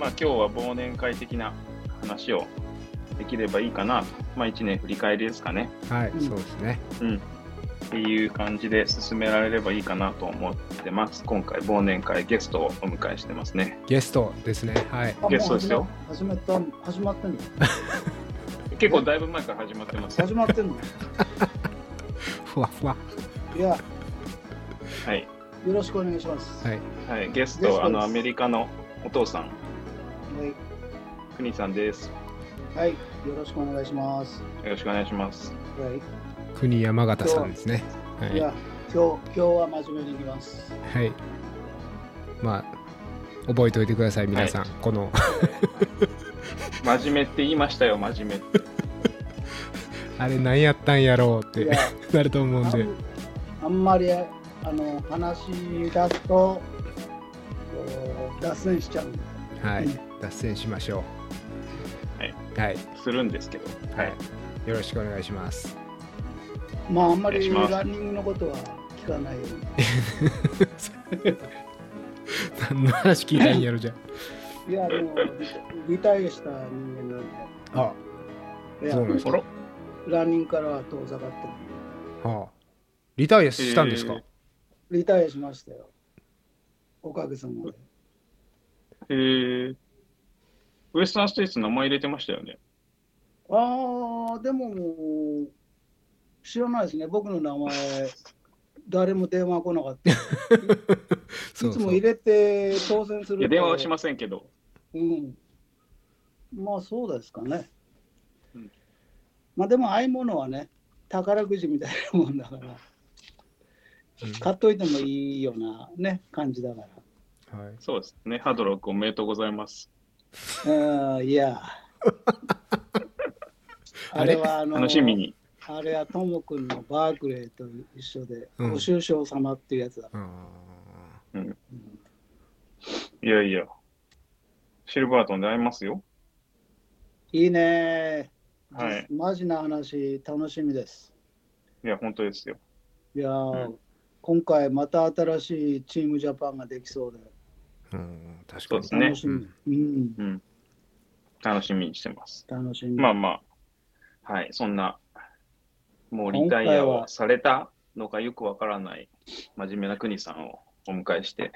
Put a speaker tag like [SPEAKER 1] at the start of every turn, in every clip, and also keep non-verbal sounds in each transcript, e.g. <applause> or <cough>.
[SPEAKER 1] まあ、今日は忘年会的な話をできればいいかなと、まあ、1年振り返りですかね、
[SPEAKER 2] はい、
[SPEAKER 3] うん
[SPEAKER 2] そうですね。
[SPEAKER 1] うん、っていう感じで進められればいいかなと思ってます。今回、忘年会ゲストをお迎えしてますね。
[SPEAKER 2] ゲストですね。はい。
[SPEAKER 3] あ
[SPEAKER 1] いやそうですよ。
[SPEAKER 3] も始まった、始まってんの。
[SPEAKER 1] 結構だいぶ前から始まってます。
[SPEAKER 3] 始まって
[SPEAKER 2] <laughs>
[SPEAKER 3] んの。
[SPEAKER 2] ふわふわ。
[SPEAKER 3] いや、
[SPEAKER 1] はい。
[SPEAKER 3] よろしくお願いします。
[SPEAKER 2] はい。
[SPEAKER 1] はい、ゲス
[SPEAKER 3] ゲ
[SPEAKER 1] ト
[SPEAKER 3] スト
[SPEAKER 1] はあの
[SPEAKER 3] です
[SPEAKER 1] アメリカのお父さん、
[SPEAKER 3] はい、
[SPEAKER 1] くにさんです。
[SPEAKER 3] はい、よろしくお願いします。
[SPEAKER 1] よろしくお願いします。
[SPEAKER 3] はい、
[SPEAKER 2] 国山形さんですね。はいい。
[SPEAKER 3] や、今日、今日は真面目にいきます。
[SPEAKER 2] はい。まあ、覚えておいてください、皆さん。この、 <laughs>
[SPEAKER 1] 真面目って言いましたよ、真面目って。
[SPEAKER 2] あれ何やったんやろうっ
[SPEAKER 3] い
[SPEAKER 2] て
[SPEAKER 3] や、
[SPEAKER 2] <laughs> なると思うん
[SPEAKER 3] あ
[SPEAKER 2] で
[SPEAKER 3] ん。あんまり、あの、話し出すと。こう脱線しちゃう。
[SPEAKER 2] はい
[SPEAKER 3] うん。
[SPEAKER 2] 脱線しましょう。
[SPEAKER 1] はい。
[SPEAKER 2] はい。
[SPEAKER 1] するんですけど。
[SPEAKER 2] はい。よろしくお願いします。 <laughs>
[SPEAKER 3] まあ、あんまり
[SPEAKER 1] お願いします
[SPEAKER 3] ランニングのことは聞かないように。
[SPEAKER 2] 何の話聞いたんやろじゃ
[SPEAKER 3] いや、でも、リタイアした人間なん
[SPEAKER 2] あ。あ
[SPEAKER 3] で。いや
[SPEAKER 2] そうなんです
[SPEAKER 1] あら
[SPEAKER 3] ランニングからは遠ざかってる。
[SPEAKER 2] はあ。リタイアしたんですか、
[SPEAKER 1] えー
[SPEAKER 3] リタイアしましたよ。おかげさまで。
[SPEAKER 1] えー、ウエスタンステイツ名前入れてましたよね。
[SPEAKER 3] ああ、でももう、知らないですね。僕の名前、誰も電話来なかった。い
[SPEAKER 2] <laughs> そう
[SPEAKER 3] つ
[SPEAKER 2] そう
[SPEAKER 3] も入れて当選する。
[SPEAKER 1] いや、電話はしますせんけど。
[SPEAKER 3] うん。まあ、そうですかね
[SPEAKER 1] うん。
[SPEAKER 3] まあ、でも、ああいうものはね、宝くじみたいなもんだから、
[SPEAKER 2] う
[SPEAKER 3] 買っといてもいいようなね、感じだから。
[SPEAKER 2] んはい。
[SPEAKER 1] そうですね。ハードロックおめでとうございます。
[SPEAKER 3] うん、
[SPEAKER 2] <laughs>
[SPEAKER 3] いや。あれはあの
[SPEAKER 1] 楽しみに。
[SPEAKER 3] あれはともくんのバークレーと一緒で、
[SPEAKER 2] うん
[SPEAKER 3] ご愁傷様っていうやつだ。
[SPEAKER 2] あ
[SPEAKER 1] いやいや。シルバートンで会いますよ。
[SPEAKER 3] いいねー、
[SPEAKER 1] はい
[SPEAKER 3] マジな話、楽しみです。
[SPEAKER 1] いや、本当ですよ。
[SPEAKER 3] いやー、
[SPEAKER 1] う
[SPEAKER 3] 今回また新しいチームジャパンができそうで、
[SPEAKER 2] ーうん、確か
[SPEAKER 1] そう
[SPEAKER 2] に
[SPEAKER 1] で。すね
[SPEAKER 3] 楽しみ。うん、
[SPEAKER 1] うん。楽しみにしてます。
[SPEAKER 3] 楽しみ。
[SPEAKER 1] まあまあ。はい、そんな、もうリタイア
[SPEAKER 3] 今回
[SPEAKER 1] を
[SPEAKER 3] は
[SPEAKER 1] されたのかよくわからない真面目な国さんをお迎えして、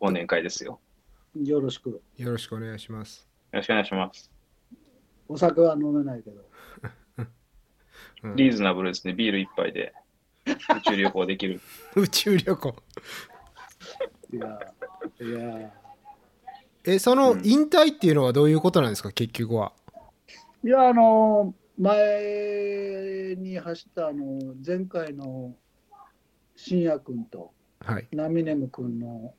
[SPEAKER 1] 忘年会ですよ。
[SPEAKER 3] よろしく。
[SPEAKER 2] よろしくお願いします。
[SPEAKER 1] よろしくお願いします。
[SPEAKER 3] お酒は飲めないけど。
[SPEAKER 2] うん
[SPEAKER 1] リーズナブルですね。ビール一杯で宇宙旅行できる。
[SPEAKER 2] 宇宙旅行。
[SPEAKER 3] いやー、いやー。
[SPEAKER 2] え、その
[SPEAKER 1] うん
[SPEAKER 2] 引退っていうのはどういうことなんですか、結局は。
[SPEAKER 3] いや、あの前に走った、あの前回の信也君と
[SPEAKER 2] はい。
[SPEAKER 3] ナミネム君の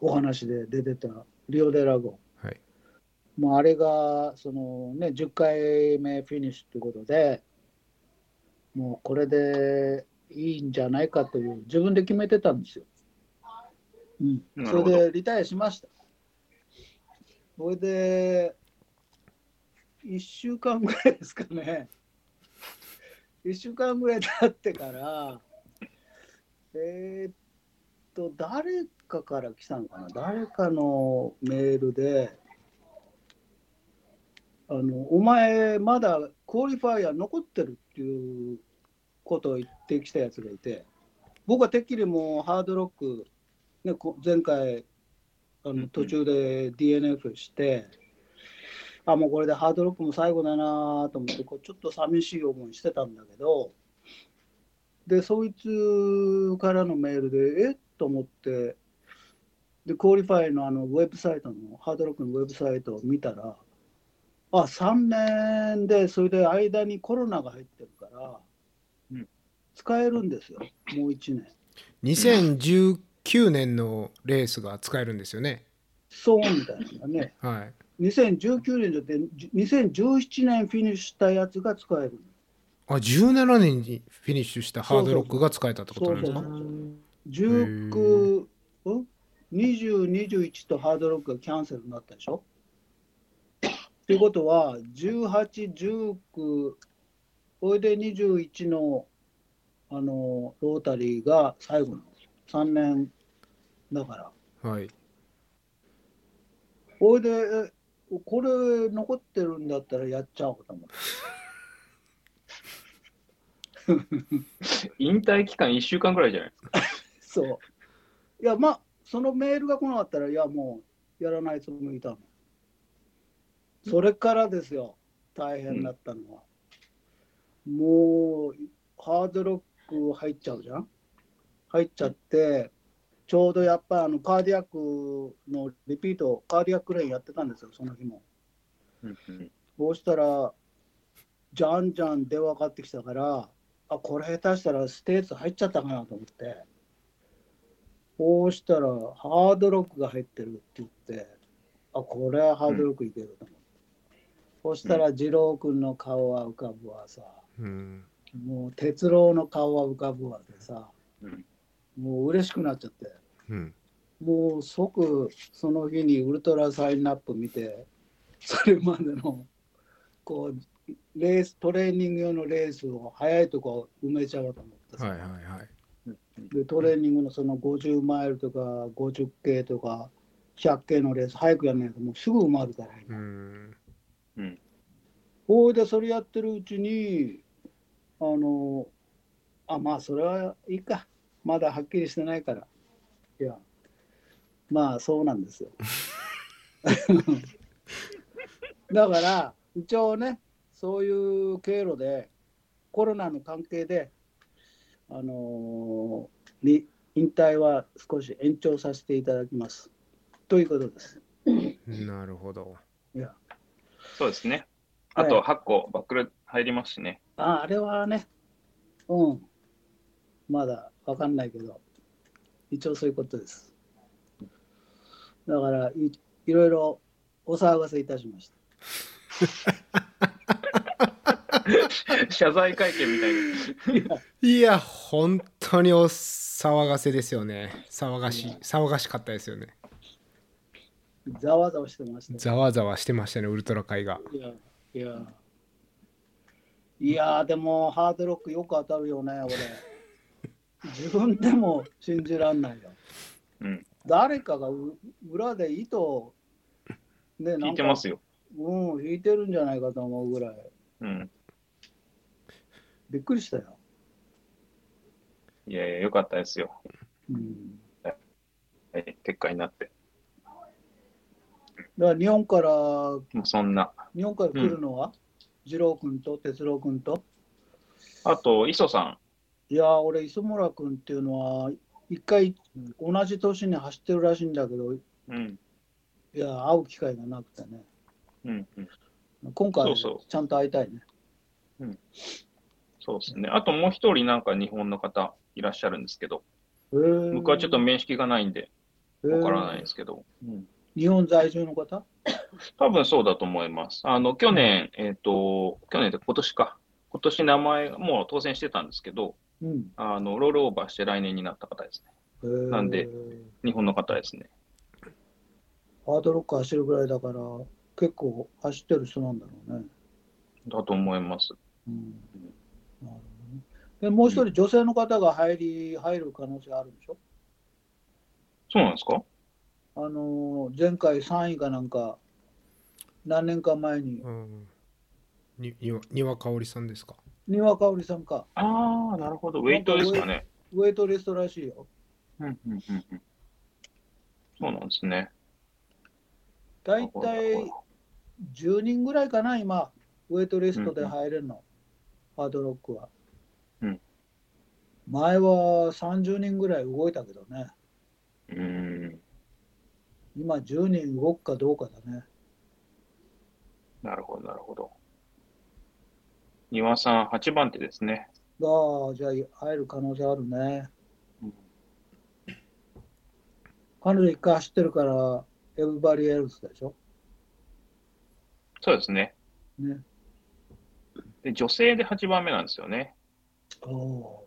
[SPEAKER 3] お話で出てたリオデラゴ。
[SPEAKER 2] はい。
[SPEAKER 3] もうあれが、そのね、10回目フィニッシュということで、もうこれでいいんじゃないかという、自分で決めてたんですよ。うん。
[SPEAKER 1] なる
[SPEAKER 3] <laughs> そ
[SPEAKER 1] ほど
[SPEAKER 3] れでリタイアしました。それで、1週間ぐらいですかね。1週間ぐらい経ってから、えーっと、誰かから来たのかな誰かのメールで、あのお前まだクオリファイア残ってるっていうことを言ってきたやつがいて僕はてっきりもうハードロック、ね、こ前回あ
[SPEAKER 1] うんう
[SPEAKER 3] の
[SPEAKER 1] ん
[SPEAKER 3] 途中で DNF して、あもうこれでハードロックも最後だなと思ってこうちょっと寂しい思いしてたんだけどでそいつからのメールでえっと思ってでクオリファイのあのウェブサイトのハードロックのウェブサイトを見たらあ3年で、それで間にコロナが入ってるから、
[SPEAKER 1] うん
[SPEAKER 3] 使えるんですよ、もう1年。
[SPEAKER 2] 2019年のレースが使えるんですよね。
[SPEAKER 3] そうみたいなのがね、
[SPEAKER 2] はい。
[SPEAKER 3] 2019年じゃなくて、2017年フィニッシュしたやつが使える。
[SPEAKER 2] あ、17年にフィニッシュしたハードロックが使えたってことなんです
[SPEAKER 3] そう
[SPEAKER 2] か
[SPEAKER 3] そ
[SPEAKER 2] へ
[SPEAKER 3] う19、ん20、21とハードロックがキャンセルになったでしょっていうことは、18、19、おいで21のあのロータリーが最後なんですよ。3年だから。
[SPEAKER 2] はい。
[SPEAKER 3] ほいで、えこれ残ってるんだったらやっちゃおうと思って。
[SPEAKER 1] 引退期間1週間ぐらいじゃないですか。
[SPEAKER 3] そう。いや、まあ、そのメールが来なかったら、いや、もうやらないつもりだもん。それからですよ、大変だったのは。もう、ハードロック入っちゃうじゃん入っちゃって、ちょうどやっぱあのカーディアックのリピート、カーディアックレインやってたんですよ、その日も。そうしたら、じゃんじゃん電話かかってきたから、あ、これ下手したらステーツ入っちゃったかなと思って、そうしたら、ハードロックが入ってるって言って、あ、これはハードロックいけると思って。そうしたら、二郎君の顔は浮かぶわさ、
[SPEAKER 2] うん。
[SPEAKER 3] もう哲郎の顔は浮かぶわでさ、
[SPEAKER 1] うん
[SPEAKER 3] もう嬉しくなっちゃって。
[SPEAKER 2] うん。
[SPEAKER 3] もう即その日にウルトラサインナップ見てそれまでのこうレーストレーニング用のレースを早いとこ埋めちゃおうと思ってさ、
[SPEAKER 2] はいはいはい。
[SPEAKER 3] でトレーニングのその50マイルとか50系とか100系のレース早くやらないともうすぐ埋まるから
[SPEAKER 2] う
[SPEAKER 3] 今
[SPEAKER 2] ん。
[SPEAKER 3] ほいでそれやってるうちにあのあまあそれはいいかまだはっきりしてないからいやまあそうなんですよ <laughs> だから一応ねそういう経路でコロナの関係であのに引退は少し延長させていただきますということです
[SPEAKER 2] なるほど。
[SPEAKER 3] いや
[SPEAKER 1] そうですね。あ
[SPEAKER 3] はい
[SPEAKER 1] と8個バックル入りますしね。
[SPEAKER 3] ああれはね、うん、まだわかんないけど、一応そういうことです。だからい、いろいろお騒がせいたしました。
[SPEAKER 1] 謝罪会見みたいです。
[SPEAKER 2] いや、本当にお騒がせですよね。騒がしい、騒がしかったですよね。
[SPEAKER 3] ざわざわしてました。
[SPEAKER 2] ざわざわしてましたね、ウルトラ会が。
[SPEAKER 3] いや、いや、いやでもハードロックよく当たるよね、俺。自分でも信じらんないよ。
[SPEAKER 1] うん、
[SPEAKER 3] 誰かがう裏で糸を、ね、
[SPEAKER 1] 聞いてますよ。
[SPEAKER 3] うん、弾いてるんじゃないかと思うぐらい、
[SPEAKER 1] うん。
[SPEAKER 3] びっくりしたよ。
[SPEAKER 1] いやいや、よかったですよ。
[SPEAKER 3] うん、
[SPEAKER 1] はい、結果になって。
[SPEAKER 3] だから日本から、
[SPEAKER 1] もうそんな。
[SPEAKER 3] 日本から来るのは、次郎君と哲郎君と、
[SPEAKER 1] あと、磯さ
[SPEAKER 3] いやー、俺、磯村君っていうのは、一回、同じ年に走ってるらしいんだけど、い
[SPEAKER 1] ん。うん。
[SPEAKER 3] やー、会う機会がなくてね、
[SPEAKER 1] うん。うん、
[SPEAKER 3] 今回、
[SPEAKER 1] そうそう
[SPEAKER 3] ちゃんと会いたいね。
[SPEAKER 1] そうですね。あともう一人なんか日本の方いらっしゃるんですけど、僕
[SPEAKER 3] 僕
[SPEAKER 1] はちょっと面識がないんで、わからない
[SPEAKER 3] い。
[SPEAKER 1] ですけど。うん
[SPEAKER 3] 日本在住の方
[SPEAKER 1] 多分そうだと思います。あの、去年、えっ、と、去年で今年か。今年名前、もう当選してたんですけど、
[SPEAKER 3] うん。
[SPEAKER 1] あの、ロールオーバーして来年になった方ですね。なんで
[SPEAKER 3] えー
[SPEAKER 1] 日本の方ですね。
[SPEAKER 3] ハードロック走るぐらいだから、結構走ってる人なんだろうね。
[SPEAKER 1] だと思います。
[SPEAKER 3] うんなるほどねでもう一人、女性の方が入り入る可能性あるんでしょ、
[SPEAKER 1] そうなんですか
[SPEAKER 3] あのー前回3位かなんか、何年か前に、
[SPEAKER 2] うん。に、にわ、にわかおりさんですか。
[SPEAKER 3] 丹羽香織さんか、
[SPEAKER 1] ああ、なるほど。ウェイトですかね。
[SPEAKER 3] ウェイトリストらしいよ。
[SPEAKER 1] うん、うん、うん。うんそうなんですね。
[SPEAKER 3] 大体10人ぐらいかな、今、ウェイトリストで入れるの、ハードロックは。
[SPEAKER 1] うん
[SPEAKER 3] 前は30人ぐらい動いたけどね、
[SPEAKER 1] うーん、
[SPEAKER 3] 今10人動くかどうかだね。
[SPEAKER 1] なるほど、なるほど。庭さん、8番手ですね。
[SPEAKER 3] ああ、じゃあ入る可能性あるね。
[SPEAKER 1] うん
[SPEAKER 3] 彼女一回走ってるから、エブバリエルスでしょ。
[SPEAKER 1] そうですね。
[SPEAKER 3] ね。
[SPEAKER 1] で、女性で8番目なんですよね。
[SPEAKER 3] おお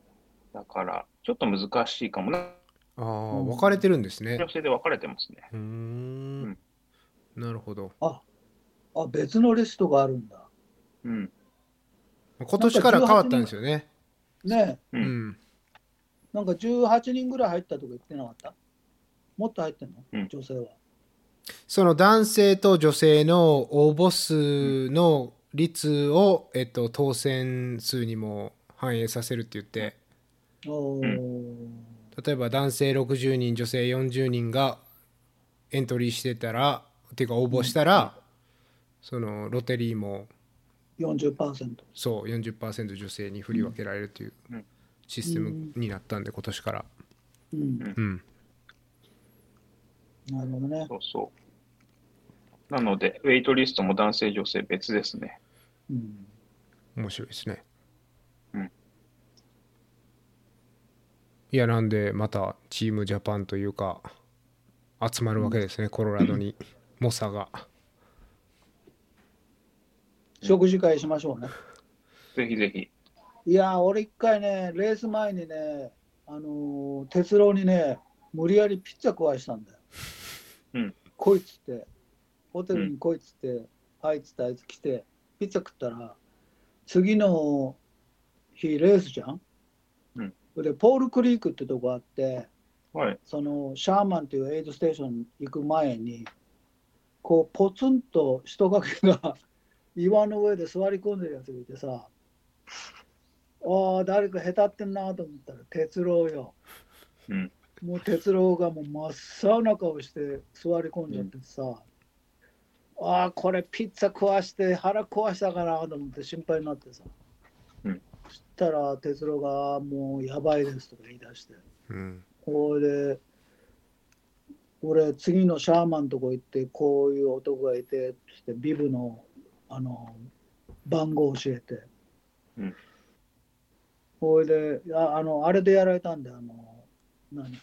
[SPEAKER 1] だから、ちょっと難しいかもな。
[SPEAKER 2] ああ、
[SPEAKER 3] うん
[SPEAKER 2] 分かれてるんですね
[SPEAKER 1] 女。性で分かれてますね。
[SPEAKER 2] うーん。なるほど。
[SPEAKER 3] ー。あ、別のリストがあるんだ。
[SPEAKER 1] うん。
[SPEAKER 2] 今年から変わったんですよね。
[SPEAKER 3] ね
[SPEAKER 1] 18
[SPEAKER 2] う
[SPEAKER 1] 人
[SPEAKER 2] ん。
[SPEAKER 3] え、なんか18人ぐらい入ったとか言ってなかったもっと入ってんの、
[SPEAKER 1] うん
[SPEAKER 3] 女性は。
[SPEAKER 2] その男性と女性の応募数の率を、えっと、当選数にも反映させるって言って
[SPEAKER 3] おー
[SPEAKER 2] 例えば男性60人女性40人がエントリーしてたらっていうか応募したら、そのロテリーも
[SPEAKER 3] 40%。
[SPEAKER 2] そう40%女性に振り分けられるという
[SPEAKER 1] うん
[SPEAKER 2] システムになったんで今年から、
[SPEAKER 3] うん、
[SPEAKER 2] うん、
[SPEAKER 3] なるほどね。
[SPEAKER 1] そうそう。なので、ウェイトリストも男性、女性別ですね。
[SPEAKER 3] うん、
[SPEAKER 2] 面白いですね、
[SPEAKER 1] うん
[SPEAKER 2] いやなんでまたチームジャパンというか集まるわけですね、コロラド
[SPEAKER 3] <clears throat>
[SPEAKER 2] にモサが
[SPEAKER 3] 食事会しましょうね。
[SPEAKER 1] ぜひぜひ。
[SPEAKER 3] いやー、俺一回ね、レース前にね、あのー鉄郎にね、無理やりピッツァ食わしたんだよ。
[SPEAKER 1] うん
[SPEAKER 3] 来いっつって、ホテルに来いっつって、はいっつってあいつ来て、ピッツァ食ったら、次の日、レースじゃん、
[SPEAKER 1] うん
[SPEAKER 3] で、ポールクリークってとこあって、
[SPEAKER 1] はい。
[SPEAKER 3] そのシャーマンっていうエイドステーション行く前に、こう、ポツンと人影が岩の上で座り込んでるやつがいてさ、ああ、誰かへたってんなと思ったら、哲郎よ。
[SPEAKER 1] うん
[SPEAKER 3] もう哲郎がもう真っ青な顔して座り込んじゃってさ、ああ、これピッツァ食わして腹壊したかなと思って心配になってさ、
[SPEAKER 1] うん
[SPEAKER 3] そしたら哲郎がもうやばいですとか言い出して、
[SPEAKER 2] うん
[SPEAKER 3] これで俺次のシャーマンのとこ行ってこういう男がいてつってビブのあの番号教えて、
[SPEAKER 1] うん
[SPEAKER 3] これでああのあれでやられたんであの何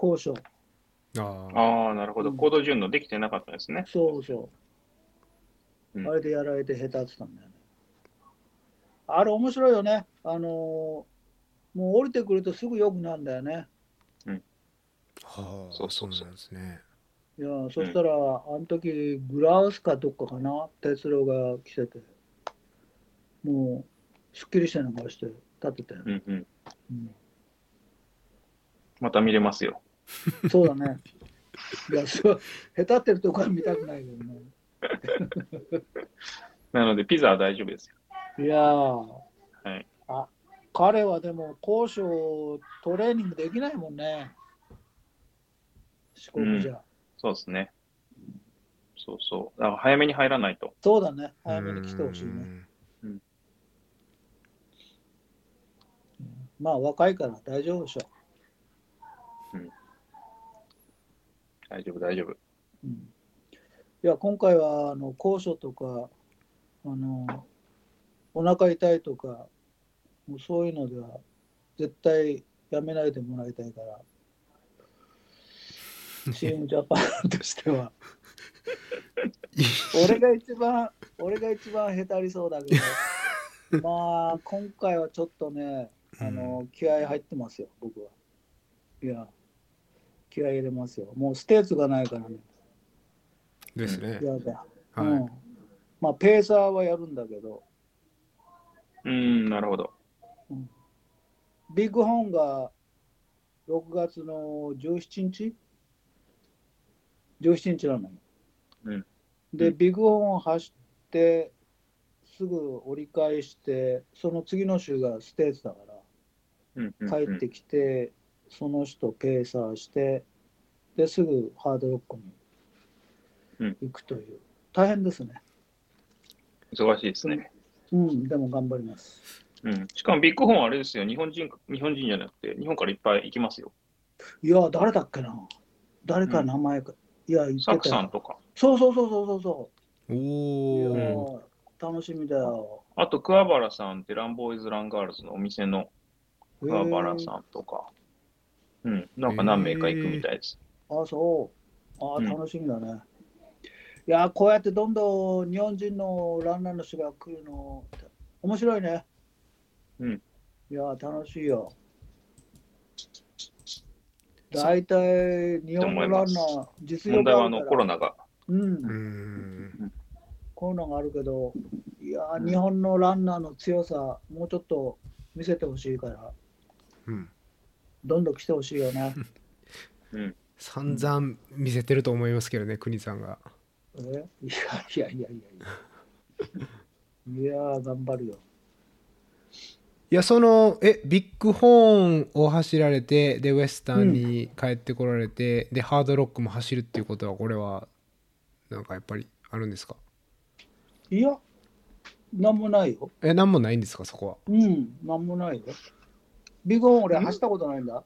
[SPEAKER 3] 交渉
[SPEAKER 2] ああ
[SPEAKER 1] ああ、なるほど。行動順応できてなかったですね。
[SPEAKER 3] そうそう、
[SPEAKER 1] うん
[SPEAKER 3] あれでやられて下手ってたんだよねあれ面白いよねあのもう降りてくるとすぐ良くなるんだよね
[SPEAKER 2] はあ
[SPEAKER 1] そうそうそう
[SPEAKER 2] なんですね
[SPEAKER 3] いやーそしたら、あの時グラウスかどっかかな哲郎が来ててもうすっきりしたような顔して立ってたよ、
[SPEAKER 1] うんうん。
[SPEAKER 3] うん
[SPEAKER 1] また見れますよ。
[SPEAKER 3] そう
[SPEAKER 1] <laughs>
[SPEAKER 3] だねいやそう下手ってるとこは見たくないけどね
[SPEAKER 1] なので、ピザは大丈夫ですよ。
[SPEAKER 3] いやー
[SPEAKER 1] はい。
[SPEAKER 3] 彼はでも交渉トレーニングできないもんね四国じゃ、
[SPEAKER 1] そうですね。そうそう。だから早めに入らないと。
[SPEAKER 3] そうだね早めに来てほしいね
[SPEAKER 2] うん
[SPEAKER 3] まあ若いから大丈夫でしょ
[SPEAKER 1] 大丈夫、大丈夫。
[SPEAKER 3] うんいや今回はあの高所とかあのお腹痛いとかもうそういうのでは絶対やめないでもらいたいからチームジャパンとしては俺が一番俺が一番へたりそうだけどまあ今回はちょっとねあの気合い入ってますよ僕はいや気合い入れますよもうステーツがないからね
[SPEAKER 2] ですね、
[SPEAKER 3] やだう
[SPEAKER 2] はい、
[SPEAKER 3] ん、まあペーサーはやるんだけど
[SPEAKER 1] うーん、なるほど。
[SPEAKER 3] ビッグホーンが6月の17日 ?17 日なのよ、
[SPEAKER 1] うん
[SPEAKER 3] で
[SPEAKER 1] う
[SPEAKER 3] ビッグホーンを走ってすぐ折り返してその次の週がステージだから
[SPEAKER 1] うんうんうん
[SPEAKER 3] 帰ってきて、その人ペーサーしてですぐハードロックに行くという、大変ですね
[SPEAKER 1] 忙しいですね。
[SPEAKER 3] うんでも頑張ります
[SPEAKER 1] うん。しかも、ビッグホーンはあれですよ。日本人、日本人じゃなくて、日本からいっぱい行きますよ。
[SPEAKER 3] いや、誰だっけな。誰か名前か。いや、言ってた
[SPEAKER 1] サ
[SPEAKER 3] よ
[SPEAKER 1] クさんとか。
[SPEAKER 3] そうそうそうそうそうそ
[SPEAKER 2] お
[SPEAKER 3] う。いや
[SPEAKER 2] お
[SPEAKER 3] ー、楽しみだよ。
[SPEAKER 1] あと、桑原さんって、ランボーイズ・ランガールズのお店の桑原
[SPEAKER 3] へ
[SPEAKER 1] さんとか、うん、なんか何名か行くみたいです。
[SPEAKER 3] ー。あ、そう。
[SPEAKER 1] う
[SPEAKER 3] あー、
[SPEAKER 1] ん
[SPEAKER 3] 楽しみだね。いやー、こうやってどんどん日本人のランナーの人が来るの、面白いね。
[SPEAKER 1] うん。
[SPEAKER 3] いやー、楽しいよ。大体、日本のランナー、実
[SPEAKER 1] 問
[SPEAKER 3] 力
[SPEAKER 1] 題は
[SPEAKER 3] あ
[SPEAKER 1] あ
[SPEAKER 3] るから
[SPEAKER 1] のコロナが、
[SPEAKER 3] うん
[SPEAKER 2] う。ん
[SPEAKER 3] こういうのがあるけど、いやー、
[SPEAKER 1] うん
[SPEAKER 3] 日本のランナーの強さ、もうちょっと見せてほしいから、
[SPEAKER 2] うん
[SPEAKER 1] <laughs>
[SPEAKER 3] どんどん来てほしいよね。
[SPEAKER 1] うん
[SPEAKER 2] 散々見せてると思いますけどね、国さんが。
[SPEAKER 3] えいやいやいやいやいや。いやー、頑張るよ。
[SPEAKER 2] いや、その、え、ビッグホーンを走られて、で、ウエスタンに帰ってこられて、で、ハードロックも走るっていうことは、これは、なんかやっぱりあるんですか
[SPEAKER 3] いや、なんもないよ。
[SPEAKER 2] え、なんもないんですか、そこは。
[SPEAKER 3] うん、なんもないよ。ビッグホーン俺走ったことないんだ。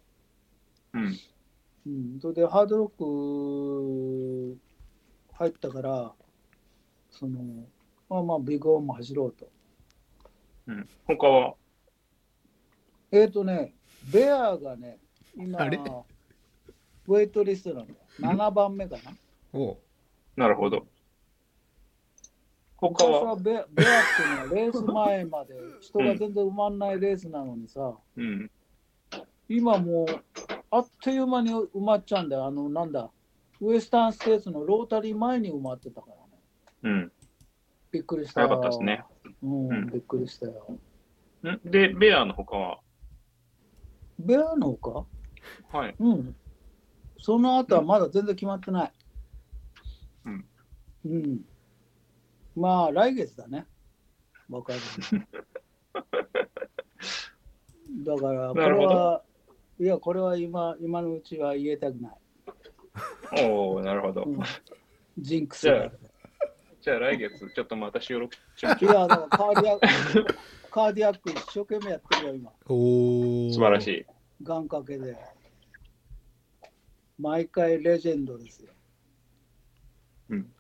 [SPEAKER 1] うん。
[SPEAKER 3] うん、それでハードロック入ったから、その、まあまあビッグホーンも走ろうと。
[SPEAKER 1] うん。他は、
[SPEAKER 3] えっ、ー、とね、ベアがね、今
[SPEAKER 2] あれ、
[SPEAKER 3] ウェイトリストなんだよ。7番目かな。
[SPEAKER 2] おう
[SPEAKER 1] なるほど。他
[SPEAKER 3] 昔は
[SPEAKER 1] は、
[SPEAKER 3] ベアベアっていうのはレース前まで人が全然埋まんないレースなのにさ、
[SPEAKER 1] うん。
[SPEAKER 3] 今もうあっという間に埋まっちゃうんだよ。あの、なんだ、ウエスタンステーツのロータリー前に埋まってたから
[SPEAKER 1] う
[SPEAKER 3] ね。
[SPEAKER 1] ん。
[SPEAKER 3] びっくりしたよ。
[SPEAKER 1] 早かったですね。
[SPEAKER 3] うん、
[SPEAKER 1] うん
[SPEAKER 3] びっくりしたよ。
[SPEAKER 1] んで、ベアの他は、
[SPEAKER 3] ベアのほか
[SPEAKER 1] はい。
[SPEAKER 3] うん。その後はまだ全然決まってない。
[SPEAKER 1] うん。
[SPEAKER 3] うん。まあ、来月だね。わかる。
[SPEAKER 1] <laughs>
[SPEAKER 3] だから、こ
[SPEAKER 1] な
[SPEAKER 3] れ
[SPEAKER 1] るほ
[SPEAKER 3] は、いや、これは今、今のうちは言えたくない。
[SPEAKER 1] おおなるほど <laughs>
[SPEAKER 3] う。ん、ジンクスがある。
[SPEAKER 1] じゃあ来月、ちょっとまた収録しま
[SPEAKER 3] い
[SPEAKER 1] しょう。
[SPEAKER 3] や、だからカーディアック、カーディアッ <laughs> ク一生懸命やってるよ、今。
[SPEAKER 2] お
[SPEAKER 1] 素晴らし
[SPEAKER 2] い。
[SPEAKER 1] い。
[SPEAKER 3] 願掛けで。毎回レジェンドですよ。
[SPEAKER 1] うん。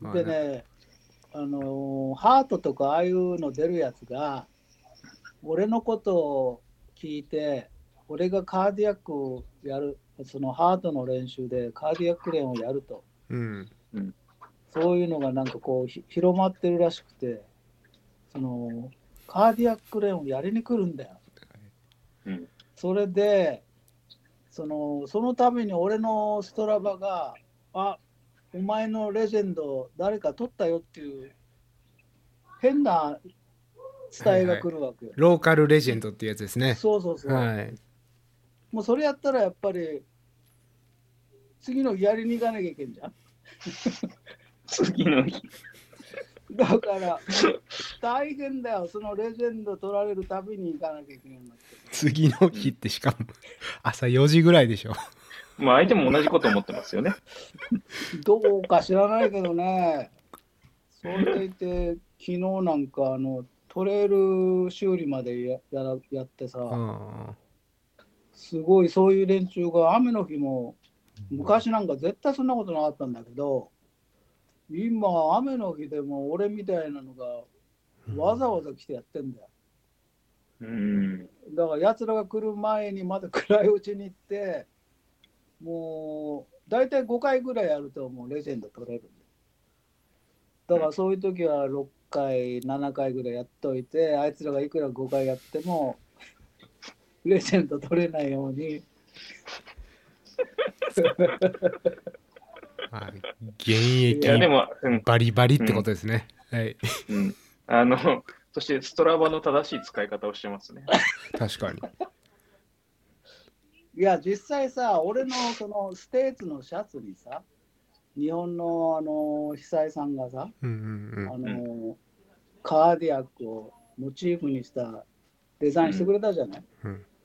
[SPEAKER 2] まあ
[SPEAKER 3] でね、あのーハートとかああいうの出るやつが、俺のことを聞いて、俺がカーディアックをやる、そのハートの練習でカーディアック練をやると、
[SPEAKER 2] うん。
[SPEAKER 3] そういうのがなんかこうひ広まってるらしくて、そのカーディアック練をやりに来るんだよ。
[SPEAKER 1] うん。
[SPEAKER 3] それで、そのそのために俺のストラバが、あお前のレジェンド、誰か取ったよっていう、変な伝えが来るわけよ。
[SPEAKER 2] ローカルレジェンドっていうやつですね。
[SPEAKER 3] そうそうそう。
[SPEAKER 2] はい。
[SPEAKER 3] もうそれやったらやっぱり、次の日やりに行かなきゃいけんじゃん。
[SPEAKER 1] 次の日。
[SPEAKER 3] だから、大変だよ。そのレジェンド取られるたびに行かなきゃいけないんだって。
[SPEAKER 2] 次の日ってしかも、朝4時ぐらいでしょ。
[SPEAKER 1] まあ相手も同じこと思ってますよね。
[SPEAKER 3] どうか知らないけどね、それでいて、昨日なんかあのトレイル修理までややらやってさ、
[SPEAKER 2] あ
[SPEAKER 3] すごいそういう連中が雨の日も、昔なんか絶対そんなことなかったんだけど、今、雨の日でも俺みたいなのがわざわざ来てやってんだよ。
[SPEAKER 1] うん。
[SPEAKER 3] だから奴らが来る前にまだ暗いうちに行って、もう大体5回ぐらいやるともうレジェンド取れるんで。だからそういう時は6回、7回ぐらいやっといて、あいつらがいくら5回やっても、レジェンド取れないように、
[SPEAKER 2] あ。はい現
[SPEAKER 1] い
[SPEAKER 2] 役
[SPEAKER 1] や、でも、うん。
[SPEAKER 2] バリバリってことですね。はい。
[SPEAKER 1] うん。あの、そしてストラバの正しい使い方をしてますね。
[SPEAKER 2] 確かに。
[SPEAKER 3] いや、実際さ、俺のそのステーツのシャツにさ、日本のあの被災さんがさ、
[SPEAKER 2] うんうん
[SPEAKER 3] あ
[SPEAKER 2] うん。
[SPEAKER 3] のカーディアックをモチーフにしたデザインしてくれたじゃない、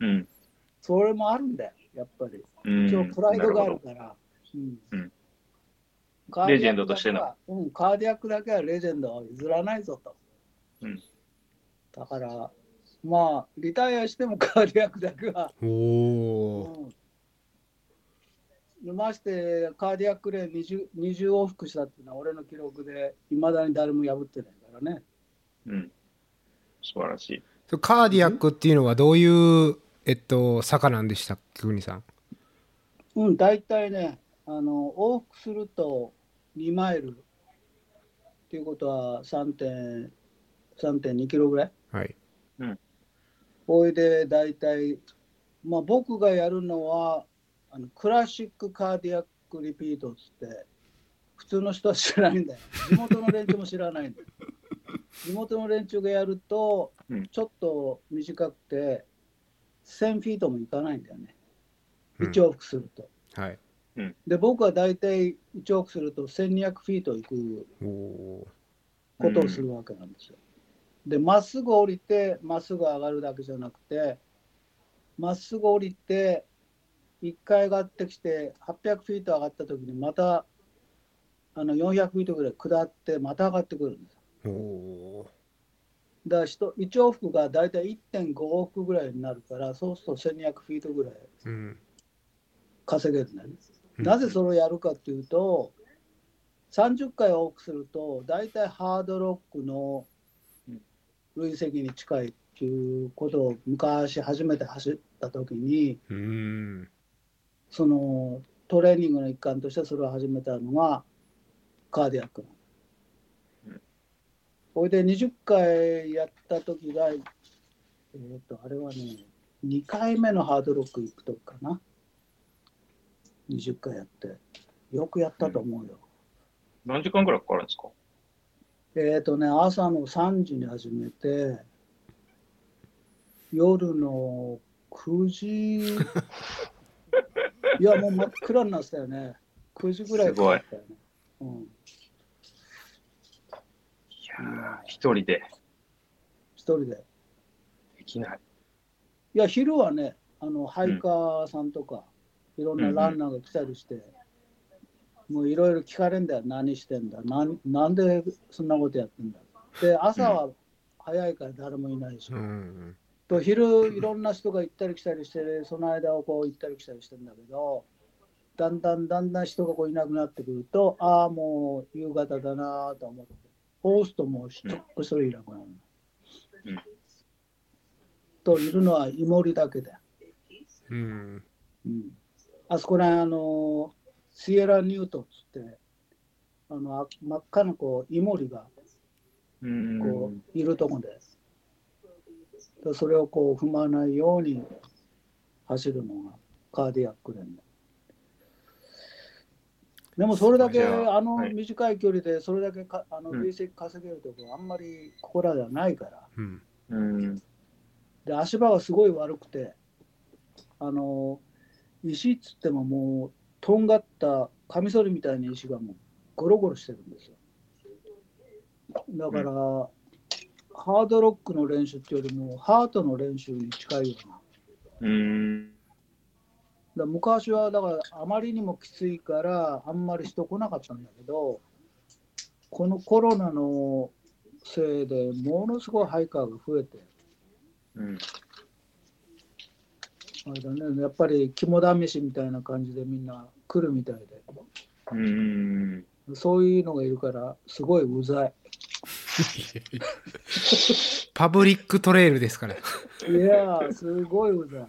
[SPEAKER 1] うん。
[SPEAKER 3] それもあるんだよ、やっぱり。
[SPEAKER 1] うん。
[SPEAKER 3] 一応プライドがある
[SPEAKER 1] なほ
[SPEAKER 3] から。うん
[SPEAKER 1] うん
[SPEAKER 3] カー
[SPEAKER 1] レジェンドとしての
[SPEAKER 3] ディアックだけはうん、カーディアックだけはレジェンドは譲らないぞと。
[SPEAKER 1] うん
[SPEAKER 3] だから、まあ、リタイアしてもカーディアックだけは。
[SPEAKER 2] おお
[SPEAKER 3] うん、まして、カーディアックレーン 20, 20往復したっていうのは俺の記録で、いまだに誰も破ってないからね。
[SPEAKER 1] ど。うん。素晴らしい。
[SPEAKER 2] それカーディアックっていうのはどういう、えっと、坂なんでしたっけ、国さん。
[SPEAKER 3] うん、大体ね、あの往復すると2マイルっていうことは3.3.2 3.2キロぐらい。
[SPEAKER 2] はい。
[SPEAKER 3] おいで、大体、まあ、僕がやるのはあの、クラシックカーディアックリピートっつって、普通の人は知らないんだよ。地元の連中も知らないんだよ。地元の連中がやると
[SPEAKER 1] うん、
[SPEAKER 3] ちょっと短くて、1000フィートもいかないんだよね。
[SPEAKER 2] ううん
[SPEAKER 3] 1往復すると。
[SPEAKER 2] はい
[SPEAKER 3] で、僕は大体1往復すると1200フィート行く
[SPEAKER 2] おお
[SPEAKER 3] ことをするわけなんですよ。で、まっすぐ降りて、まっすぐ上がるだけじゃなくて、まっすぐ降りて、1回上がってきて、800フィート上がった時に、またあの400フィートぐらい下って、また上がってくるんです。
[SPEAKER 2] ーお
[SPEAKER 3] だから一一往復が大体1.5往復ぐらいになるから、そうすると1200フィートぐらい
[SPEAKER 2] ーうん
[SPEAKER 3] 稼げるね。
[SPEAKER 2] うん
[SPEAKER 3] なぜそれをやるかっていうと、30回往復すると、大体ハードロックの累積に近いっていうことを昔初めて走った時に、
[SPEAKER 2] うーん
[SPEAKER 3] そのトレーニングの一環としてそれを始めたのがカーディアック
[SPEAKER 1] うん
[SPEAKER 3] ほいで20回やった時がえっ、とあれはね2回目のハードロック行く時かな20回やってよくやったと思うよ、
[SPEAKER 1] 何時間ぐらいかかるんですか
[SPEAKER 3] えっ、とね朝の3時に始めて夜の9時いやもう真っ暗になってたよね9時ぐらいからだったよねうん、
[SPEAKER 1] いやー、一人で
[SPEAKER 3] 一人で
[SPEAKER 1] できない。
[SPEAKER 3] いや昼はねあのハイカーさんとか、いろんなランナーが来たりして、もういろいろ聞かれんだよ何してんだなんなんでそんなことやってんだで朝は早いから誰もいないし、
[SPEAKER 2] うん
[SPEAKER 3] と昼いろんな人が行ったり来たりしてその間をこう行ったり来たりしてんだけどだんだんだんだん人がこういなくなってくるとああもう夕方だなと思ってホーストも一人一人いなくなる、
[SPEAKER 1] うん
[SPEAKER 3] といるのはイモリだけだよ、
[SPEAKER 2] うん
[SPEAKER 3] うん、あそこら辺あのシエラ・ニュートっつってあのあ真っ赤なこうイモリが
[SPEAKER 1] う
[SPEAKER 3] こ
[SPEAKER 1] ん。
[SPEAKER 3] ういるとこででそれをこう踏まないように走るのがカーディアック連のでもそれだけ
[SPEAKER 1] じゃあ
[SPEAKER 3] あの
[SPEAKER 1] はい
[SPEAKER 3] 短い距離でそれだけかあの
[SPEAKER 1] うん
[SPEAKER 3] 累積稼げるとこあんまりここらではないから
[SPEAKER 2] うん
[SPEAKER 1] うん。
[SPEAKER 3] で足場がすごい悪くてあの石っつってももうとんがったカミソリみたいな石がもうゴロゴロしてるんですよだから、ハードロックの練習っていうよりもハートの練習に近いような
[SPEAKER 1] うん。
[SPEAKER 3] だ昔はだからあまりにもきついからあんまり人来なかったんだけどこのコロナのせいでものすごいハイカーが増えて
[SPEAKER 1] うん。
[SPEAKER 3] あれだね、やっぱり肝試しみたいな感じでみんな来るみたいで、
[SPEAKER 1] うん。
[SPEAKER 3] そういうのがいるから、すごいうざい。
[SPEAKER 2] パブリックトレイルですから
[SPEAKER 3] いやー、すごいうざい。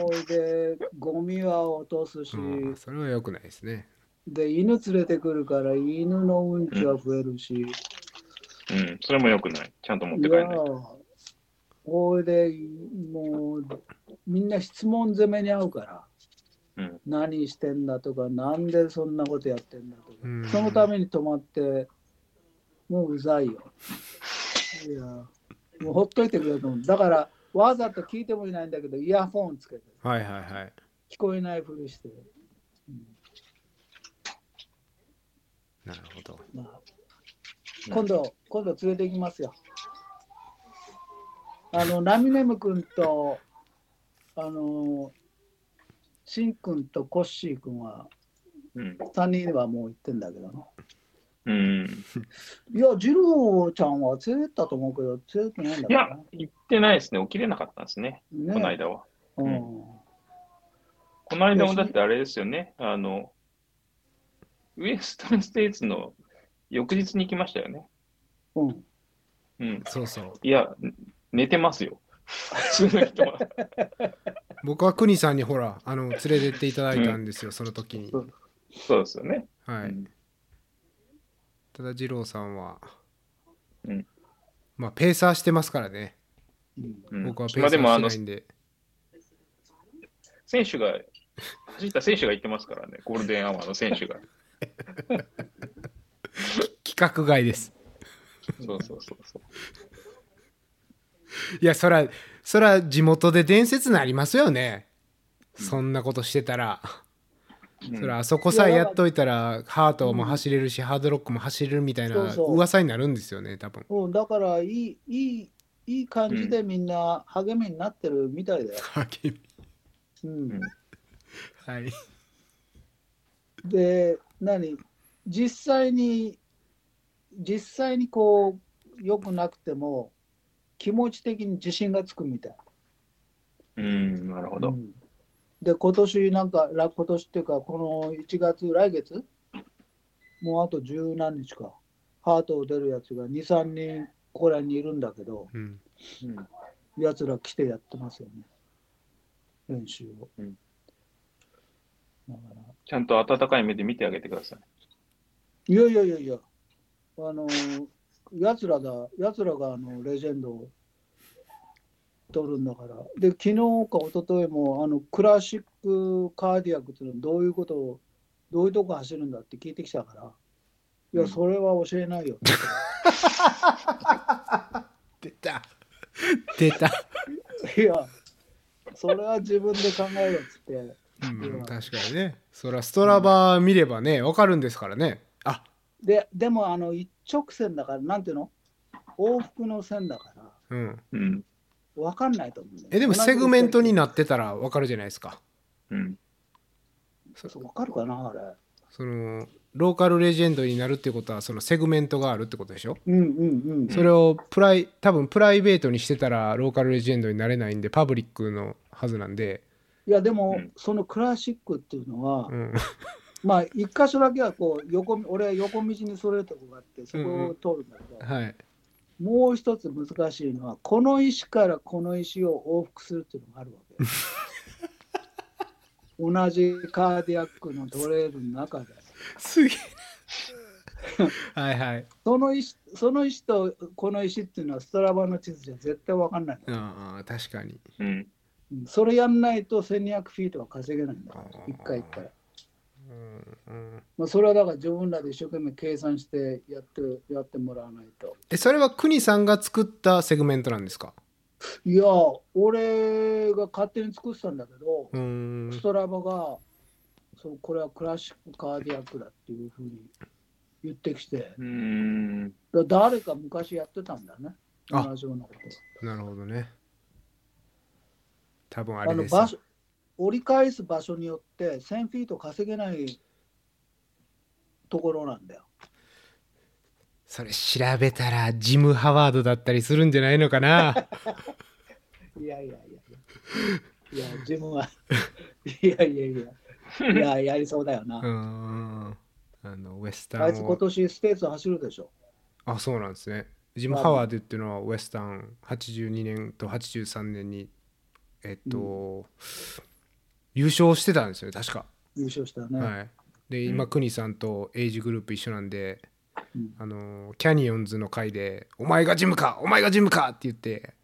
[SPEAKER 3] ほいで、ゴミは落とすし、
[SPEAKER 2] うんそれは良くないですね
[SPEAKER 3] で、犬連れてくるから、犬のうんちは増えるし、
[SPEAKER 1] うん。それも良くない。ちゃんと持っ
[SPEAKER 3] い
[SPEAKER 1] て帰
[SPEAKER 3] や
[SPEAKER 1] らない。
[SPEAKER 3] ー、ほいで、もう、みんな質問攻めに遭うから、
[SPEAKER 1] うん。
[SPEAKER 3] 何してんだとか、なんでそんなことやってんだとか。
[SPEAKER 2] うん
[SPEAKER 3] そのために泊まって、もううざいよ。いや、もうほっといてくれと思う。だから、わざと聞いてもいないんだけど、イヤホンつけて、
[SPEAKER 2] はいはいはい
[SPEAKER 3] 聞こえないふりして、
[SPEAKER 2] なるほど
[SPEAKER 3] まあ、
[SPEAKER 1] うん
[SPEAKER 3] 今度、今度連れて行きますよ。あの、ラミネム君と、あの、シン君とコッシー君は、
[SPEAKER 1] うん。
[SPEAKER 3] 3人はもう行ってんだけどな。
[SPEAKER 1] うん。
[SPEAKER 3] いや、ジローちゃんは連れてったと思うけど、連れてってないんだ
[SPEAKER 1] い
[SPEAKER 3] か
[SPEAKER 1] や
[SPEAKER 3] らな、
[SPEAKER 1] 行ってないですね。起きれなかったんですね。
[SPEAKER 3] ね
[SPEAKER 1] この間は。
[SPEAKER 3] う
[SPEAKER 1] うん
[SPEAKER 3] ん
[SPEAKER 1] この間もだってあれですよね。あの、ウエスタンステイツの翌日に行きましたよね。
[SPEAKER 3] うん、
[SPEAKER 1] うん。
[SPEAKER 2] そうそう
[SPEAKER 1] いや、寝てますよ。 <laughs> 普通の人は。
[SPEAKER 2] 僕は国さんにほらあの連れてっていただいたんですよ、その時に
[SPEAKER 3] そう
[SPEAKER 1] そうですよね。
[SPEAKER 2] はい、
[SPEAKER 1] うん
[SPEAKER 2] ただ二郎さんは、
[SPEAKER 1] うん
[SPEAKER 2] まあペーサーしてますからね、
[SPEAKER 3] うん
[SPEAKER 1] うん
[SPEAKER 2] 僕はペ
[SPEAKER 1] ま
[SPEAKER 2] ー
[SPEAKER 1] あ
[SPEAKER 2] サ
[SPEAKER 1] でも、
[SPEAKER 2] ー
[SPEAKER 1] あ
[SPEAKER 2] し
[SPEAKER 1] の
[SPEAKER 2] な、いんで、
[SPEAKER 1] 選手が、走った選手が行ってますからね。ゴールデンアワーの選手が。
[SPEAKER 2] 規格外です
[SPEAKER 1] そうそうそうそう。
[SPEAKER 2] いやそらそら地元で伝説になりますよね、そんなことしてたら、
[SPEAKER 1] うん
[SPEAKER 2] そらあそこさえやっといたらハートも走れるし、ハードロックも走れるみたいな
[SPEAKER 3] そうそう
[SPEAKER 2] 噂になるんですよね多分
[SPEAKER 3] うん、だからいい、いい、いい感じでみんな励みになってるみたいだよ。
[SPEAKER 2] 励み
[SPEAKER 3] うん
[SPEAKER 1] ん
[SPEAKER 2] はい
[SPEAKER 3] で、何実際に、実際にこう、良くなくても、気持ち的に自信がつくみたい。
[SPEAKER 1] うん、なるほ
[SPEAKER 3] う
[SPEAKER 1] ど。
[SPEAKER 3] んで、今年なんか、ら今年っていうか、この1月、来月もうあと十何日か。ハートを出るやつが2、3人ここらにいるんだけど、
[SPEAKER 2] うん
[SPEAKER 1] うん
[SPEAKER 3] やつら来てやってますよね。練習を。
[SPEAKER 1] うん
[SPEAKER 3] だから
[SPEAKER 1] ちゃんと温かい目で見てあげてください。
[SPEAKER 3] いやいやいやいや、あの、やつらだ、やつらがあのレジェンドを取るんだから。で、昨日か一昨日もあのクラシックカーディアックっていうのはどういうことを、どういうとこ走るんだって聞いてきたから、いうや、
[SPEAKER 1] ん
[SPEAKER 3] それは教えないよ。 <laughs>
[SPEAKER 2] 出た出た、
[SPEAKER 3] いや、それは自分で考えろっつって。
[SPEAKER 2] うん、確かにねそらストラバー見ればねわかるんですからねあ
[SPEAKER 3] ででもあの一直線だからなんていうの往復の線だから
[SPEAKER 2] うん
[SPEAKER 1] うん。
[SPEAKER 3] 分かんないと思うんだよ
[SPEAKER 2] えでもセグメントにな
[SPEAKER 3] っ
[SPEAKER 2] ってたらわかるじゃないですか
[SPEAKER 1] うん。
[SPEAKER 2] そ
[SPEAKER 3] 分かるかなあれ
[SPEAKER 2] そのローカルレジェンドになるってことはそのセグメントがあるってことでしょ
[SPEAKER 3] うんうんうん
[SPEAKER 2] それをプライ多分プライベートにしてたらローカルレジェンドになれないんでパブリックのはずなんで、
[SPEAKER 3] いやでも、
[SPEAKER 1] うん
[SPEAKER 3] そのクラシックっていうのは、
[SPEAKER 2] うん、 <laughs>
[SPEAKER 3] まあ一箇所だけはこう横俺は横道にそれるとこがあってそこを通るんだけど、
[SPEAKER 2] はい
[SPEAKER 3] もう一つ難しいのはこの石からこの石を往復するっていうのがあるわけ同じカーディアックのトレールの中です
[SPEAKER 2] げえ <laughs> はいはい
[SPEAKER 3] その石その石とこの石っていうのはストラバの地図じゃ絶対分かんない、
[SPEAKER 2] ああ確かに
[SPEAKER 1] うん。
[SPEAKER 3] うんそれやんないと1200フィートは稼げないんだ
[SPEAKER 2] あー
[SPEAKER 3] 一回一回、
[SPEAKER 2] うんうん
[SPEAKER 3] まあ、それはだから自分らで一生懸命計算してやってやってもらわないと
[SPEAKER 2] えそれは国さんが作ったセグメントなんですか
[SPEAKER 3] いや俺が勝手に作ってたんだけど、
[SPEAKER 2] うーん
[SPEAKER 3] ストラバがそうこれはクラシックカーディアックだっていうふうに言ってきて
[SPEAKER 1] うん。
[SPEAKER 3] だ誰か昔やってたんだね
[SPEAKER 2] あ
[SPEAKER 3] 同じようなこと
[SPEAKER 2] なるほどね多分あ
[SPEAKER 3] あ
[SPEAKER 2] れ
[SPEAKER 3] の
[SPEAKER 2] です
[SPEAKER 3] 場所折り返す場所によって1000フィート稼げないところなんだよ。
[SPEAKER 2] それ調べたらジム・ハワードだったりするんじゃないのか
[SPEAKER 3] <laughs>
[SPEAKER 2] な
[SPEAKER 3] いやいやいやいや。いや、自分は。いやいやいや。いや、やりそうだよ
[SPEAKER 2] うー
[SPEAKER 3] な。
[SPEAKER 2] んあのウエスタンを
[SPEAKER 3] あいつ今年ステーツ走るでしょ。
[SPEAKER 2] あそうなんですねジム・
[SPEAKER 3] まあ
[SPEAKER 2] ハワードっていうのはウエスタン82年と83年にえっと、優勝してたんですよね確か、
[SPEAKER 3] 優勝したね。
[SPEAKER 2] はいで今クニさんとエイジグループ一緒なんで、
[SPEAKER 3] うん
[SPEAKER 2] あのキャニオンズの回で「お前がジムかお前がジムか!」って言って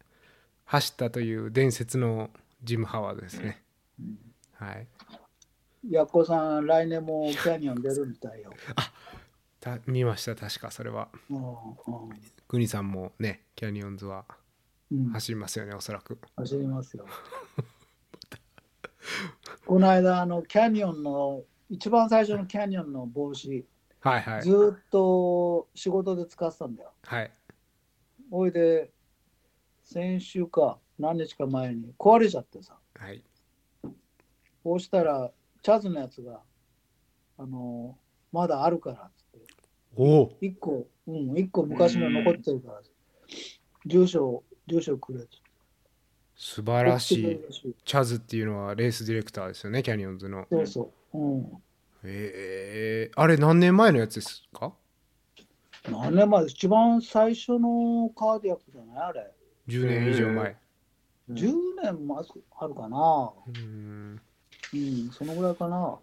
[SPEAKER 2] 走ったという伝説のジム・ハワードですね、はい
[SPEAKER 3] やっこさん、来年もキャニオン出るみたいよ。
[SPEAKER 2] た見ました確かそれは
[SPEAKER 3] うん
[SPEAKER 2] クニさんもねキャニオンズは
[SPEAKER 3] うんうん、
[SPEAKER 2] 走りますよねおそらく
[SPEAKER 3] 走りますよ。この間、あの、キャニオンの、一番最初のキャニオンの帽子。
[SPEAKER 2] はいはい
[SPEAKER 3] ずーっと仕事で使ってたんだよ。
[SPEAKER 2] はい
[SPEAKER 3] おいで、先週か、何日か前に壊れちゃってさ、
[SPEAKER 2] はい
[SPEAKER 3] こうしたら、チャズのやつが、あのーまだあるからっつっ
[SPEAKER 2] おお
[SPEAKER 3] て、1個、うん、一個昔の残ってるから、住所、住所くれっつって。
[SPEAKER 2] 素晴らしい
[SPEAKER 3] 送ってくれるし
[SPEAKER 2] チャズっていうのはレースディレクターですよねキャニオンズの
[SPEAKER 3] そうそう。うん。
[SPEAKER 2] ええあれ何年前のやつですか
[SPEAKER 3] 何年前一番最初のカーディアックじゃないあれ。
[SPEAKER 2] 10年以上前
[SPEAKER 1] うん
[SPEAKER 3] 10年もあるかな。
[SPEAKER 2] うーん
[SPEAKER 3] うん、そのぐらいかな。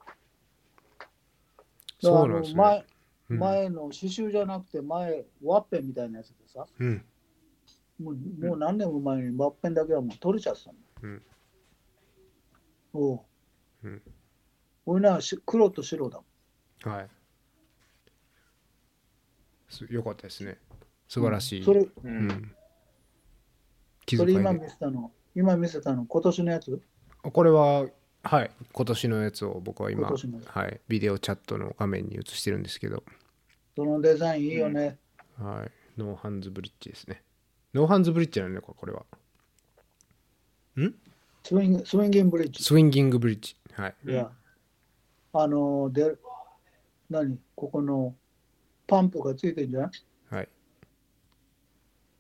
[SPEAKER 2] そうなんです
[SPEAKER 3] だからあの
[SPEAKER 2] ね
[SPEAKER 3] 前
[SPEAKER 2] うん
[SPEAKER 3] 前の刺繍じゃなくて前ワッペンみたいなやつでさ
[SPEAKER 2] うん
[SPEAKER 3] もうもう何年も前にワッペンだけはもう取れちゃってたの。
[SPEAKER 2] うん
[SPEAKER 3] おう
[SPEAKER 2] うん
[SPEAKER 3] 俺ならし黒と白だもん。
[SPEAKER 2] はいすよかったですね素晴らしい
[SPEAKER 3] それ
[SPEAKER 1] う。
[SPEAKER 2] うんん気
[SPEAKER 3] それ
[SPEAKER 2] 遣い
[SPEAKER 3] 今
[SPEAKER 2] で
[SPEAKER 3] 見せたの、今見せたの、今年のやつ
[SPEAKER 2] これははい今年のやつを僕は今
[SPEAKER 3] 今年の
[SPEAKER 2] はい、ビデオチャットの画面に映してるんですけど、
[SPEAKER 3] そのデザインいいよね。
[SPEAKER 2] はい、ノーハンズブリッジですねノーハンズブリッジなんだこれは
[SPEAKER 3] スウィング、スウィンギンブリッジ。
[SPEAKER 2] スウィンギングブリッジはい
[SPEAKER 3] いや、あの、で、何ここのパンプがついてんじゃん
[SPEAKER 2] はい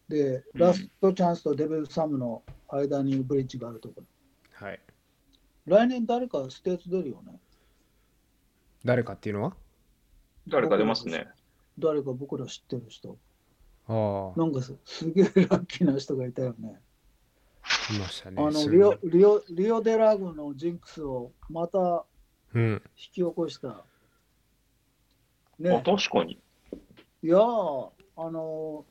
[SPEAKER 3] で、
[SPEAKER 1] うん
[SPEAKER 3] ラストチャンスとデビルサムの間にブリッジがあるところ。
[SPEAKER 2] はい
[SPEAKER 3] 来年誰かステーツ出るよね。
[SPEAKER 2] 誰かっていうのは
[SPEAKER 1] 誰か出ますね。
[SPEAKER 3] 誰か僕ら知ってる人。
[SPEAKER 2] ああ
[SPEAKER 3] なんかすすげえラッキーな人がいたよね。
[SPEAKER 2] いましたね
[SPEAKER 3] あの
[SPEAKER 2] す
[SPEAKER 3] リ
[SPEAKER 2] ご
[SPEAKER 3] オ
[SPEAKER 2] い
[SPEAKER 3] リオリオデラグのジンクスをまた
[SPEAKER 2] うん
[SPEAKER 3] 引き起こした。
[SPEAKER 1] あ
[SPEAKER 3] ね、
[SPEAKER 1] 確かに。
[SPEAKER 3] いやーあの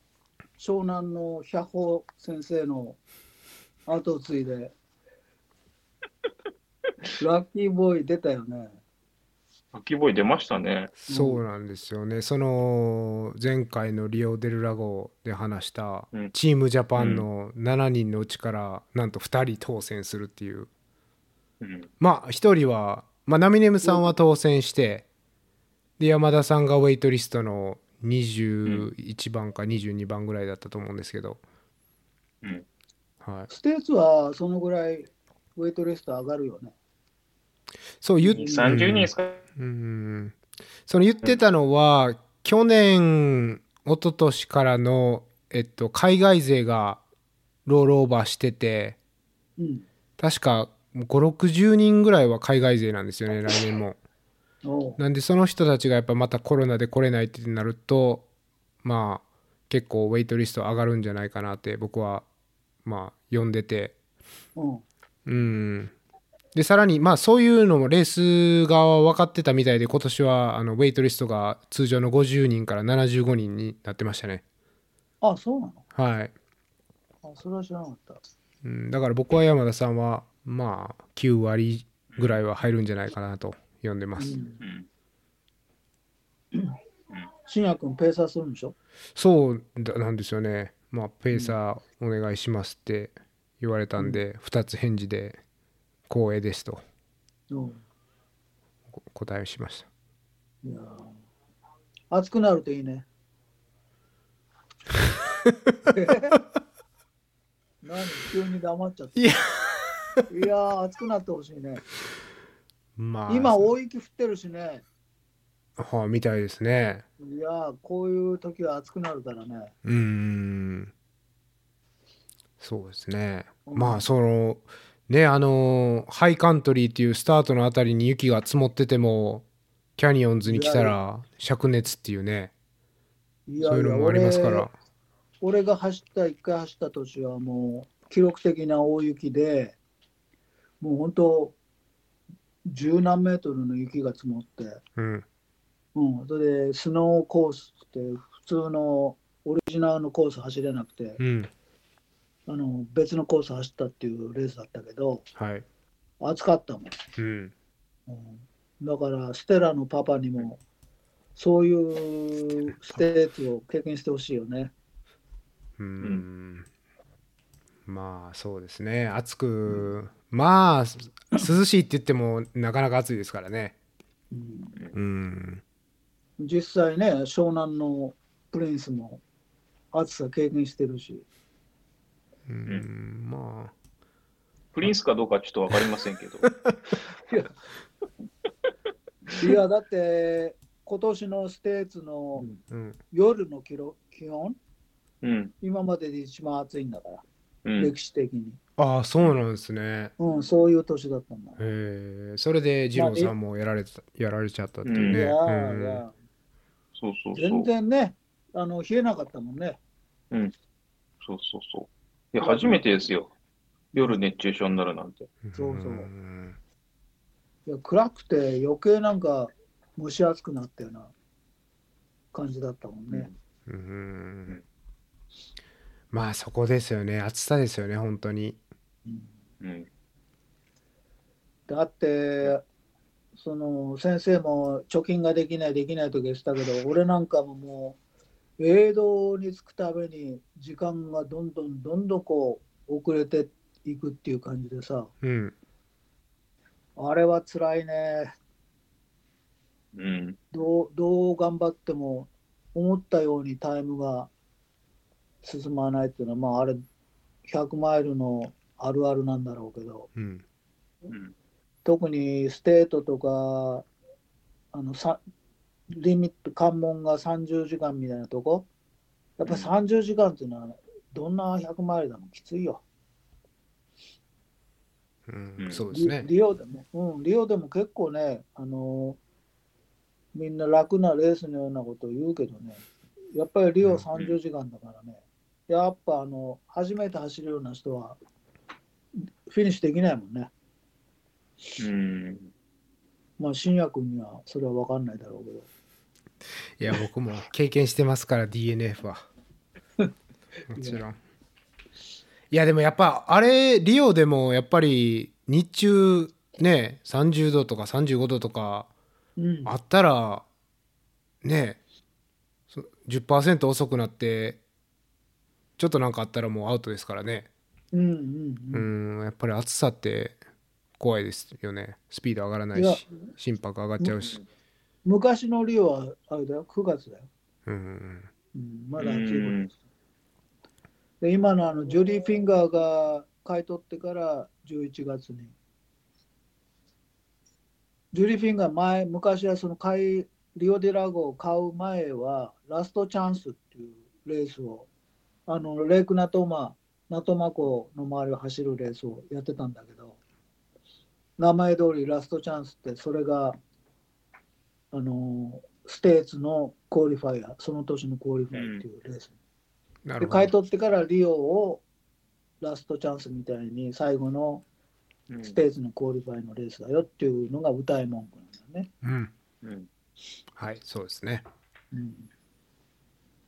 [SPEAKER 3] 湘南の百歩先生の後を継いで、ラッキーボーイ出たよね。
[SPEAKER 1] ラッキーボーイ出ましたね。
[SPEAKER 2] そうなんですよね、その前回のリオデルラゴで話した
[SPEAKER 1] うん
[SPEAKER 2] チームジャパンの7人のうちからなんと2人当選するっていう
[SPEAKER 1] うん。
[SPEAKER 2] まあ1人は、まあ、ナミネムさんは当選して、で山田さんがウェイトリストの21番か22番ぐらいだったと思うんですけど、
[SPEAKER 1] うん
[SPEAKER 2] はい、
[SPEAKER 3] ステーツはそのぐらいウェイトレスト上がるよね。
[SPEAKER 2] そう言っ
[SPEAKER 1] 30人ですか、
[SPEAKER 2] うんその言ってたのは、去年一昨年からの、えっと、海外勢がロールオーバーしてて
[SPEAKER 3] うん。
[SPEAKER 2] 確か560人ぐらいは海外勢なんですよね来年も。
[SPEAKER 3] おう
[SPEAKER 2] なんでその人たちがやっぱまたコロナで来れないってなるとまあ結構ウェイトリスト上がるんじゃないかなって僕はまあ呼んでて
[SPEAKER 3] うん
[SPEAKER 2] うんでさらにまあそういうのもレース側は分かってたみたいで今年はあのウェイトリストが通常の50人から75人になってましたね
[SPEAKER 3] あ、そうな
[SPEAKER 2] はい、
[SPEAKER 3] のあそれは知らなかった。
[SPEAKER 2] うん、だから僕は山田さんはまあ9割ぐらいは入るんじゃないかなと呼んでま
[SPEAKER 3] う
[SPEAKER 2] す、
[SPEAKER 3] ん。
[SPEAKER 1] うん、
[SPEAKER 3] 信也君、ペーサーするんでしょ
[SPEAKER 2] そうだなんですよね。まあ、ペーサーお願いしますって言われたんで、2つ返事で光栄ですと
[SPEAKER 3] うん。
[SPEAKER 2] お答えをしました。
[SPEAKER 3] いやー暑くなるとい
[SPEAKER 2] <laughs>
[SPEAKER 3] いね。何急に黙っちゃった。
[SPEAKER 2] いや
[SPEAKER 3] いやー暑くなってほしいね。
[SPEAKER 2] まあ、
[SPEAKER 3] 今大雪降ってるしね。
[SPEAKER 2] はい、みたいですね。
[SPEAKER 3] いやーこういう時は暑くなるからね。
[SPEAKER 2] うーん。そうですね。
[SPEAKER 3] うん
[SPEAKER 2] まあ、その、ね、あの、ハイカントリーっていうスタートのあたりに雪が積もってても、キャニオンズに来たら灼熱っていうね、
[SPEAKER 3] い
[SPEAKER 2] そ
[SPEAKER 3] や
[SPEAKER 2] ういうのもありますから。
[SPEAKER 3] 俺が走った、一回走った年はもう記録的な大雪で、もう本当、十何メートルの雪が積もって、
[SPEAKER 2] うん。
[SPEAKER 3] うん、それでスノーコースって普通のオリジナルのコース走れなくて、
[SPEAKER 2] うん。
[SPEAKER 3] あの別のコース走ったっていうレースだったけど、
[SPEAKER 2] はい。
[SPEAKER 3] 暑かったもん。
[SPEAKER 2] うん。
[SPEAKER 3] うん、だから、ステラのパパにも、そういうステージを経験してほしいよね。
[SPEAKER 2] うーんまあそうですね暑くまあす涼しいって言ってもなかなか暑いですからね
[SPEAKER 3] うん
[SPEAKER 2] うん
[SPEAKER 3] 実際ね、湘南のプリンスも暑さ経験してるし、
[SPEAKER 2] うんまあ
[SPEAKER 1] プリンスかどうかちょっとわかりませんけど。
[SPEAKER 3] いや、だって、今年のステーツの
[SPEAKER 2] うん
[SPEAKER 3] 夜の記録気温、
[SPEAKER 1] うん。
[SPEAKER 3] 今までで一番暑いんだから、
[SPEAKER 1] うん。
[SPEAKER 3] 歴史的に、
[SPEAKER 2] ああそうなんですね
[SPEAKER 3] うん。そういう年だったんだ。
[SPEAKER 2] へえそれで二郎さんもやられたやられちゃったっていう
[SPEAKER 3] い
[SPEAKER 2] ね
[SPEAKER 3] や
[SPEAKER 2] う
[SPEAKER 3] ーいや
[SPEAKER 2] ん
[SPEAKER 3] ー
[SPEAKER 1] そうそうそ
[SPEAKER 3] 全
[SPEAKER 1] う。
[SPEAKER 3] 然ね、あの冷えなかったもんね。
[SPEAKER 1] そうそうそう。いや、初めてですよ。夜熱中症になるなんて。
[SPEAKER 3] そうそうんいや暗くて余計なんか蒸し暑くなったような感じだったもんね。
[SPEAKER 2] うんまあそこですよね暑さですよね本当に
[SPEAKER 3] うん
[SPEAKER 1] うん。
[SPEAKER 3] だってその先生も貯金ができないできないと言ってたけど俺なんかももう映像に着くために時間がどんどんどんどんこう遅れていくっていう感じでさ、
[SPEAKER 2] うん。
[SPEAKER 3] あれは辛いね。
[SPEAKER 1] うん。
[SPEAKER 3] どうどう頑張っても思ったようにタイムが進まないっていうのは、まあ、あれ100マイルのあるあるなんだろうけど
[SPEAKER 2] うん。
[SPEAKER 1] うん。
[SPEAKER 3] 特にステートとかあのさリミット関門が30時間みたいなとこやっぱ
[SPEAKER 1] うん
[SPEAKER 3] 30時間っていうのはどんな100マイルでもきついよ。
[SPEAKER 2] うん
[SPEAKER 1] うん
[SPEAKER 2] そうです
[SPEAKER 3] リ
[SPEAKER 2] ね。
[SPEAKER 3] リオでも、うん、リオでも結構ね、あのーみんな楽なレースのようなことを言うけどね、やっぱりリ
[SPEAKER 2] うん
[SPEAKER 3] オ30時間だからね、やっぱあの初めて走るような人はフィニッシュできないもんね。
[SPEAKER 1] うん。
[SPEAKER 3] まあ、新也君にはそれは分かんないだろうけど、
[SPEAKER 2] いや、僕も経験してますから、DNF
[SPEAKER 3] <laughs>
[SPEAKER 2] は。もちろん。いや、でもやっぱ、あれ、リオでもやっぱり、日中、ね、30度とか35度とか
[SPEAKER 3] うん、
[SPEAKER 2] あったら、ね、そ10%遅くなって、ちょっとなんかあったらもうアウトですからね。
[SPEAKER 3] うんうん
[SPEAKER 2] う
[SPEAKER 3] うん
[SPEAKER 2] ん、やっぱり暑さって怖いですよね。スピード上がらない
[SPEAKER 3] いや
[SPEAKER 2] し、心拍上がっちゃうし。
[SPEAKER 3] 昔のリオはあれだよ、9月だよ。
[SPEAKER 2] うん。
[SPEAKER 3] うん、まだ暑いことです。で今のあのジュリー・フィンガーが買い取ってから11月に。ジュリー・フィンガー前、昔はその買い、リオデラゴを買う前は、ラストチャンスっていうレースを、あの、レイクナトマ、ナトマ湖の周りを走るレースをやってたんだけど、名前通りラストチャンスって、それが、あの、ステーツのクオリファイア、その年のクオリファイアっていうレース。
[SPEAKER 2] な
[SPEAKER 3] で
[SPEAKER 2] るほ
[SPEAKER 3] 買い
[SPEAKER 2] ど。
[SPEAKER 3] 取ってからリオをラストチャンスみたいに最後の
[SPEAKER 1] うん
[SPEAKER 3] ステージのクオリファイのレースだよっていうのが歌い文句なんだよね。
[SPEAKER 2] うん。
[SPEAKER 1] うん。
[SPEAKER 2] はい、そうですね。
[SPEAKER 3] うん、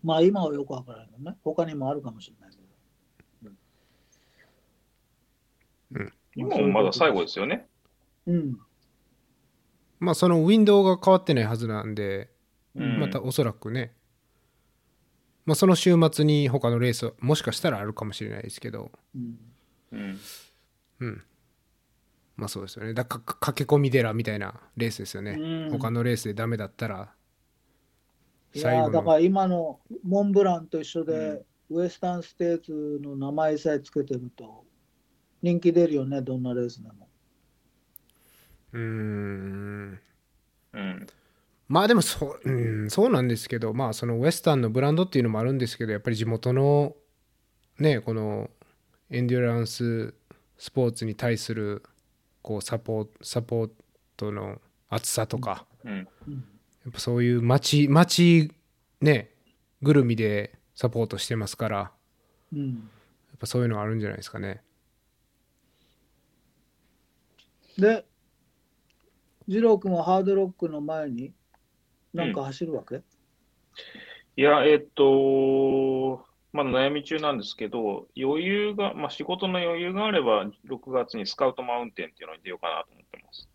[SPEAKER 3] まあ今はよくわからないけどね。他にもあるかもしれないけど。
[SPEAKER 2] うん
[SPEAKER 1] 今もまだ最後ですよね。
[SPEAKER 3] うん。
[SPEAKER 2] まあ、そのウィンドウが変わってないはずなんで、
[SPEAKER 1] うん
[SPEAKER 2] またおそらくね、まあ、その週末に他のレースはもしかしたらあるかもしれないですけど、
[SPEAKER 3] うん。
[SPEAKER 1] うん。
[SPEAKER 2] うん。まあそうですよね。だかか駆け込み寺みたいなレースですよね。
[SPEAKER 3] うん
[SPEAKER 2] 他のレースでダメだったら、
[SPEAKER 3] いやーだから今のモンブランと一緒で、ウエスタンステーツの名前さえつけてると人気出るよね、どんなレースでも。
[SPEAKER 2] うーん。
[SPEAKER 1] うん。
[SPEAKER 2] まあでもそ、うん、そうなんですけど、まあそのウエスタンのブランドっていうのもあるんですけど、やっぱり地元のね、このエンデュランススポーツに対するこうサポーサポートの厚さとか、
[SPEAKER 1] うん。
[SPEAKER 3] うん
[SPEAKER 2] やっぱそういう町、町ね、ぐるみでサポートしてますから、や
[SPEAKER 3] うん
[SPEAKER 2] っぱそういうのはあるんじゃないですかね。
[SPEAKER 3] で、二郎君はハードロックの前になんか走るわけ、
[SPEAKER 1] いや、えっと、まだ悩み中なんですけど、余裕が、まあ、仕事の余裕があれば、6月にスカウトマウンテンっていうのに出ようかなと思ってます。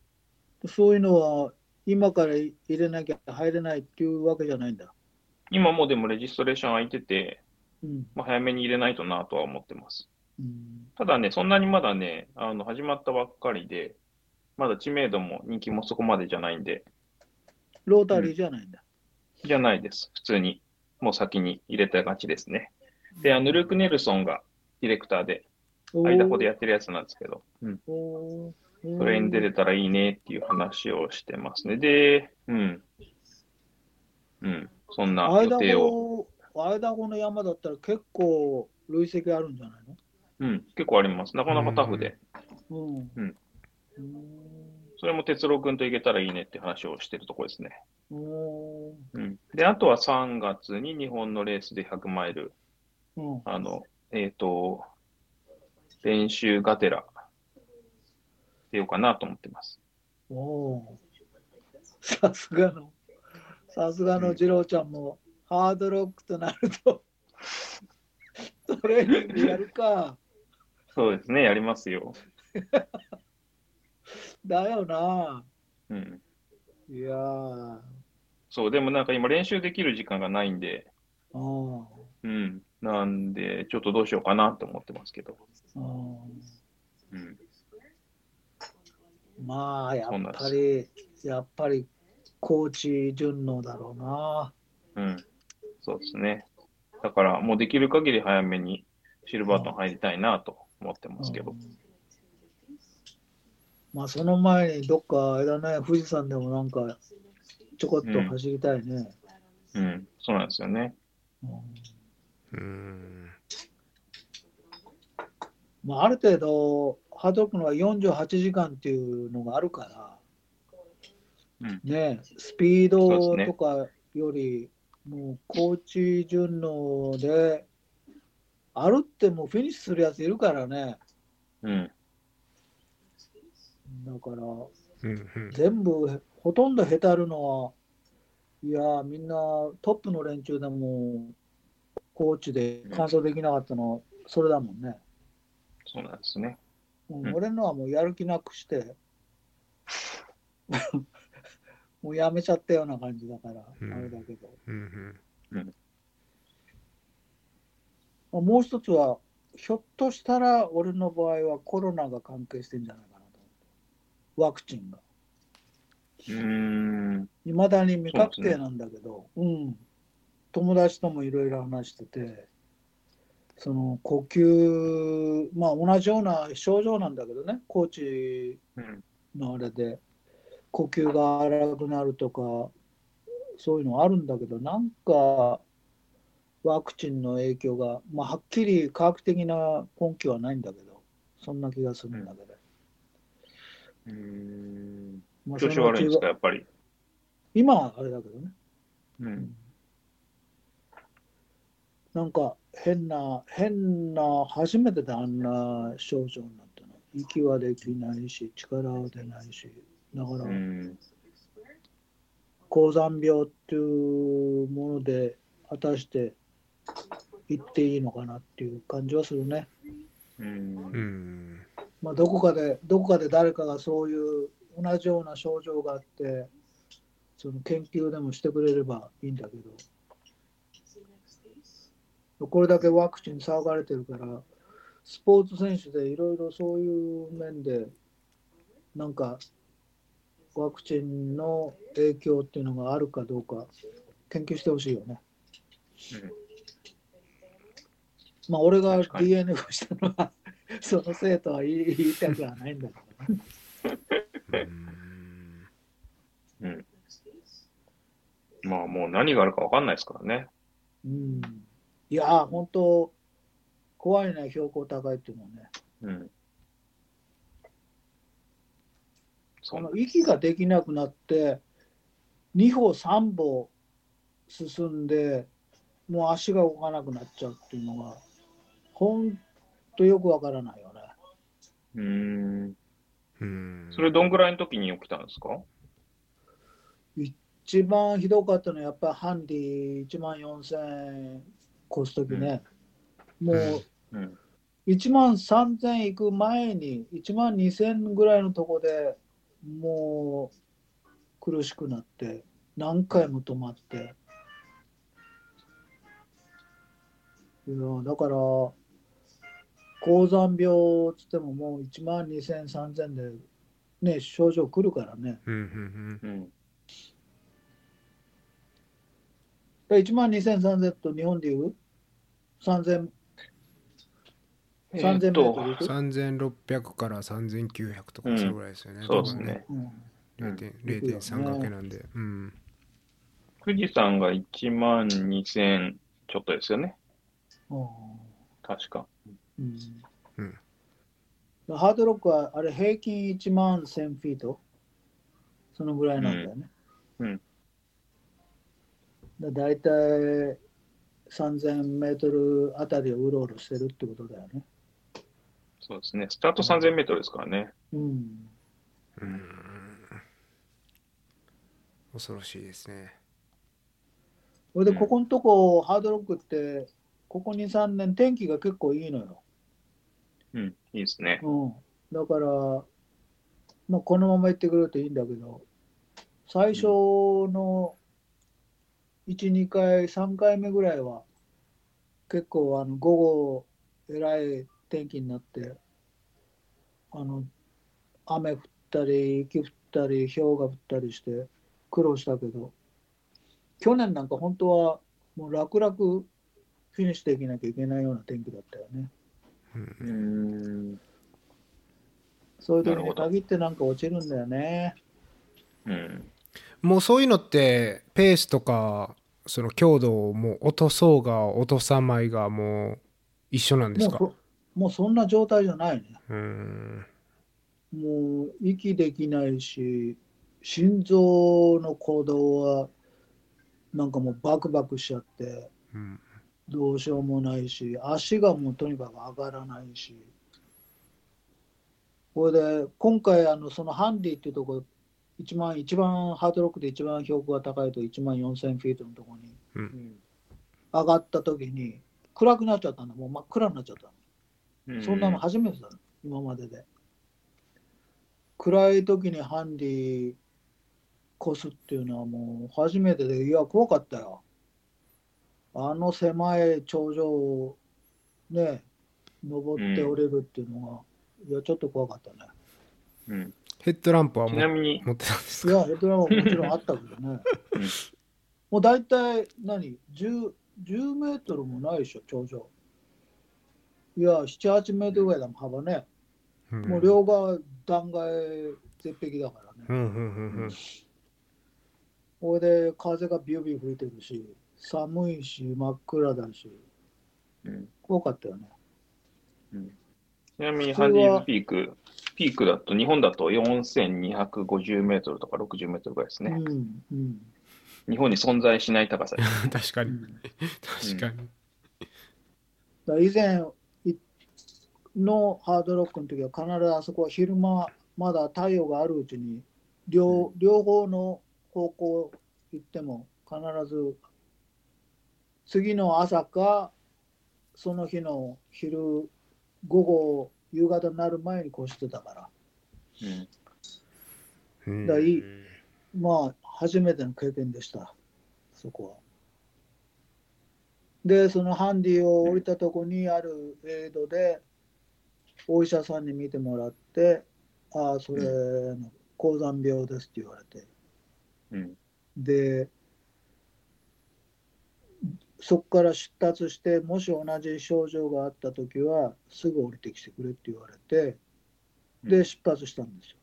[SPEAKER 3] そういうのは今から入れなきゃ入れないっていうわけじゃないんだ。
[SPEAKER 1] 今もうでもレジストレーション空いてて、
[SPEAKER 3] うん。
[SPEAKER 1] まあ、早めに入れないとなとは思ってます。
[SPEAKER 3] うん、
[SPEAKER 1] ただね、そんなにまだね、あの始まったばっかりで、まだ知名度も人気もそこまでじゃないんで、
[SPEAKER 3] ロータリーじゃないんだ。
[SPEAKER 1] じゃないです。普通に、もう先に入れた感じですね。で、あのルーク・ネルソンがディレクターで、
[SPEAKER 3] おー
[SPEAKER 1] 間ほでやってるやつなんですけど、うん、
[SPEAKER 3] おー
[SPEAKER 1] それに出れたらいいねっていう話をしてますね。で、うん。うん、そんな
[SPEAKER 3] アイ
[SPEAKER 1] 予
[SPEAKER 3] ダ
[SPEAKER 1] 定を、
[SPEAKER 3] ホアイダホの山だったら結構累積あるんじゃない
[SPEAKER 1] うん、結構あります。なかなかタフで、
[SPEAKER 3] のう
[SPEAKER 1] うん。
[SPEAKER 3] うん
[SPEAKER 1] それも哲郎君と行けたらいいねって話をしてるところですね。
[SPEAKER 3] おー
[SPEAKER 1] うん、で、あとは3月に日本のレースで100マイル、
[SPEAKER 3] うん。
[SPEAKER 1] あの、えっ、と、練習がてら、出ようかなと思ってます。
[SPEAKER 3] おーさすがの、さすがの二郎ちゃんも、ハードロックとなると、トレーニングやるか。
[SPEAKER 1] そうですね、やりますよ。
[SPEAKER 3] だよな。
[SPEAKER 1] うん。
[SPEAKER 3] いやー。
[SPEAKER 1] そう、でもなんか今練習できる時間がないんで、
[SPEAKER 3] あー
[SPEAKER 1] うん。なんで、ちょっとどうしようかなって思ってますけど。うん、
[SPEAKER 3] まあ、やっ
[SPEAKER 1] そうなん
[SPEAKER 3] ぱり、やっぱり、コーチ順応だろうな。
[SPEAKER 1] うん、そうですね。だから、もうできる限り早めにシルバートン入りたいなと思ってますけど
[SPEAKER 3] う。んまあ、その前にどっか、あれだね、富士山でもなんか、ちょこっと走りたいね。
[SPEAKER 1] うん、そうなんですよね。
[SPEAKER 3] うん
[SPEAKER 2] うん
[SPEAKER 3] まあ、ある程度、ハードロックのは48時間っていうのがあるから、
[SPEAKER 1] うん
[SPEAKER 3] ねえ、スピー
[SPEAKER 1] そう
[SPEAKER 3] ド
[SPEAKER 1] です
[SPEAKER 3] と
[SPEAKER 1] ね
[SPEAKER 3] かより、もう高知順応で、歩ってもうフィニッシュするやついるからね、
[SPEAKER 1] うん、
[SPEAKER 3] だか
[SPEAKER 2] う
[SPEAKER 3] ら、
[SPEAKER 2] んうん
[SPEAKER 3] 全部、ほとんどへたるのは、いやー、みんなトップの連中でも、高知で完走できなかったのは、それだもんね。
[SPEAKER 1] そうなんですね。
[SPEAKER 3] うん
[SPEAKER 1] うん
[SPEAKER 3] 俺のはもうやる気なく <laughs> して、もうやめちゃったような感じだから、
[SPEAKER 2] うん
[SPEAKER 3] あれだけど。
[SPEAKER 2] うん
[SPEAKER 3] まあもう一つは、ひょっとしたら俺の場合はコロナが関係してんじゃないかなと。ワクチンが。
[SPEAKER 1] うーん、
[SPEAKER 3] いまだに未確定なんだけど、うん。友達ともいろいろ話してて、その呼吸、まあ同じような症状なんだけどね、コーチ
[SPEAKER 1] うん、
[SPEAKER 3] のあれで呼吸が荒くなるとかそういうのあるんだけどなんかワクチンの影響が、まあ、はっきり科学的な根拠はないんだけどそんな気がするんだけど、
[SPEAKER 1] うーん。
[SPEAKER 3] まあ
[SPEAKER 1] 調子悪いんですか、やっぱり。
[SPEAKER 3] 今はあれだけどね
[SPEAKER 1] うん、
[SPEAKER 3] なんか変な変な初めてであんな症状になったの息はできないし力は出ないしだから、
[SPEAKER 1] うん、
[SPEAKER 3] 高山病っていうもので果たして言っていいのかなっていう感じはするね。
[SPEAKER 1] う、
[SPEAKER 2] うんうんん
[SPEAKER 3] まあ、どこかでどこかで誰かがそういう同じような症状があってその研究でもしてくれればいいんだけどこれだけワクチン騒がれてるからスポーツ選手でいろいろそういう面でなんかワクチンの影響っていうのがあるかどうか研究してほしいよね。まあ俺が
[SPEAKER 1] 確かに
[SPEAKER 3] DNA をしたのはその生徒は言い言いたくはないんだけどね。
[SPEAKER 2] うん
[SPEAKER 1] うん。まあ、もう何があるかわかんないですからね。
[SPEAKER 3] うんいやー、本当、怖いね、標高高いっていうのはね。
[SPEAKER 1] うん。そ
[SPEAKER 3] あ
[SPEAKER 1] う
[SPEAKER 3] の息ができなくなって、2歩、3歩進んで、もう足が動かなくなっちゃうっていうのが、本当よくわからないよね。
[SPEAKER 1] うーん。
[SPEAKER 2] うん
[SPEAKER 1] それ、どんぐらいの時に起きたんですか
[SPEAKER 3] 一番ひどかったのは、やっぱりハンディ1万4000越すときね、もう
[SPEAKER 1] うん。
[SPEAKER 3] 1万3000行く前に1万2000ぐらいのとこでもう苦しくなって何回も止まっていやだから高山病っつってももう1万20003000でね症状来るからね
[SPEAKER 2] うんうん
[SPEAKER 1] うん。
[SPEAKER 3] 1万20003000と日本でいう3000
[SPEAKER 1] え
[SPEAKER 3] 3000メー
[SPEAKER 1] ーっと
[SPEAKER 3] トルい
[SPEAKER 2] うん
[SPEAKER 3] く、
[SPEAKER 2] 3600から3900とかそれぐらいですよね、
[SPEAKER 1] そうですね。
[SPEAKER 3] うん
[SPEAKER 2] 多分ね
[SPEAKER 1] う
[SPEAKER 2] 0.3掛けなんでうん
[SPEAKER 1] 富士山が1万2000ちょっとですよね。確か。
[SPEAKER 3] うん
[SPEAKER 2] うん
[SPEAKER 3] ハードロックはあれ平均1万1000フィートそのぐらいなんだよね。
[SPEAKER 1] うん
[SPEAKER 3] だだいたい3000メートルあたりをうろうろしてるってことだよね。
[SPEAKER 1] そうですね。スタート3000メートルですからね。
[SPEAKER 3] うん。
[SPEAKER 2] うん恐ろしいですね
[SPEAKER 3] それで
[SPEAKER 1] うん
[SPEAKER 3] ここのとこ、ハードロックってここ2、3年天気が結構いいのよ。
[SPEAKER 1] うん。いいですね。
[SPEAKER 3] うん、だから、まあ、このまま行ってくれるといいんだけど、最初の1、2回、3回目ぐらいは、結構あの午後えらい天気になってあの雨降ったり雪降ったり氷が降ったりして苦労したけど去年なんか本当はもう楽々フィニッシュできなきゃいけないような天気だったよね。
[SPEAKER 1] うーん。
[SPEAKER 3] そういう時
[SPEAKER 1] なる
[SPEAKER 3] に
[SPEAKER 1] ほど
[SPEAKER 3] 限ってなんか落ちるんだよね。
[SPEAKER 1] うん。
[SPEAKER 2] もうそういうのってペースとかその強度をもう落とそうが落とさまいがもう一緒なんです
[SPEAKER 3] も
[SPEAKER 2] か
[SPEAKER 3] うそもうそんな状態じゃないね。
[SPEAKER 2] うーん
[SPEAKER 3] もう息できないし心臓の鼓動はなんかもうバクバクしちゃって
[SPEAKER 2] うん
[SPEAKER 3] どうしようもないし足がもうとにかく上がらないしこれで今回あのそのハンディっていうとこ一番一番ハードロックで一番標高が高いと1万4000フィートのとこに
[SPEAKER 1] うん
[SPEAKER 3] 上がった時に暗くなっちゃったのもう真っ暗になっちゃったの。そんなの初めてだ、今までで。暗い時にハンディこすっていうのはもう初めてで、いや、怖かったよ。あの狭い頂上をね、登って降りるっていうのが、いや、ちょっと怖かったね。
[SPEAKER 1] うん
[SPEAKER 2] ヘッドランプは
[SPEAKER 1] ち
[SPEAKER 2] も
[SPEAKER 1] な
[SPEAKER 2] う
[SPEAKER 1] みに、
[SPEAKER 2] 持ってたんです
[SPEAKER 3] い
[SPEAKER 2] か
[SPEAKER 3] や、ヘッドランはもちろんあったけどね
[SPEAKER 1] うん。
[SPEAKER 3] もう大体何、10, 10メートルもないでしょ、頂上。いや、7、8メートルぐらいだもん、幅ね。
[SPEAKER 2] うん
[SPEAKER 3] もう両側断崖絶壁だからね。
[SPEAKER 2] うんうんうん
[SPEAKER 3] これで風がビュービュー吹いてるし、寒いし、真っ暗だし、
[SPEAKER 1] うん
[SPEAKER 3] 怖かったよね。
[SPEAKER 1] ちなみに
[SPEAKER 3] 普通
[SPEAKER 1] ハ
[SPEAKER 3] は
[SPEAKER 1] ンディーブピーク、ピークだと、日本だと4250メートルとか60メートルぐらいですね。
[SPEAKER 3] うん、うん、
[SPEAKER 1] 日本に存在しない高さです。
[SPEAKER 2] <laughs> うん確か
[SPEAKER 3] う
[SPEAKER 2] に
[SPEAKER 3] ん。だか
[SPEAKER 2] 確かに
[SPEAKER 3] ら以前いのハードロックの時は必ずあそこは昼間、まだ太陽があるうちに両、両方の方向行っても必ず次の朝か、その日の昼、午後、夕方になる前に越してたから。
[SPEAKER 1] うん
[SPEAKER 2] うん
[SPEAKER 3] だからいいまあ、初めての経験でした、そこは。で、そのハンディを降りたとこにあるエイドで、お医者さんに見てもらって、ああ、それの高山病ですって言われて、
[SPEAKER 1] うん
[SPEAKER 3] で、そこから出立して、もし同じ症状があったときは、すぐ降りてきてくれって言われて、
[SPEAKER 1] う
[SPEAKER 3] で、
[SPEAKER 1] ん
[SPEAKER 3] 出発したんですよ。
[SPEAKER 1] うん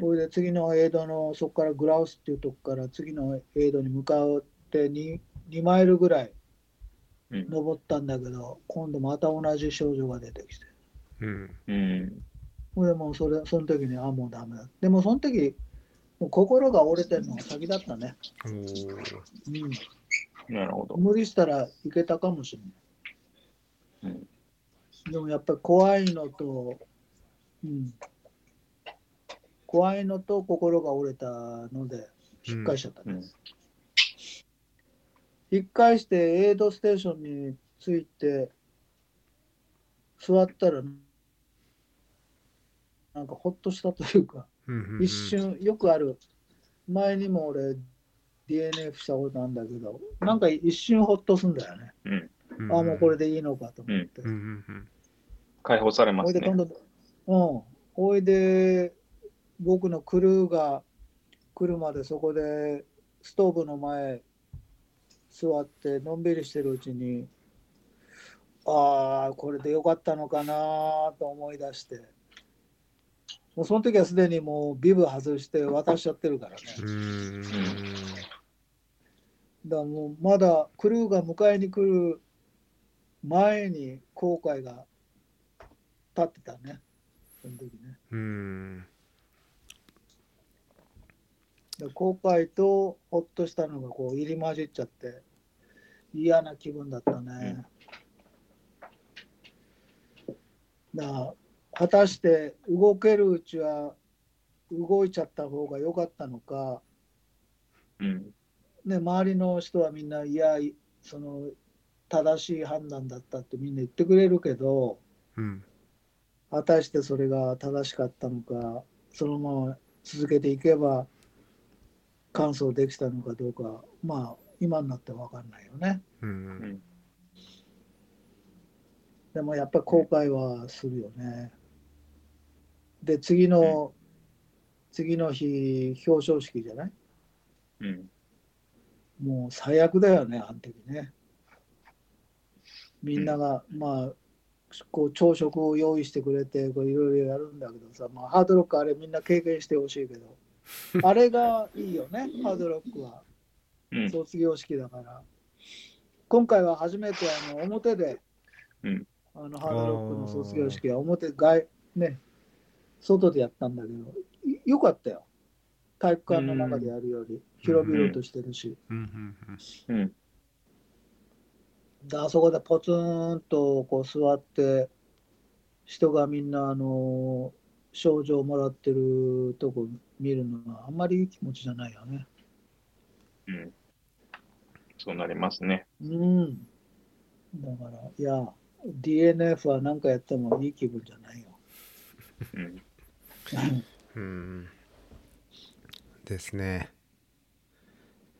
[SPEAKER 3] それで次のエイドの、そこからグラウスっていうとこから次のエイドに向かってに 2, マイルぐらい
[SPEAKER 1] うん
[SPEAKER 3] 登ったんだけど、今度また同じ症状が出てきて、
[SPEAKER 2] うん
[SPEAKER 1] うん
[SPEAKER 3] それでもうそれその時に、あ、もうダメだ。でもその時もう心が折れてるのが先だったね。
[SPEAKER 2] おー
[SPEAKER 3] うん
[SPEAKER 1] なるほど。
[SPEAKER 3] 無理したらいけたかもしれない。でもやっぱり怖いのと、うん、怖いのと心が折れたので、引っ返しちゃった
[SPEAKER 1] う
[SPEAKER 3] ね。
[SPEAKER 1] ん
[SPEAKER 3] 引っ返してエイドステーションに着いて、座ったら、なんかほっとしたというか、
[SPEAKER 2] うんうんうん
[SPEAKER 3] 一瞬よくある前にも俺 DNF したことあるんだけどなんか一瞬ホッとすんだよね、
[SPEAKER 1] うん
[SPEAKER 2] うん
[SPEAKER 3] あもうこれでいいのかと思って、
[SPEAKER 2] うんうんうん
[SPEAKER 1] 解放されま
[SPEAKER 3] お
[SPEAKER 1] す
[SPEAKER 3] いで
[SPEAKER 1] ね
[SPEAKER 3] 今。度うんおいで僕のクルーが来るまでそこでストーブの前座ってのんびりしてるうちにああこれでよかったのかなーと思い出してもうその時はすでにもうビブ外して渡しちゃってるからね
[SPEAKER 2] うんうん
[SPEAKER 3] だからもうまだクルーが迎えに来る前に後悔が立ってたね、その時ね。
[SPEAKER 2] うん
[SPEAKER 3] だから後悔とほっとしたのがこう入り混じっちゃって嫌な気分だったね。だから果たして動けるうちは動いちゃった方が良かったのか、
[SPEAKER 1] うん
[SPEAKER 3] ね、周りの人はみんな、いや、いその正しい判断だったってみんな言ってくれるけど、
[SPEAKER 2] うん
[SPEAKER 3] 果たしてそれが正しかったのか、そのまま続けていけば、完走できたのかどうか、まあ、今になって分かんないよね。
[SPEAKER 2] うん
[SPEAKER 3] でもやっぱり後悔はするよね。で、次の、次の日、表彰式じゃない
[SPEAKER 1] うん。
[SPEAKER 3] もう最悪だよね、あの時ね。みんなが、まあ、こう朝食を用意してくれて、こういろいろやるんだけどさ、まあ、ハードロックあれみんな経験してほしいけ
[SPEAKER 1] <laughs>
[SPEAKER 3] ど、あれがいいよね、ハードロックは。
[SPEAKER 1] うん。
[SPEAKER 3] 卒業式だから。今回は初めてあの表で、
[SPEAKER 1] うん
[SPEAKER 3] あのハードロックの卒業式は表外、ね、外でやったんだけど、いよかったよ。体育館の中でやるより、広々としてるし。
[SPEAKER 2] うんうんうん
[SPEAKER 1] うん。
[SPEAKER 3] であそこでポツンとこう座って人がみんなあの賞状をもらってるとこ見るのはあんまりいい気持ちじゃないよね。
[SPEAKER 1] うん。そうなりますね。
[SPEAKER 3] うん。だから、いや、DNF は何かやってもいい気分じゃないよ。
[SPEAKER 1] うん。
[SPEAKER 2] うんですね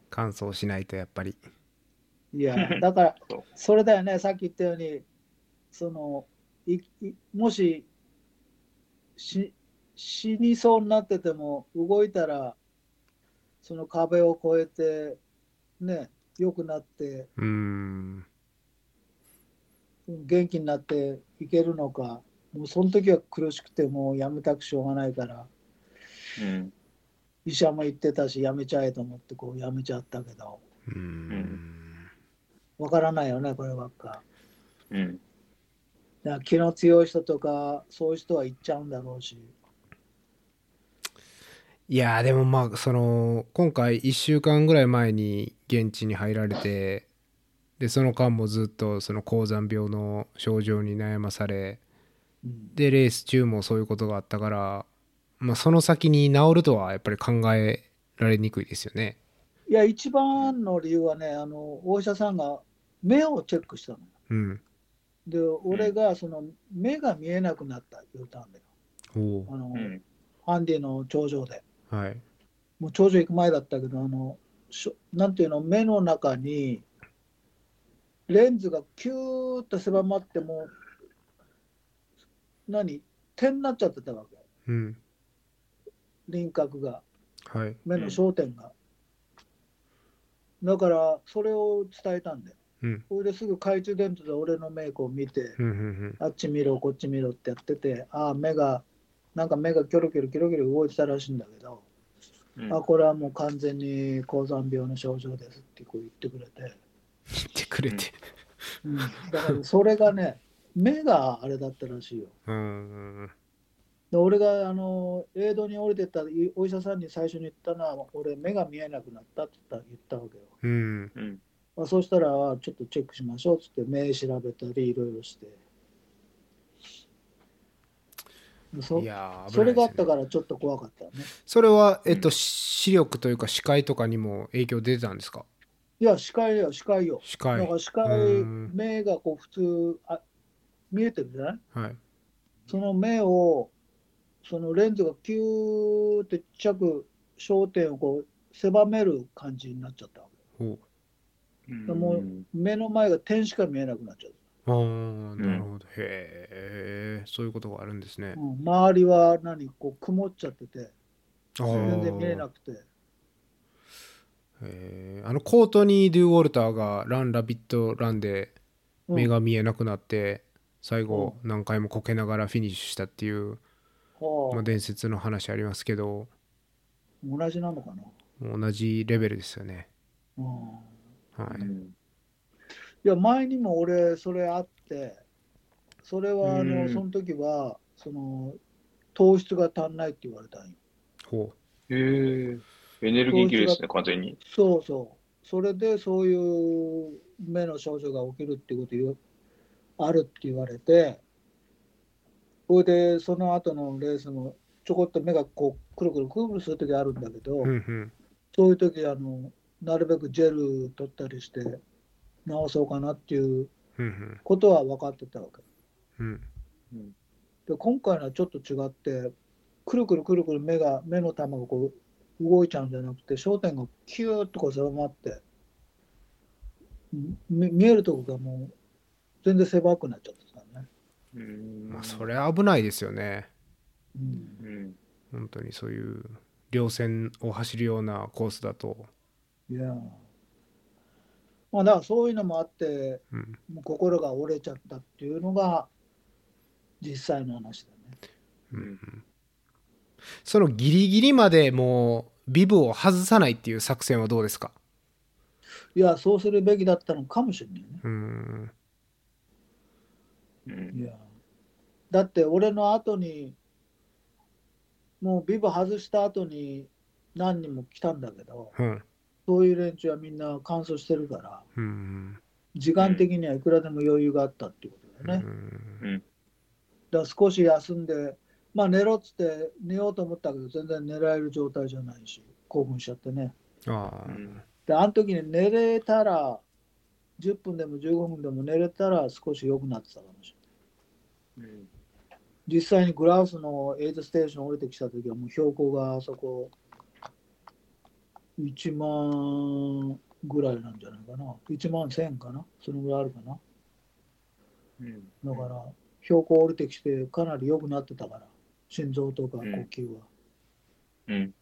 [SPEAKER 2] 乾燥しないとやっぱり
[SPEAKER 3] い
[SPEAKER 1] <laughs>
[SPEAKER 3] や、だから
[SPEAKER 1] そう、
[SPEAKER 3] それだよね、さっき言ったように、その、いいもしし、死にそうになってても、動いたら、その壁を越えて、ね、良くなって、
[SPEAKER 2] うん
[SPEAKER 3] 元気になっていけるのか、もうその時は苦しくて、もうやめたくしょうがないから、
[SPEAKER 1] うん。
[SPEAKER 3] 医者も言ってたし、やめちゃえと思って、こう、やめちゃったけど、
[SPEAKER 2] うん
[SPEAKER 3] わからないよね、こればっか。
[SPEAKER 1] うん。
[SPEAKER 3] だから気の強い人とか、そういう人は行っちゃうんだろうし。
[SPEAKER 2] いやーでもまあその今回1週間ぐらい前に現地に入られてでその間もずっとその高山病の症状に悩まされ
[SPEAKER 3] うん
[SPEAKER 2] でレース中もそういうことがあったから、まあ、その先に治るとはやっぱり考えられにくいですよね。
[SPEAKER 3] いや、一番の理由はね、あのお医者さんが目をチェックしたのよ。
[SPEAKER 2] うん、
[SPEAKER 3] で、俺がその目が見えなくなったって言ったんだよ。
[SPEAKER 2] お
[SPEAKER 3] あの
[SPEAKER 1] うん。
[SPEAKER 3] アンディの頂上で。
[SPEAKER 2] はい、
[SPEAKER 3] もう頂上行く前だったけど、あのしょなんていうの、目の中にレンズがキューッと狭まって、もう、何、点になっちゃってたわけ、
[SPEAKER 2] うん
[SPEAKER 3] 輪郭が。
[SPEAKER 2] はい
[SPEAKER 3] 目の焦点が。だから、それを伝えたんだよ。
[SPEAKER 2] うん
[SPEAKER 3] それですぐ懐中電灯で俺のメイクを見て、
[SPEAKER 2] うんうん
[SPEAKER 3] あっち見ろ、こっち見ろってやってて、ああ、目が、なんか目がキョロキョロキョロキョロ動いてたらしいんだけど、
[SPEAKER 1] うん
[SPEAKER 3] あこれはもう完全に高山病の症状ですってこう言ってくれて、
[SPEAKER 2] 切ってくれて。
[SPEAKER 3] うん、だからそれがね、目があれだったらしいよ。
[SPEAKER 2] うん
[SPEAKER 3] で俺があのエイドに降りてったいお医者さんに最初に言ったのは、俺、目が見えなくなったって言った言ったわけよ。
[SPEAKER 2] うん
[SPEAKER 1] うん。
[SPEAKER 3] まあ、そうしたら、あちょっとチェックしましょうっつって、目調べたり、いろいろして。そ
[SPEAKER 2] いやー
[SPEAKER 3] それがあった
[SPEAKER 2] 危ないですね
[SPEAKER 3] から、ちょっと怖かったよね。
[SPEAKER 2] それは、えっ
[SPEAKER 1] う
[SPEAKER 2] と、
[SPEAKER 1] ん
[SPEAKER 2] 視力というか視界とかにも影響出てたんですか
[SPEAKER 3] いや、視界よ、視界よ。
[SPEAKER 2] 視
[SPEAKER 3] な
[SPEAKER 2] 界
[SPEAKER 3] んか視界
[SPEAKER 2] うん、
[SPEAKER 3] 目がこう普通あ、見えてるじゃない
[SPEAKER 2] はい
[SPEAKER 3] その目を、そのレンズがキューってちっちゃく焦点をこう狭める感じになっちゃったわけ。
[SPEAKER 2] ほ
[SPEAKER 1] うん。
[SPEAKER 3] でも目の前が点しか見えなくなっちゃった。
[SPEAKER 2] うあーなるほど、へえそういうことがあるんですね、
[SPEAKER 3] うん、周りは何、こう曇っちゃってて、
[SPEAKER 2] あー
[SPEAKER 3] 全然見えなくて。
[SPEAKER 2] へーあのコートニー・デュ・ウォルターが「ラン・ラビット・ラン」で
[SPEAKER 3] うん
[SPEAKER 2] 目が見えなくなって、最後何回もこけながらフィニッシュしたっていう、
[SPEAKER 3] はあ
[SPEAKER 2] まあ、伝説の話ありますけど
[SPEAKER 3] 同じなのかな、
[SPEAKER 2] 同じレベルですよね
[SPEAKER 3] うん、
[SPEAKER 2] はい、
[SPEAKER 1] うん
[SPEAKER 3] いや前にも俺それあってそれはあの、
[SPEAKER 1] うん
[SPEAKER 3] その時はその糖質が足んないって言われたんよ
[SPEAKER 2] ほ
[SPEAKER 1] へえ。エネルギー切れですね、完全に。
[SPEAKER 3] そうそうそれでそういう目の症状が起きるっていうことよあるって言われてそれでその後のレースもちょこっと目がこうくるくるくるくるする時あるんだけど、
[SPEAKER 2] ううんうん
[SPEAKER 3] そういう時あのなるべくジェル取ったりして治そうかなっていう
[SPEAKER 2] うんうん
[SPEAKER 3] ことは分かってたわけ
[SPEAKER 2] うん
[SPEAKER 3] で今回のはちょっと違ってくるくるくるくる目が目の玉がこう動いちゃうんじゃなくて焦点がキューッとこう狭まってみ見えるとこがもう全然狭くなっちゃってたね
[SPEAKER 1] うん
[SPEAKER 2] まあ、それは危ないですよね
[SPEAKER 3] うん
[SPEAKER 1] うん
[SPEAKER 2] 本当にそういう稜線を走るようなコースだと、
[SPEAKER 3] いやーまあだからそういうのもあって
[SPEAKER 2] うん、
[SPEAKER 3] もう心が折れちゃったっていうのが実際の話だね。
[SPEAKER 2] うんうんそのギリギリまでもうビブを外さないっていう作戦はどうですか
[SPEAKER 3] いやそうするべきだったのかもしれないね。
[SPEAKER 2] うん
[SPEAKER 1] う
[SPEAKER 3] い
[SPEAKER 1] ん
[SPEAKER 3] やだって俺の後にもうビブ外した後に何人も来たんだけど
[SPEAKER 2] うん
[SPEAKER 3] そういう連中はみんな乾燥してるから
[SPEAKER 2] うん
[SPEAKER 3] 時間的にはいくらでも余裕があったっていうことだよね。
[SPEAKER 2] うん
[SPEAKER 3] だから少し休んで、まあ、寝ろっつって寝ようと思ったけど全然寝られる状態じゃないし興奮しちゃってね
[SPEAKER 2] ああ、
[SPEAKER 1] うん
[SPEAKER 3] であの時に寝れたら10分でも15分でも寝れたら少し良くなってたかもしれない
[SPEAKER 1] うん
[SPEAKER 3] 実際にグラウスのエイドステーション降りてきた時はもう標高があそこ1万ぐらいなんじゃないかな1万1000かなそのぐらいあるかな
[SPEAKER 1] うん
[SPEAKER 3] だから標高降りてきてかなり良くなってたから心臓とか呼吸は、
[SPEAKER 1] うん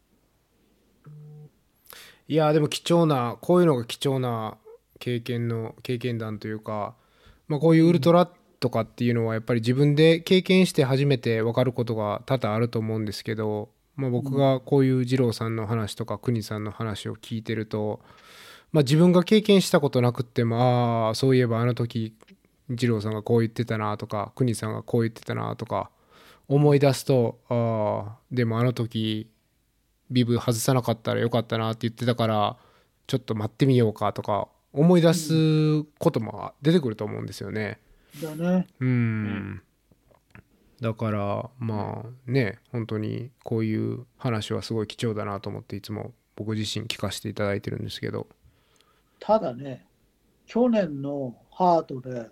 [SPEAKER 2] いやでも貴重なこういうのが貴重な経験の経験談というか、まあ、こういうウルトラとかっていうのはやっぱり自分で経験して初めて分かることが多々あると思うんですけど、まあ、僕がこういう二郎さんの話とか邦さんの話を聞いてると、まあ、自分が経験したことなくってもああそういえばあの時二郎さんがこう言ってたなとか邦さんがこう言ってたなとか思い出すとああでもあの時ビブ外さなかったらよかったなって言ってたからちょっと待ってみようかとか思い出すことも出てくると思うんですよね。
[SPEAKER 3] だね
[SPEAKER 2] うん、
[SPEAKER 1] ん
[SPEAKER 2] だからまあね本当にこういう話はすごい貴重だなと思っていつも僕自身聞かせていただいてるんですけど。
[SPEAKER 3] ただね去年のハートで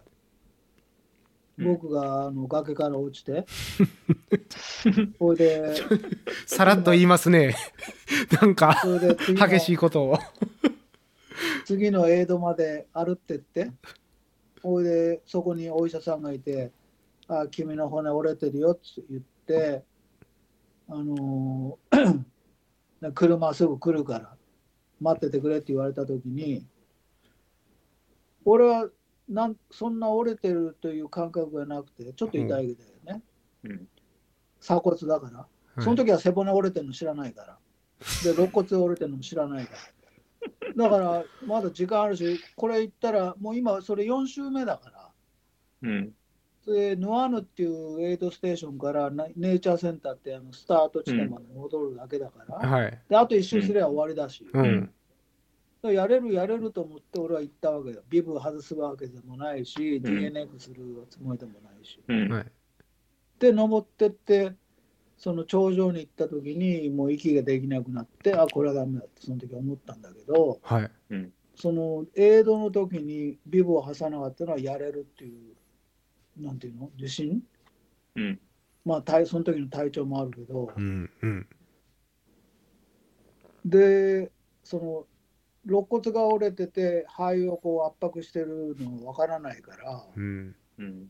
[SPEAKER 3] 僕があの崖から落
[SPEAKER 2] <laughs>
[SPEAKER 3] ちて、それで
[SPEAKER 2] さらっと言いますね <laughs> なんか
[SPEAKER 3] それで次の
[SPEAKER 2] 激しいことを。
[SPEAKER 3] <laughs> 次のエイドまで歩ってってそれでそこにお医者さんがいて「あ君の骨折れてるよ」って言ってあのー車すぐ来るから待っててくれって言われた時に俺はなんそんな折れてるという感覚がなくてちょっと痛いだよね、
[SPEAKER 1] うん
[SPEAKER 3] 鎖骨だから。その時は背骨折れてるの知らないから。で、肋骨折れてるのも知らないから。だから、まだ時間あるし、これ行ったら、もう今、それ4周目だから。
[SPEAKER 1] うん
[SPEAKER 3] で、ヌアヌっていうエイドステーションからなネイチャーセンターってあのスタート地点まで戻るだけだから。
[SPEAKER 2] はい、
[SPEAKER 3] で、あと1周すれば終わりだし。
[SPEAKER 2] う
[SPEAKER 1] う
[SPEAKER 2] ん
[SPEAKER 1] ん
[SPEAKER 3] やれるやれると思って俺は行ったわけだ。ビブ外すわけでもないし、
[SPEAKER 1] ん
[SPEAKER 3] DNF するつもりでもないし。
[SPEAKER 1] うん
[SPEAKER 2] はい
[SPEAKER 3] で登ってってその頂上に行った時にもう息ができなくなってあこれはダメだってその時思ったんだけど
[SPEAKER 2] はい
[SPEAKER 1] うん
[SPEAKER 3] そのエイドの時にビブを挟なかったのはやれるっていうなんていうの自信
[SPEAKER 1] うん
[SPEAKER 3] まあ体その時の体調もあるけど
[SPEAKER 2] うんうん
[SPEAKER 3] でその肋骨が折れてて肺をこう圧迫してるのわからないから
[SPEAKER 2] うん
[SPEAKER 1] うん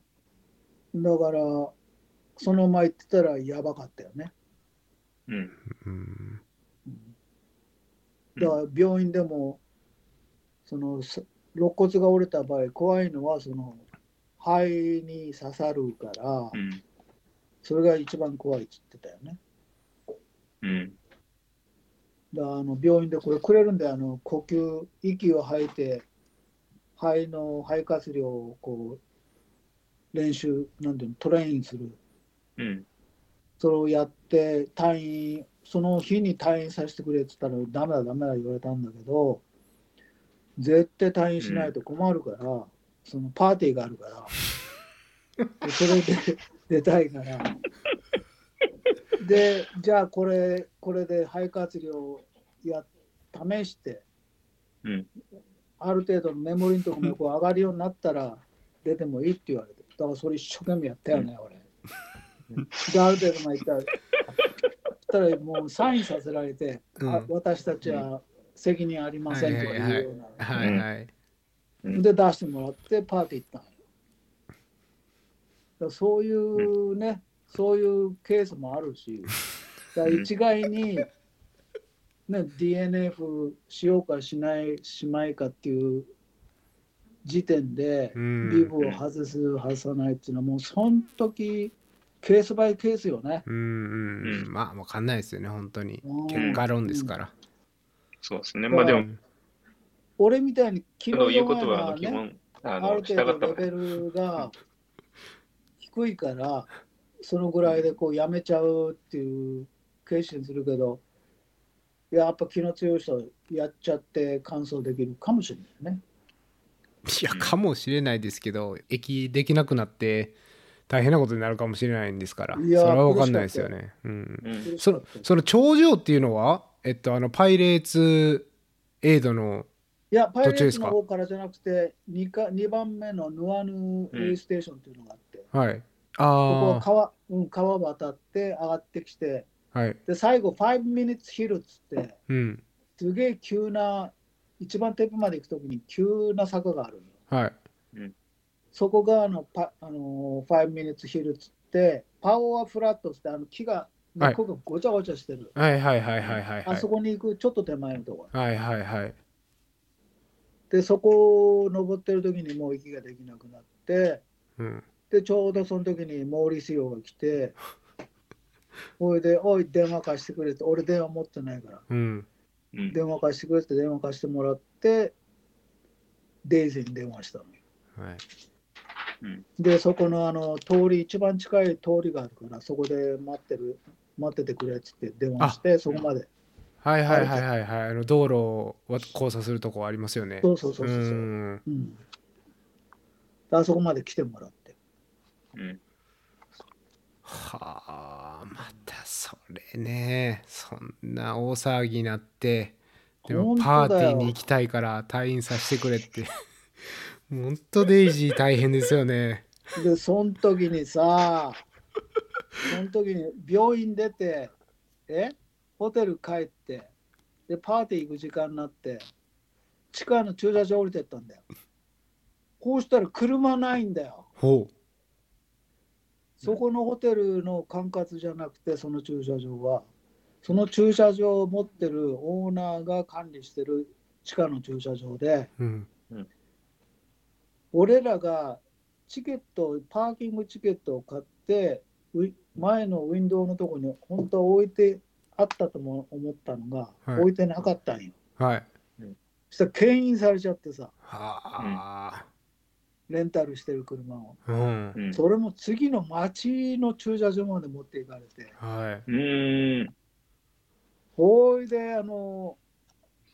[SPEAKER 3] だからそのまま行ってたらやばかったよね。
[SPEAKER 1] うん
[SPEAKER 2] うん
[SPEAKER 3] だから病院でも、そのす肋骨が折れた場合怖いのはその肺に刺さるから
[SPEAKER 1] うん
[SPEAKER 3] それが一番怖いって言ってたよね。
[SPEAKER 1] うん
[SPEAKER 3] だからあの病院でこれくれるんであの呼吸息を吐いて肺の肺活量をこう練習なんていうのトレインする
[SPEAKER 1] うん
[SPEAKER 3] それをやって退院その日に退院させてくれって言ったらダメだダメだ言われたんだけど絶対退院しないと困るから、そのパーティーがあるからでそれで出たいからでじゃあこれこれで肺活量をや試して
[SPEAKER 1] うん
[SPEAKER 3] ある程度のメモリのとこもこう上がるようになったら出てもいいって言われてだからそれ一生懸命やったよね、俺。である程度まで行ったらそしたらもうサインさせられて、
[SPEAKER 2] うん
[SPEAKER 3] あ私たちは責任ありませんとかいうような、
[SPEAKER 2] はいはい
[SPEAKER 1] うん
[SPEAKER 3] で出してもらってパーティー行ったのよらそういうね、そういうケースもあるし、だから一概に、ね、DNF しようかしない、しまいかっていう時点で、
[SPEAKER 2] うん
[SPEAKER 3] ビブを外す、外さないっていうのは、もうその時ケースバイケースよね。
[SPEAKER 2] うんうんう
[SPEAKER 1] うん
[SPEAKER 2] まあわかんないですよね本当に
[SPEAKER 3] うん
[SPEAKER 2] 結果論ですから、
[SPEAKER 1] そうですね。まあで
[SPEAKER 2] う
[SPEAKER 1] も、
[SPEAKER 2] ん
[SPEAKER 3] 俺みたいに気
[SPEAKER 1] けど
[SPEAKER 3] の
[SPEAKER 1] 言う
[SPEAKER 3] 弱
[SPEAKER 1] こ
[SPEAKER 3] い
[SPEAKER 1] と
[SPEAKER 3] の
[SPEAKER 1] は、あ
[SPEAKER 3] は
[SPEAKER 1] の基
[SPEAKER 3] ね、
[SPEAKER 1] 本、あ
[SPEAKER 3] ある
[SPEAKER 1] の、従
[SPEAKER 3] 程
[SPEAKER 1] った方が
[SPEAKER 3] 度レ
[SPEAKER 1] い
[SPEAKER 3] ベ
[SPEAKER 1] い。
[SPEAKER 3] ルが低いから、そのぐらいでこうやめちゃうっていう決心するけど、いややっぱ気の強い人やっちゃって完走できるかもしれないね。
[SPEAKER 2] いやかもしれないですけど駅できなくなって大変なことになるかもしれないんですからそ
[SPEAKER 3] いや
[SPEAKER 2] れはわかんないですよねうん
[SPEAKER 1] うん
[SPEAKER 3] 苦し
[SPEAKER 2] その
[SPEAKER 3] かった
[SPEAKER 2] その頂上っていうのはえっとあのパイレーツエイドの
[SPEAKER 3] いや、パイ
[SPEAKER 2] どっ
[SPEAKER 3] レ
[SPEAKER 2] ちで
[SPEAKER 3] ー
[SPEAKER 2] す
[SPEAKER 3] ツ
[SPEAKER 2] か
[SPEAKER 3] の方からじゃなくて2か、2番目のヌアヌエイステーションっていうのがあって、
[SPEAKER 2] はい
[SPEAKER 3] ここは
[SPEAKER 2] あ
[SPEAKER 3] 川,、うん、川渡って上がってきて、
[SPEAKER 2] あはい
[SPEAKER 3] で最後5 minutes hill っつって、
[SPEAKER 2] うん
[SPEAKER 3] すげえ急な、一番テープまで行くときに急な坂があるの。
[SPEAKER 2] はい
[SPEAKER 3] そこがあのパ、あのー、5 minutes hill っつって、パワーフラットっつって、あの木が、根
[SPEAKER 2] はい
[SPEAKER 3] っこがごちゃごちゃしてる。
[SPEAKER 2] はいはいはいはいはいは
[SPEAKER 3] あそこに行くちょっと手前のところ。
[SPEAKER 2] いはいはいはい
[SPEAKER 3] で、そこを登ってるときにもう息ができなくなって、
[SPEAKER 2] うん
[SPEAKER 3] でちょうどその時にモーリス用が来 <laughs> てそれで「おい電話貸してくれ」って俺電話持ってないから
[SPEAKER 2] うん
[SPEAKER 1] うん
[SPEAKER 3] 電話貸してくれって電話貸してもらってデイズに電話したのよ
[SPEAKER 2] はい
[SPEAKER 3] でそこのあの通り一番近い通りがあるからそこで待ってる待っててくれっつって電話してそこまで
[SPEAKER 2] はいはいはいはいはいあの道路を交差するとこありますよね
[SPEAKER 3] そうそうそうそうそ
[SPEAKER 2] う
[SPEAKER 3] う
[SPEAKER 2] ん
[SPEAKER 3] うんあそこまで来てもらって
[SPEAKER 1] うん
[SPEAKER 2] はあまたそれねそんな大騒ぎになってでも
[SPEAKER 3] 本当だ
[SPEAKER 2] パー
[SPEAKER 3] よ
[SPEAKER 2] ティーに行きたいから退院させてくれって <laughs> 本当デイジー大変ですよね
[SPEAKER 3] でその時にさその時に病院出てえホテル帰ってでパーティー行く時間になって地下の駐車場降りてったんだよこうしたら車ないんだよ
[SPEAKER 2] ほ
[SPEAKER 3] そこのホテルの管轄じゃなくてその駐車場はその駐車場を持ってるオーナーが管理してる地下の駐車場で
[SPEAKER 2] う、うん、
[SPEAKER 3] 俺らがチケットパーキングチケットを買ってウィ前のウィンドウのとこに本当は置いてあったとも思ったのが、
[SPEAKER 2] はい
[SPEAKER 3] 置いてなかったんよ
[SPEAKER 2] はいは
[SPEAKER 3] そしたら牽引されちゃってさ
[SPEAKER 2] あ
[SPEAKER 3] レンタルしてる車を
[SPEAKER 2] うん、
[SPEAKER 1] うん
[SPEAKER 3] それも次の町の駐車場まで持っていかれて
[SPEAKER 2] はい
[SPEAKER 1] うん。
[SPEAKER 3] ほいであの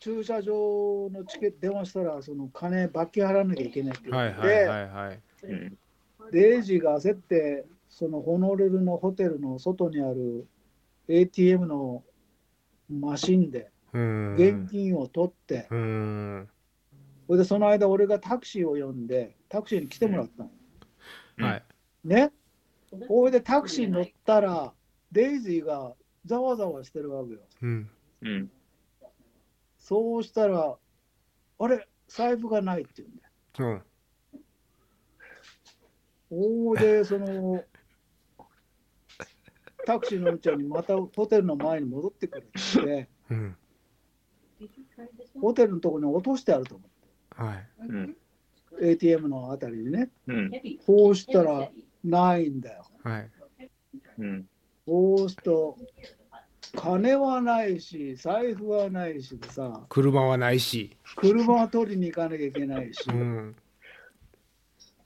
[SPEAKER 3] 駐車場のチケット電話したらその金罰金払わなきゃいけないって言
[SPEAKER 2] はい
[SPEAKER 3] って、
[SPEAKER 2] はいはいはい
[SPEAKER 1] うん
[SPEAKER 3] デイジーが焦って、そのホノルルのホテルの外にある ATM のマシンで
[SPEAKER 2] うん
[SPEAKER 3] 現金を取って、
[SPEAKER 2] うん
[SPEAKER 3] それでその間、俺がタクシーを呼んで、タクシーに来てもらったの。
[SPEAKER 2] はい
[SPEAKER 3] ね。それでタクシーに乗ったら、デイジーがざわざわしてるわけよ。
[SPEAKER 2] うん
[SPEAKER 1] うん。
[SPEAKER 3] そうしたら、あれ、財布がないって言うんだよ。
[SPEAKER 2] うん
[SPEAKER 3] おーで、その、タクシーのうちゃんにまたホテルの前に戻ってくるって言って。
[SPEAKER 2] うん
[SPEAKER 3] ホテルのところに落としてあると思
[SPEAKER 2] はい
[SPEAKER 1] うん。
[SPEAKER 3] う。ATM のあたりにね。
[SPEAKER 1] うん。
[SPEAKER 3] こうしたらないんだよ。
[SPEAKER 2] はい
[SPEAKER 1] うん。
[SPEAKER 3] こうすると、金はないし、財布はないしでさ、
[SPEAKER 2] 車はないし
[SPEAKER 3] 車は取りに行かなきゃいけないし
[SPEAKER 2] う、ん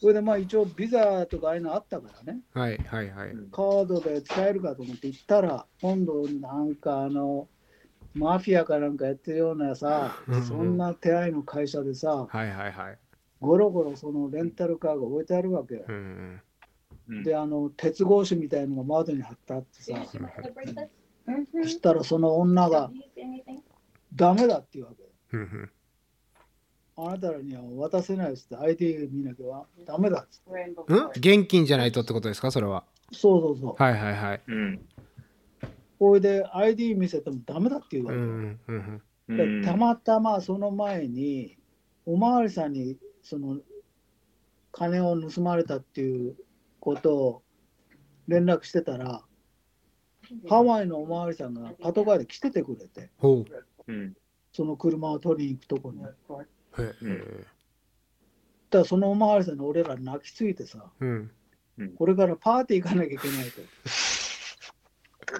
[SPEAKER 3] それでまあ一応ビザとかああいうのあったからね、
[SPEAKER 2] はいはいはい
[SPEAKER 3] カードで使えるかと思って行ったら、今度なんかあの、マフィアかなんかやってるようなさ
[SPEAKER 2] うんうん、
[SPEAKER 3] そんな手合いの会社でさ、
[SPEAKER 2] はいはいはい
[SPEAKER 3] ゴロゴロそのレンタルカーが置いてあるわけよ
[SPEAKER 2] う。ん
[SPEAKER 1] うん
[SPEAKER 3] であの鉄格子みたいのが窓に貼ってあってさそし
[SPEAKER 4] Anything?
[SPEAKER 3] たらその女が「ダメだ」って言うわけ
[SPEAKER 2] うんうん
[SPEAKER 3] あなたらには渡せないっつって ID 見なきゃダメだっつって
[SPEAKER 2] うん現金じゃないとってことですかそれは
[SPEAKER 3] そうそうそう
[SPEAKER 2] はいはいはい
[SPEAKER 1] うん。
[SPEAKER 3] これで ID 見せてもダメだって言う
[SPEAKER 2] う
[SPEAKER 3] わけ、
[SPEAKER 2] んうんうん
[SPEAKER 1] う
[SPEAKER 3] で
[SPEAKER 1] ん。
[SPEAKER 3] たまたまその前におまわりさんにその金を盗まれたっていう子と連絡してたら、ハワイのおまわりさんがパトカーで来ててくれて、
[SPEAKER 2] ほ
[SPEAKER 1] うん。
[SPEAKER 3] その車を取りに行くとこに。だか
[SPEAKER 2] う。へえ。
[SPEAKER 3] らそのおまわりさんに俺ら泣きついてさ、
[SPEAKER 2] うん。
[SPEAKER 3] これからパーティー行かなきゃいけないと。
[SPEAKER 2] <laughs>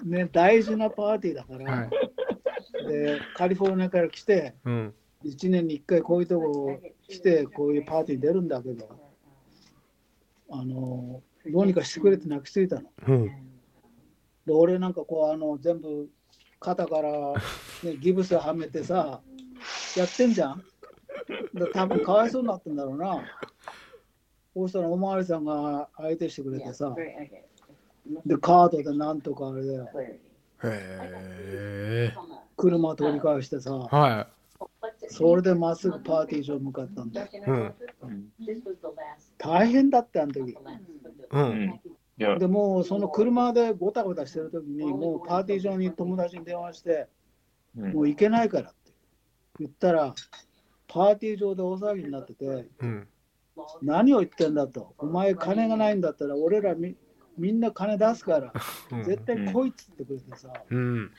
[SPEAKER 3] ね、大事なパーティーだから、
[SPEAKER 2] はい。
[SPEAKER 3] でカリフォルニアから来て、
[SPEAKER 2] うん。
[SPEAKER 3] 1年に1回こういうとこ来て、こういうパーティーに出るんだけど、あのどうにかしてくれって泣きついたの。
[SPEAKER 2] うん。
[SPEAKER 3] で俺なんかこうあの全部肩から、ね、ギブスはめてさやってんじゃんで多分かわいそうになったんだろうなそうしたらおまわりさんが相手してくれてさでカードでなんとかあれで
[SPEAKER 2] へえ。
[SPEAKER 3] 車取り返してさ
[SPEAKER 2] は
[SPEAKER 3] それでまっすぐパーティー場に向かったんだよ
[SPEAKER 2] うん
[SPEAKER 1] うん
[SPEAKER 3] 大変だってあの時
[SPEAKER 2] い。う。
[SPEAKER 1] うんん。いや、
[SPEAKER 3] でもうその車でごたごたしてる時にもうパーティー場に友達に電話して
[SPEAKER 1] うん
[SPEAKER 3] もう行けないからって言ったらパーティー場で大騒ぎになってて
[SPEAKER 2] うん。
[SPEAKER 3] 何を言ってんだと、お前金がないんだったら、俺らみみんな金出すから、
[SPEAKER 2] うん。
[SPEAKER 3] 絶対来いっつってくれてさ、
[SPEAKER 2] うん。
[SPEAKER 3] も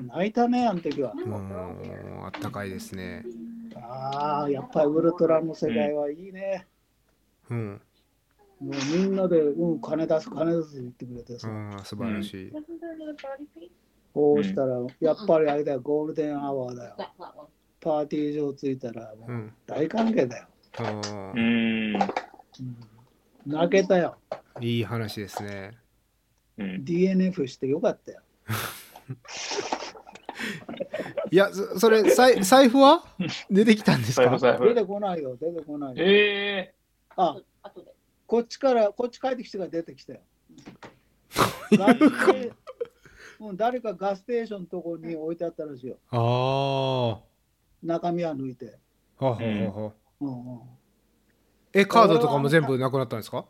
[SPEAKER 3] う泣いたね、あの時は。
[SPEAKER 2] もう、あったかいですね。
[SPEAKER 3] ああ、やっぱりウルトラの世界はいいね。
[SPEAKER 2] うん。
[SPEAKER 3] もうみんなで、うん、金出す、金出すって言ってくれてさ、
[SPEAKER 2] ああ、素晴らしい。
[SPEAKER 3] こうしたら、やっぱりあれだよ、ゴールデンアワーだよ。パーティー場着いたら、も
[SPEAKER 2] う。
[SPEAKER 3] うん大歓迎だよ。
[SPEAKER 2] あ
[SPEAKER 1] うーん。
[SPEAKER 3] うん泣けたよ。
[SPEAKER 2] あ、いい話ですね。
[SPEAKER 1] うん。
[SPEAKER 3] DNF してよかったよ。
[SPEAKER 2] いや、そそれ、さい財布は出てきたんです
[SPEAKER 1] 財布
[SPEAKER 2] か
[SPEAKER 1] 財
[SPEAKER 3] 出
[SPEAKER 1] 布。
[SPEAKER 3] てこないよ、出てこないよ。
[SPEAKER 1] え
[SPEAKER 3] あ、こっちから、こっち帰ってきてから出てきたよ。ガステうん誰かガステーションのとこに置いてあったらしいよ。
[SPEAKER 2] ああ。は
[SPEAKER 3] 中身は抜いて。
[SPEAKER 2] あはあはあ。
[SPEAKER 3] うんうん、
[SPEAKER 2] え、カードとかも全部なくなったんですか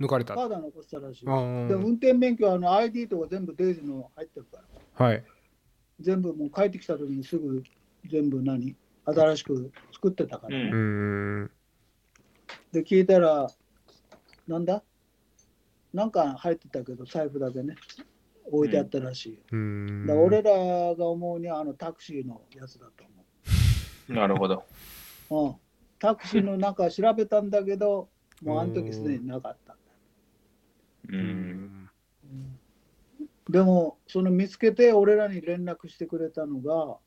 [SPEAKER 2] 抜かれた。
[SPEAKER 3] カ
[SPEAKER 2] あ
[SPEAKER 3] ードは残したらしいよ。
[SPEAKER 2] あ。
[SPEAKER 3] で運転免許はあの ID とか全部デイジの入ってるから。
[SPEAKER 2] はい。
[SPEAKER 3] 全部もう帰ってきた時にすぐ全部何新しく作ってたか
[SPEAKER 1] ー。
[SPEAKER 3] ら。
[SPEAKER 2] う
[SPEAKER 1] うん。
[SPEAKER 2] ん。
[SPEAKER 3] で聞いたら、なんだなんか入ってたけど財布だけね。置いてあったらしいよ。
[SPEAKER 2] うーん。
[SPEAKER 3] だから俺らが思うにはあのタクシーのやつだと思う。
[SPEAKER 1] なるほ <laughs> ど。
[SPEAKER 3] うん、タクシーの中調べたんだ
[SPEAKER 2] <laughs>
[SPEAKER 3] けど、もうあの時すでになかったんだ。
[SPEAKER 1] う。
[SPEAKER 2] うんん。
[SPEAKER 3] でも、その見つけて俺らに連絡してくれたのが、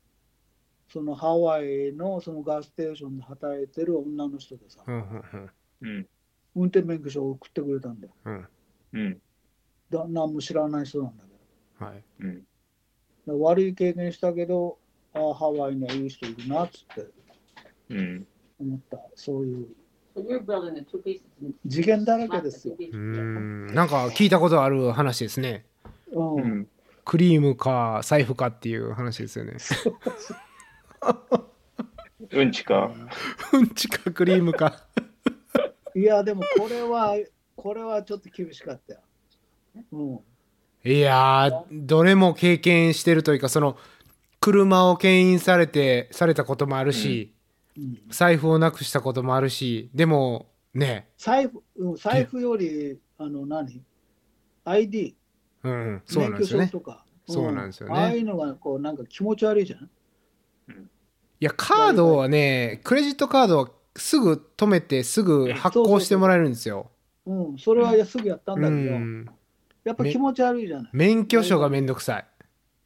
[SPEAKER 3] そのハワイのそのガステーションで働いてる女の人でさ、
[SPEAKER 2] うんうん
[SPEAKER 1] うん。
[SPEAKER 3] 運転免許証を送ってくれたんだよ。
[SPEAKER 2] うん。
[SPEAKER 1] うん。
[SPEAKER 3] だ何も知らない人なんだけ
[SPEAKER 2] はい。
[SPEAKER 1] うん。
[SPEAKER 3] ど。で悪い経験したけど、ああ、ハワイにはいい人いるなっつって
[SPEAKER 1] うん。
[SPEAKER 3] 思った。そういう
[SPEAKER 4] 次元だらけですよ。
[SPEAKER 2] うーん。なんか聞いたことある話ですね。
[SPEAKER 3] うん
[SPEAKER 1] うん。
[SPEAKER 2] クリームか財布かっていう話ですよね。
[SPEAKER 1] うんちか。
[SPEAKER 2] うんちかクリームか。
[SPEAKER 3] いや、でもこれは、これはちょっと厳しかったよ。うん
[SPEAKER 2] いやー、どれも経験してるというか、その、車を牽引されて、されたこともあるし、
[SPEAKER 3] うん
[SPEAKER 2] 財布をなくしたこともあるし、でも、ね、
[SPEAKER 3] 財布、うん、財布より、あの何、ID、
[SPEAKER 2] うんうん、そう
[SPEAKER 3] 免
[SPEAKER 2] なん
[SPEAKER 3] 許
[SPEAKER 2] ですよ
[SPEAKER 3] 証
[SPEAKER 2] ね。
[SPEAKER 3] とか、
[SPEAKER 2] そうなんですよね
[SPEAKER 3] ああいうのが、こう、なんか気持ち悪いじゃん。
[SPEAKER 2] いや、カードはね、クレジットカードはすぐ止めて、すぐ発行してもらえるんですよ。
[SPEAKER 3] うん、それはすぐやったんだ
[SPEAKER 2] う
[SPEAKER 3] けど、
[SPEAKER 2] ん。
[SPEAKER 3] やっぱ気持ち悪いじゃない。
[SPEAKER 2] 免許証がめんどくさい。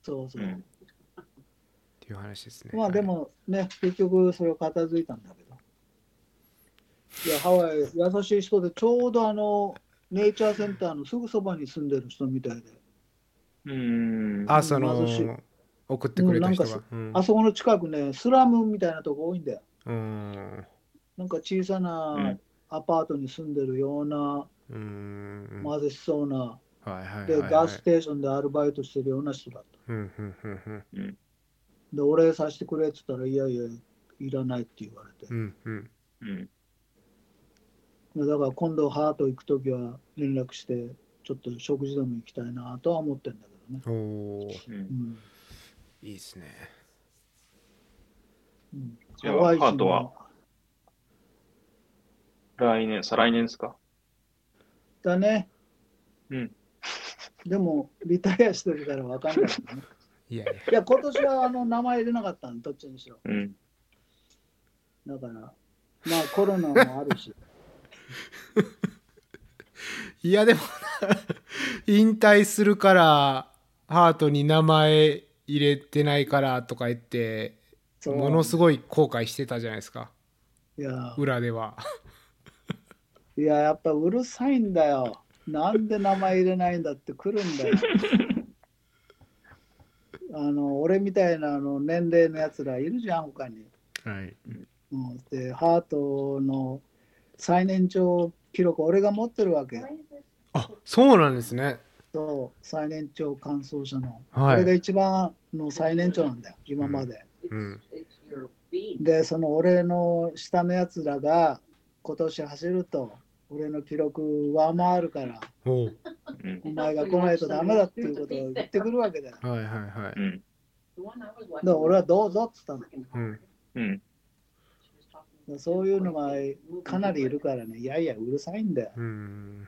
[SPEAKER 3] そうそうう。
[SPEAKER 1] ん。
[SPEAKER 2] っていう話ですね。
[SPEAKER 3] まあでもね、結局それを片付いたんだけど。いや、ハワイ、優しい人で、ちょうどあの、ネイチャーセンターのすぐそばに住んでる人みたいで、
[SPEAKER 1] うん。
[SPEAKER 2] あその
[SPEAKER 3] うん貧しい
[SPEAKER 2] 送ってくれた人
[SPEAKER 3] うんな
[SPEAKER 2] が
[SPEAKER 3] んか。
[SPEAKER 2] うん
[SPEAKER 3] あそこの近くね、スラムみたいなとこ多いんだよ。
[SPEAKER 2] うん
[SPEAKER 3] なんか小さなアパートに住んでるような、
[SPEAKER 2] うんはい
[SPEAKER 3] 貧しそうな、
[SPEAKER 2] はい
[SPEAKER 3] で、
[SPEAKER 2] はいは
[SPEAKER 3] ガス
[SPEAKER 2] い。
[SPEAKER 3] テーションでアルバイトしてるような人だった。
[SPEAKER 2] うんうんうんうん
[SPEAKER 3] で、お礼させてくれって言ったら、いやいや、いらないって言われて
[SPEAKER 2] う、んうん
[SPEAKER 1] うん。
[SPEAKER 3] でだから今度、ハート行くときは連絡して、ちょっと食事でも行きたいなとは思ってんだけどね。
[SPEAKER 2] おー
[SPEAKER 1] うん
[SPEAKER 3] うん
[SPEAKER 2] いいですね。
[SPEAKER 3] うん、
[SPEAKER 1] じゃあ
[SPEAKER 3] ハワイ人
[SPEAKER 1] ハートは来年、再来年ですか
[SPEAKER 3] だね。
[SPEAKER 1] うん。
[SPEAKER 3] でも、リタイアしてるからわかんない、ね。
[SPEAKER 2] いやいや
[SPEAKER 3] いや、今年はあの名前入れなかったの、どっちにしろ。
[SPEAKER 1] うん。
[SPEAKER 3] だから、まあコロナもあるし、
[SPEAKER 2] いやでも <laughs> 引退するからハートに名前入れてないからとか言って
[SPEAKER 3] そう
[SPEAKER 2] ものすごい後悔してたじゃないですか
[SPEAKER 3] いや、
[SPEAKER 2] 裏ではい
[SPEAKER 3] や、やっぱうるさいんだよ。なんで名前入れないんだって来るんだよ。あの俺みたいなあの年齢のやつらいるじゃん、他に。
[SPEAKER 2] はい
[SPEAKER 3] うん、で、ハートの最年長記録、俺が持ってるわけ。
[SPEAKER 2] あそうなんですね
[SPEAKER 3] そう、最年長完走者の。
[SPEAKER 2] は
[SPEAKER 3] 俺が
[SPEAKER 2] い、
[SPEAKER 3] 一番の最年長なんだよ、今まで。
[SPEAKER 2] うん、
[SPEAKER 3] で、その俺の下のやつらが今年走ると、俺の記録上回るから、
[SPEAKER 2] おう
[SPEAKER 1] うん
[SPEAKER 3] お。前が来ないとダメだっていうことを言ってくるわけだよ。だか
[SPEAKER 2] はいはいはい
[SPEAKER 1] うん。
[SPEAKER 3] ら俺はどうぞっつったの。だか
[SPEAKER 2] うん
[SPEAKER 1] うん。
[SPEAKER 3] らそういうのがかなりいるからね、いやいや、うるさいんだよ。
[SPEAKER 2] うん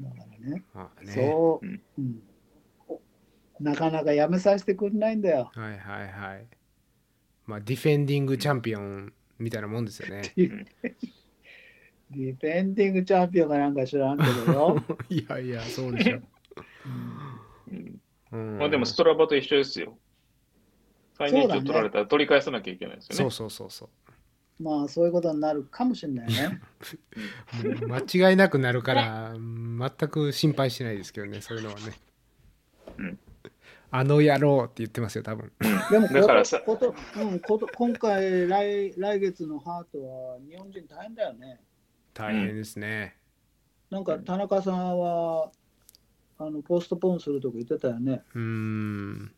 [SPEAKER 3] だからね、
[SPEAKER 2] あね
[SPEAKER 3] そう、
[SPEAKER 1] うん
[SPEAKER 3] うん。なかなかやめさせてくんないんだよ。
[SPEAKER 2] はいはいはいまあディフェンディングチャンピオンみたいなもんですよね
[SPEAKER 3] ディフェンディングチャンピオンかなんか知らんけ
[SPEAKER 2] <laughs>
[SPEAKER 3] どよ。
[SPEAKER 2] <laughs> いやいやそうでしょ、
[SPEAKER 1] うん
[SPEAKER 2] うん
[SPEAKER 1] まあでも、ストラバと一緒ですよ。最年長取られたら取り返さなきゃいけないですよね。
[SPEAKER 2] そうそうそうそう
[SPEAKER 3] まあそういうことになるかもしれないね。
[SPEAKER 2] もう間違いなくなるから全く心配しないですけどねそういうのはね、
[SPEAKER 1] うん
[SPEAKER 2] あの野郎って言ってますよ多分
[SPEAKER 3] でもこ
[SPEAKER 1] だからさ
[SPEAKER 3] こと、うん、こと今回来、来月のハートは日本人大変だよね。
[SPEAKER 2] 大変ですね、
[SPEAKER 3] なんか田中さんは、あのポストポーンするとこ言ってたよね。
[SPEAKER 2] うーん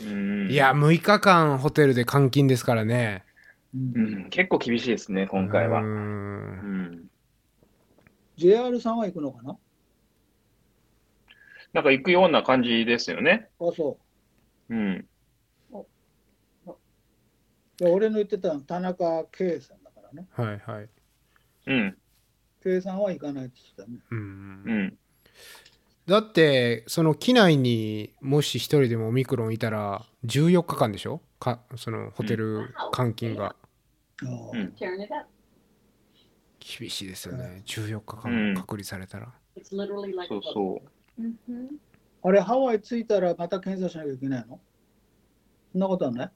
[SPEAKER 1] うん
[SPEAKER 2] いや6日間ホテルで監禁ですからね
[SPEAKER 3] うん
[SPEAKER 1] うん、結構厳しいですね、今回は
[SPEAKER 2] うー。
[SPEAKER 1] うんん、
[SPEAKER 3] JR さんは行くのかなあ、
[SPEAKER 1] なんか行くような感じですよね。
[SPEAKER 3] そ
[SPEAKER 1] うん、
[SPEAKER 3] う。で俺の言ってたのは田中圭さんだからね。
[SPEAKER 2] はいはい
[SPEAKER 1] うん、
[SPEAKER 3] 圭さんは行かないって言ってたね。
[SPEAKER 2] う
[SPEAKER 1] うんん、
[SPEAKER 2] だってその機内にもし一人でもオミクロンいたら14日間でしょかそのホテル監禁が
[SPEAKER 3] ああ
[SPEAKER 1] うん
[SPEAKER 4] Tearing it up.
[SPEAKER 2] 厳しいですよね14日間隔離されたら、
[SPEAKER 4] It's literally like
[SPEAKER 1] そう
[SPEAKER 4] a book.
[SPEAKER 1] そう。
[SPEAKER 4] Mm-hmm.
[SPEAKER 3] あれ、ハワイ着いたらまた検査しなきゃいけないのそんなことはない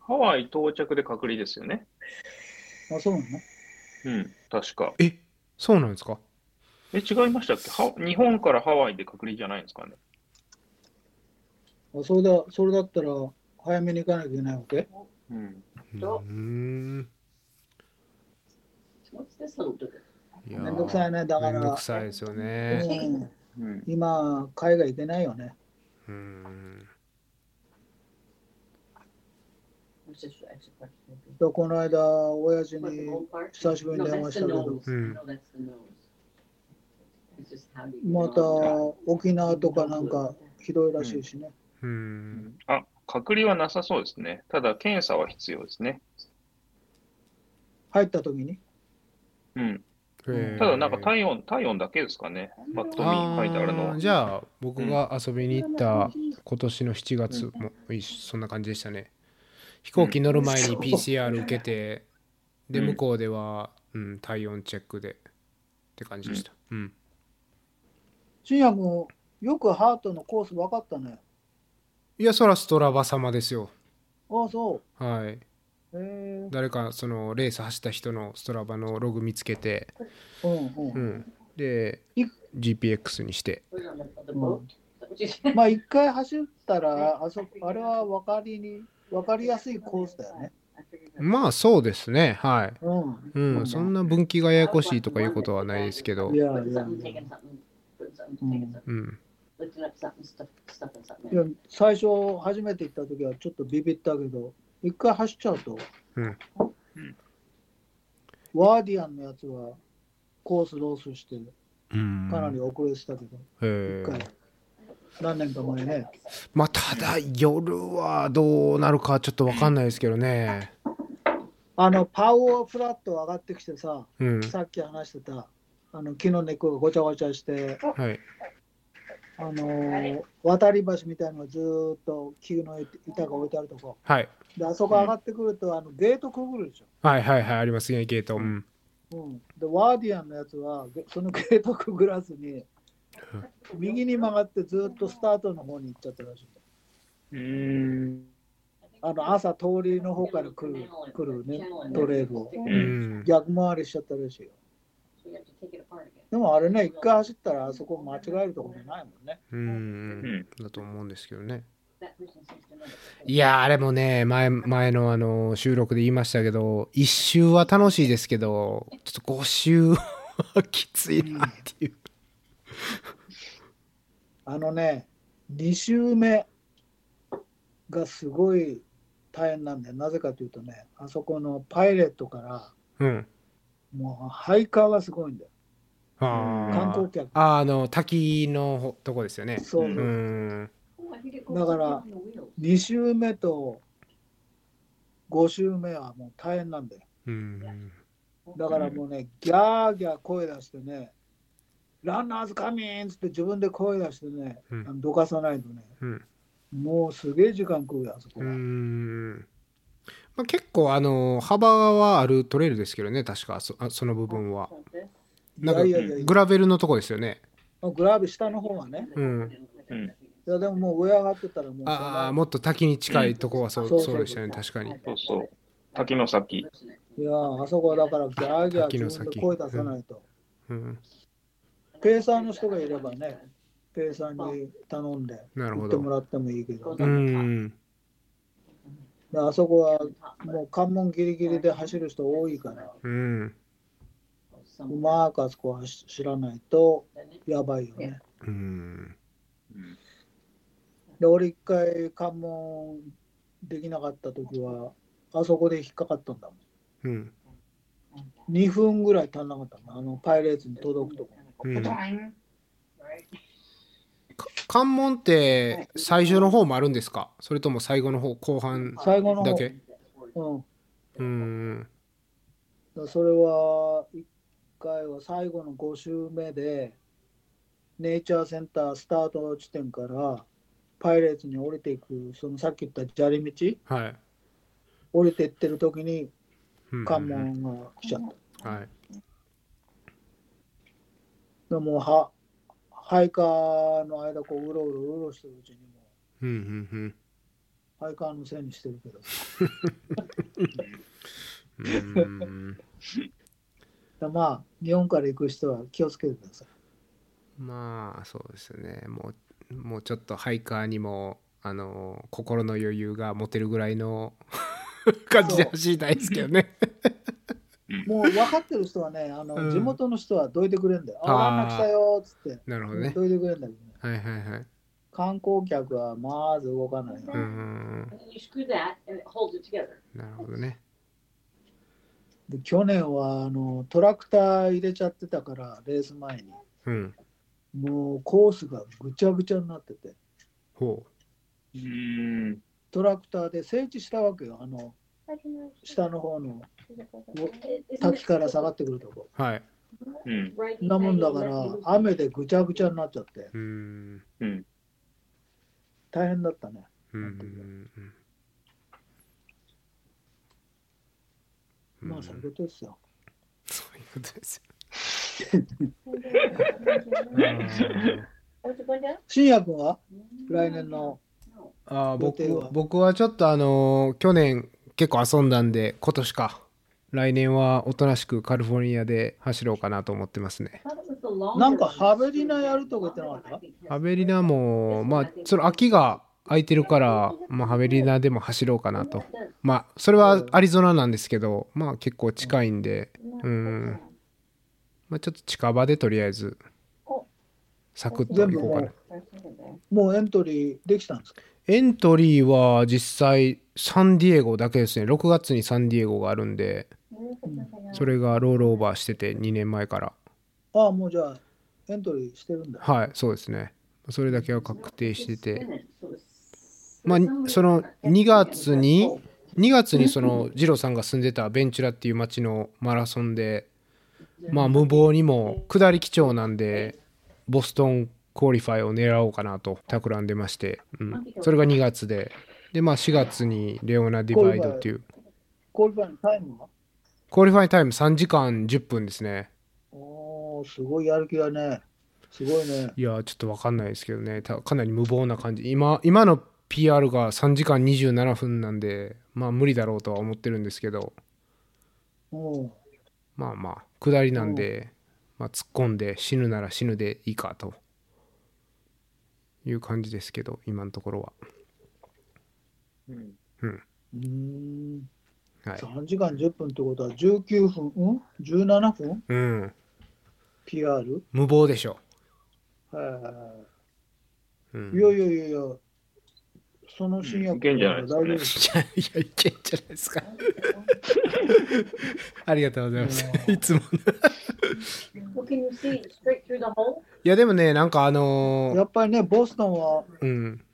[SPEAKER 1] ハワイ到着で隔離ですよね。
[SPEAKER 3] あ、そうなの
[SPEAKER 1] うん、確か。
[SPEAKER 2] えそうなんですか
[SPEAKER 1] え、違いましたっけハ日本からハワイで隔離じゃないんですかね。
[SPEAKER 3] あそうだ、それだったら早めに行かなきゃいけないわけ
[SPEAKER 1] うん、
[SPEAKER 2] う
[SPEAKER 4] そ
[SPEAKER 2] ーん
[SPEAKER 4] What's this little dude?
[SPEAKER 2] いやー
[SPEAKER 3] めんどくさいね、だか
[SPEAKER 2] めんど
[SPEAKER 3] ら
[SPEAKER 2] く。さいですよね。
[SPEAKER 3] うん
[SPEAKER 1] うん、
[SPEAKER 3] 今、海外行けないよね。
[SPEAKER 2] うん。
[SPEAKER 4] What's this extra question?
[SPEAKER 3] でこの間、親父
[SPEAKER 4] What, the
[SPEAKER 3] に
[SPEAKER 4] gold part?
[SPEAKER 3] 久しぶりに
[SPEAKER 4] No,
[SPEAKER 3] 電話
[SPEAKER 4] that's
[SPEAKER 3] し
[SPEAKER 4] the
[SPEAKER 3] たけど、
[SPEAKER 4] nose.
[SPEAKER 2] Hmm.
[SPEAKER 4] No, that's the nose. It's just how do you
[SPEAKER 3] また
[SPEAKER 4] know?
[SPEAKER 3] 沖縄とかなんかひどいらしいしね。
[SPEAKER 2] うん。
[SPEAKER 1] あ、隔離はなさそうですね。ただ、検査は必要ですね。
[SPEAKER 3] 入った時に。
[SPEAKER 1] うん、
[SPEAKER 2] へー
[SPEAKER 1] ただ、なんか体温、体温だけですかね。パッと見書いてあるの
[SPEAKER 2] あ
[SPEAKER 1] は
[SPEAKER 2] ー。じゃあ、僕が遊びに行った今年の7月も、いいそんな感じでしたね。飛行機乗る前に PCR 受けて、で、
[SPEAKER 1] うん
[SPEAKER 2] 向こうでは、うん、体温チェックでって感じでした。うん。
[SPEAKER 3] 信也君、よくハートのコース分かったね。
[SPEAKER 2] いや、そらストラバ様ですよ。
[SPEAKER 3] ああ、そ
[SPEAKER 2] はい。
[SPEAKER 3] う。へえ。
[SPEAKER 2] 誰か、その、レース走った人のストラバのログ見つけて、
[SPEAKER 3] うん
[SPEAKER 2] う
[SPEAKER 3] うん。
[SPEAKER 2] ん。で
[SPEAKER 3] い、
[SPEAKER 2] GPX にして、
[SPEAKER 4] Where's on the, the boat? Is that what you said?
[SPEAKER 3] まあ、一回走ったら、あそあれは分かりに、分かりやすいコースだよね。
[SPEAKER 4] I figured that-
[SPEAKER 2] まあそうですね、はい。
[SPEAKER 3] うん。
[SPEAKER 2] うん、そんな分岐がややこしいとかいうことはないですけど
[SPEAKER 3] い、やい
[SPEAKER 4] Put
[SPEAKER 3] や
[SPEAKER 4] something, taking something, put something, taking
[SPEAKER 3] Hmm.
[SPEAKER 4] something,
[SPEAKER 2] うん、
[SPEAKER 4] lifting up something, stuff, stuffing something.
[SPEAKER 3] いや最初初めて行った時はちょっとビビったけど一回走っちゃうと、
[SPEAKER 2] うん
[SPEAKER 1] ん
[SPEAKER 3] ワーディアンのやつはコースロースして
[SPEAKER 2] うん
[SPEAKER 3] かなり遅れてたけど、
[SPEAKER 2] へ
[SPEAKER 3] 一
[SPEAKER 2] ー
[SPEAKER 3] 回何年か前ね
[SPEAKER 2] まあただ夜はどうなるかちょっとわかんないですけどね、
[SPEAKER 3] あのパワーフラット上がってきてさ
[SPEAKER 2] うん、
[SPEAKER 3] さっき話してたあの木の根っこがごちゃごちゃして、
[SPEAKER 2] はい。
[SPEAKER 3] あのー渡り橋みたいなのがずーっと木の板が置いてあるとこ。
[SPEAKER 2] はい。
[SPEAKER 3] で、あそこ上がってくると、あのゲートくぐるでしょ。
[SPEAKER 2] はいはいはい、ありますね、ゲート。うん。
[SPEAKER 3] うん、で、ワーディアンのやつは、げそのゲートくぐらずに、右に曲がってずーっとスタートの方に行っちゃったらしい。
[SPEAKER 1] うん。
[SPEAKER 3] あの朝通りの方から来る来るね、トレールを。
[SPEAKER 2] う。
[SPEAKER 1] うん
[SPEAKER 3] 逆回りしちゃったらしいよ。でもあれね、一回走ったらあそこ間違えるところないもんね。
[SPEAKER 2] う。
[SPEAKER 1] うんん。
[SPEAKER 2] だと思うんですけどね。い
[SPEAKER 4] い
[SPEAKER 2] やー、あれもね、前、前のあの、収録で言いましたけど、一周は楽しいですけど、ちょっと五周はきついなっていう。
[SPEAKER 3] あのね、2周目がすごい大変なんだよ。なぜかというとね、あそこのパイレットから、
[SPEAKER 2] うん。
[SPEAKER 3] もうハイカーがすごいんだよ。
[SPEAKER 2] あ
[SPEAKER 3] 観光
[SPEAKER 2] ー
[SPEAKER 3] 客。
[SPEAKER 2] あー、あの、滝のほとこですよね。
[SPEAKER 3] そう、
[SPEAKER 1] う
[SPEAKER 2] うん。
[SPEAKER 3] だから、2周目と5周目はもう大変なんだよ。
[SPEAKER 2] うん。
[SPEAKER 3] だからもうね、ギャーギャー声出してね、ランナーズカミンつって自分で声出してね、
[SPEAKER 2] う
[SPEAKER 3] あ
[SPEAKER 2] ん。
[SPEAKER 3] のどかさないとね、
[SPEAKER 2] うん。
[SPEAKER 3] もうすげえ時間食うよ、あそこ
[SPEAKER 2] う
[SPEAKER 3] は。
[SPEAKER 2] ん。まあ、結構、あの、幅はあるトレイルですけどね、確か、そあその部分は。
[SPEAKER 3] い
[SPEAKER 2] なんか
[SPEAKER 3] やいやいや、
[SPEAKER 2] グラベルのとこですよね。
[SPEAKER 3] グラビ下の方はね、
[SPEAKER 2] うん
[SPEAKER 1] うん
[SPEAKER 3] いやでももう上上がってたらもう、
[SPEAKER 2] ああ、もっと滝に近いとこはそう、
[SPEAKER 3] そうそう
[SPEAKER 2] そうでしたね、確かに。
[SPEAKER 1] そうそう。滝の先。
[SPEAKER 3] いやあそこはだからギャーギャー自分で声出さないと、
[SPEAKER 2] うん。
[SPEAKER 3] ペーサーの人がいればね、ペーサーに頼んで、
[SPEAKER 2] なる
[SPEAKER 3] 行
[SPEAKER 2] ほ
[SPEAKER 3] って
[SPEAKER 2] ど
[SPEAKER 3] も。らってもいいけど、
[SPEAKER 2] う
[SPEAKER 3] で
[SPEAKER 2] ん。
[SPEAKER 3] あそこはもう関門ギリギリで走る人多いから、
[SPEAKER 2] うん。
[SPEAKER 3] うまくあそこは知らないとやばいよね。
[SPEAKER 2] うん。
[SPEAKER 1] うん
[SPEAKER 3] で、俺一回関門できなかった時は、あそこで引っかかったんだもん。
[SPEAKER 2] うん。
[SPEAKER 3] 2分ぐらい足んなかったの、あのパイレーツに届くとこ。
[SPEAKER 2] うん。か関門って最初の方もあるんですかそれとも最後の方、後半。
[SPEAKER 3] 最後の方
[SPEAKER 2] だけ
[SPEAKER 3] うん。だか
[SPEAKER 2] うん。
[SPEAKER 3] らそれは、一回は最後の5周目で、ネイチャーセンタースタート地点から、パイレーツに降りていく、そのさっき言った砂利道、
[SPEAKER 2] はい。
[SPEAKER 3] 降りてってる時に
[SPEAKER 2] うん
[SPEAKER 3] 関。門が来ちゃった。
[SPEAKER 2] はい。
[SPEAKER 3] でもうは、ハイカーの間、こう、うろうろうろしてるうちにもう、
[SPEAKER 2] うんうん
[SPEAKER 3] ハイカーのせいにしてるけど。
[SPEAKER 2] うん。う
[SPEAKER 3] <laughs>
[SPEAKER 2] ん。
[SPEAKER 3] だまあ、日本から行く人は気をつけてください。
[SPEAKER 2] まあ、そうですね。もう、もうちょっとハイカーにも、あの、心の余裕が持てるぐらいの <laughs> 感じで走りたいですけどね。
[SPEAKER 3] もう分かってる人はね、あの
[SPEAKER 2] うん
[SPEAKER 3] 地元の人はどいてくれんだよ。
[SPEAKER 2] あー
[SPEAKER 3] あ、ランナー来たよっつって、
[SPEAKER 2] なるほどね。
[SPEAKER 3] どいてくれんだけどね。
[SPEAKER 2] はいはいはい。
[SPEAKER 3] 観光客はまず動かないよ。
[SPEAKER 2] うん。
[SPEAKER 4] You screw that and it holds it together.
[SPEAKER 2] なるほどね。
[SPEAKER 3] で去年はあのトラクター入れちゃってたから、レース前に。
[SPEAKER 2] うん。
[SPEAKER 3] もうコースがぐちゃぐちゃになってて、
[SPEAKER 2] ほ
[SPEAKER 1] うん。
[SPEAKER 3] トラクターで整地したわけよ。あの下の方の滝から下がってくるとこ。
[SPEAKER 2] う。はい。
[SPEAKER 1] うん。
[SPEAKER 3] なもんだから、雨でぐちゃぐちゃになっちゃって、
[SPEAKER 2] うん。
[SPEAKER 1] うん。
[SPEAKER 3] 大変だったね。
[SPEAKER 2] うん
[SPEAKER 3] なんていう
[SPEAKER 2] うん。
[SPEAKER 3] まあ、そういうことですよ。
[SPEAKER 2] そういうことですよ。
[SPEAKER 1] ん
[SPEAKER 3] 新也君は来年の
[SPEAKER 2] ああ、僕
[SPEAKER 3] 予定は
[SPEAKER 2] 僕はちょっとあのー去年結構遊んだんで、今年か。来年はおとなしくカリフォルニアで走ろうかなと思ってますね。
[SPEAKER 3] なんかハベリナやるとか言ってなかっ
[SPEAKER 2] ハベリナも、まあ、その秋が空いてるから、まあ、ハベリナでも走ろうかなと。まあ、それはアリゾナなんですけど、まあ、結構近いんで、うん。まあ、ちょっと近場でとりあえず、サクッと行こうか
[SPEAKER 3] 全部
[SPEAKER 2] な
[SPEAKER 3] も。もうエントリーできたんですか
[SPEAKER 2] エントリーは実際サンディエゴだけですね6月にサンディエゴがあるんでそれがロールオーバーしてて2年前から
[SPEAKER 3] ああもうじゃあエントリーしてるんだ
[SPEAKER 2] はいそうですねそれだけは確定しててまあその2月に2月にそのジロさんが住んでたベンチュラっていう町のマラソンでまあ無謀にも下り基調なんでボストンクオリファイを狙おうかなと企んでまして、うん、それが2月ででまあ4月にレオナ・ディバイドっていう
[SPEAKER 3] コールバーのタイムは
[SPEAKER 2] クオリファイタイム3時間10分ですね
[SPEAKER 3] おーすごいやる気だね。すごいね。
[SPEAKER 2] いやちょっと分かんないですけどねたかなり無謀な感じ今今の PR が3時間27分なんでまあ無理だろうとは思ってるんですけど
[SPEAKER 3] うん。
[SPEAKER 2] まあまあ下りなんで、まあ、突っ込んで死ぬなら死ぬでいいかという感じですけど今のところ
[SPEAKER 1] うん
[SPEAKER 3] うーん
[SPEAKER 2] ははい
[SPEAKER 3] 3時間10分ってことは19分、うん、17分
[SPEAKER 2] うん
[SPEAKER 3] ?PR?
[SPEAKER 2] 無謀でしょ、
[SPEAKER 3] は
[SPEAKER 2] う
[SPEAKER 3] い。
[SPEAKER 2] ん、
[SPEAKER 3] いやいやいやいや、その新薬
[SPEAKER 1] いけんじゃないですかね
[SPEAKER 3] 大丈夫です
[SPEAKER 2] いやいやいけんじゃないですかありがとうございます
[SPEAKER 3] う
[SPEAKER 2] <laughs>
[SPEAKER 3] ん
[SPEAKER 2] いつものい
[SPEAKER 4] Well, can you see straight through the hole?
[SPEAKER 2] やでもねなんかあのー
[SPEAKER 3] やっぱりね、ボストンは、
[SPEAKER 2] うん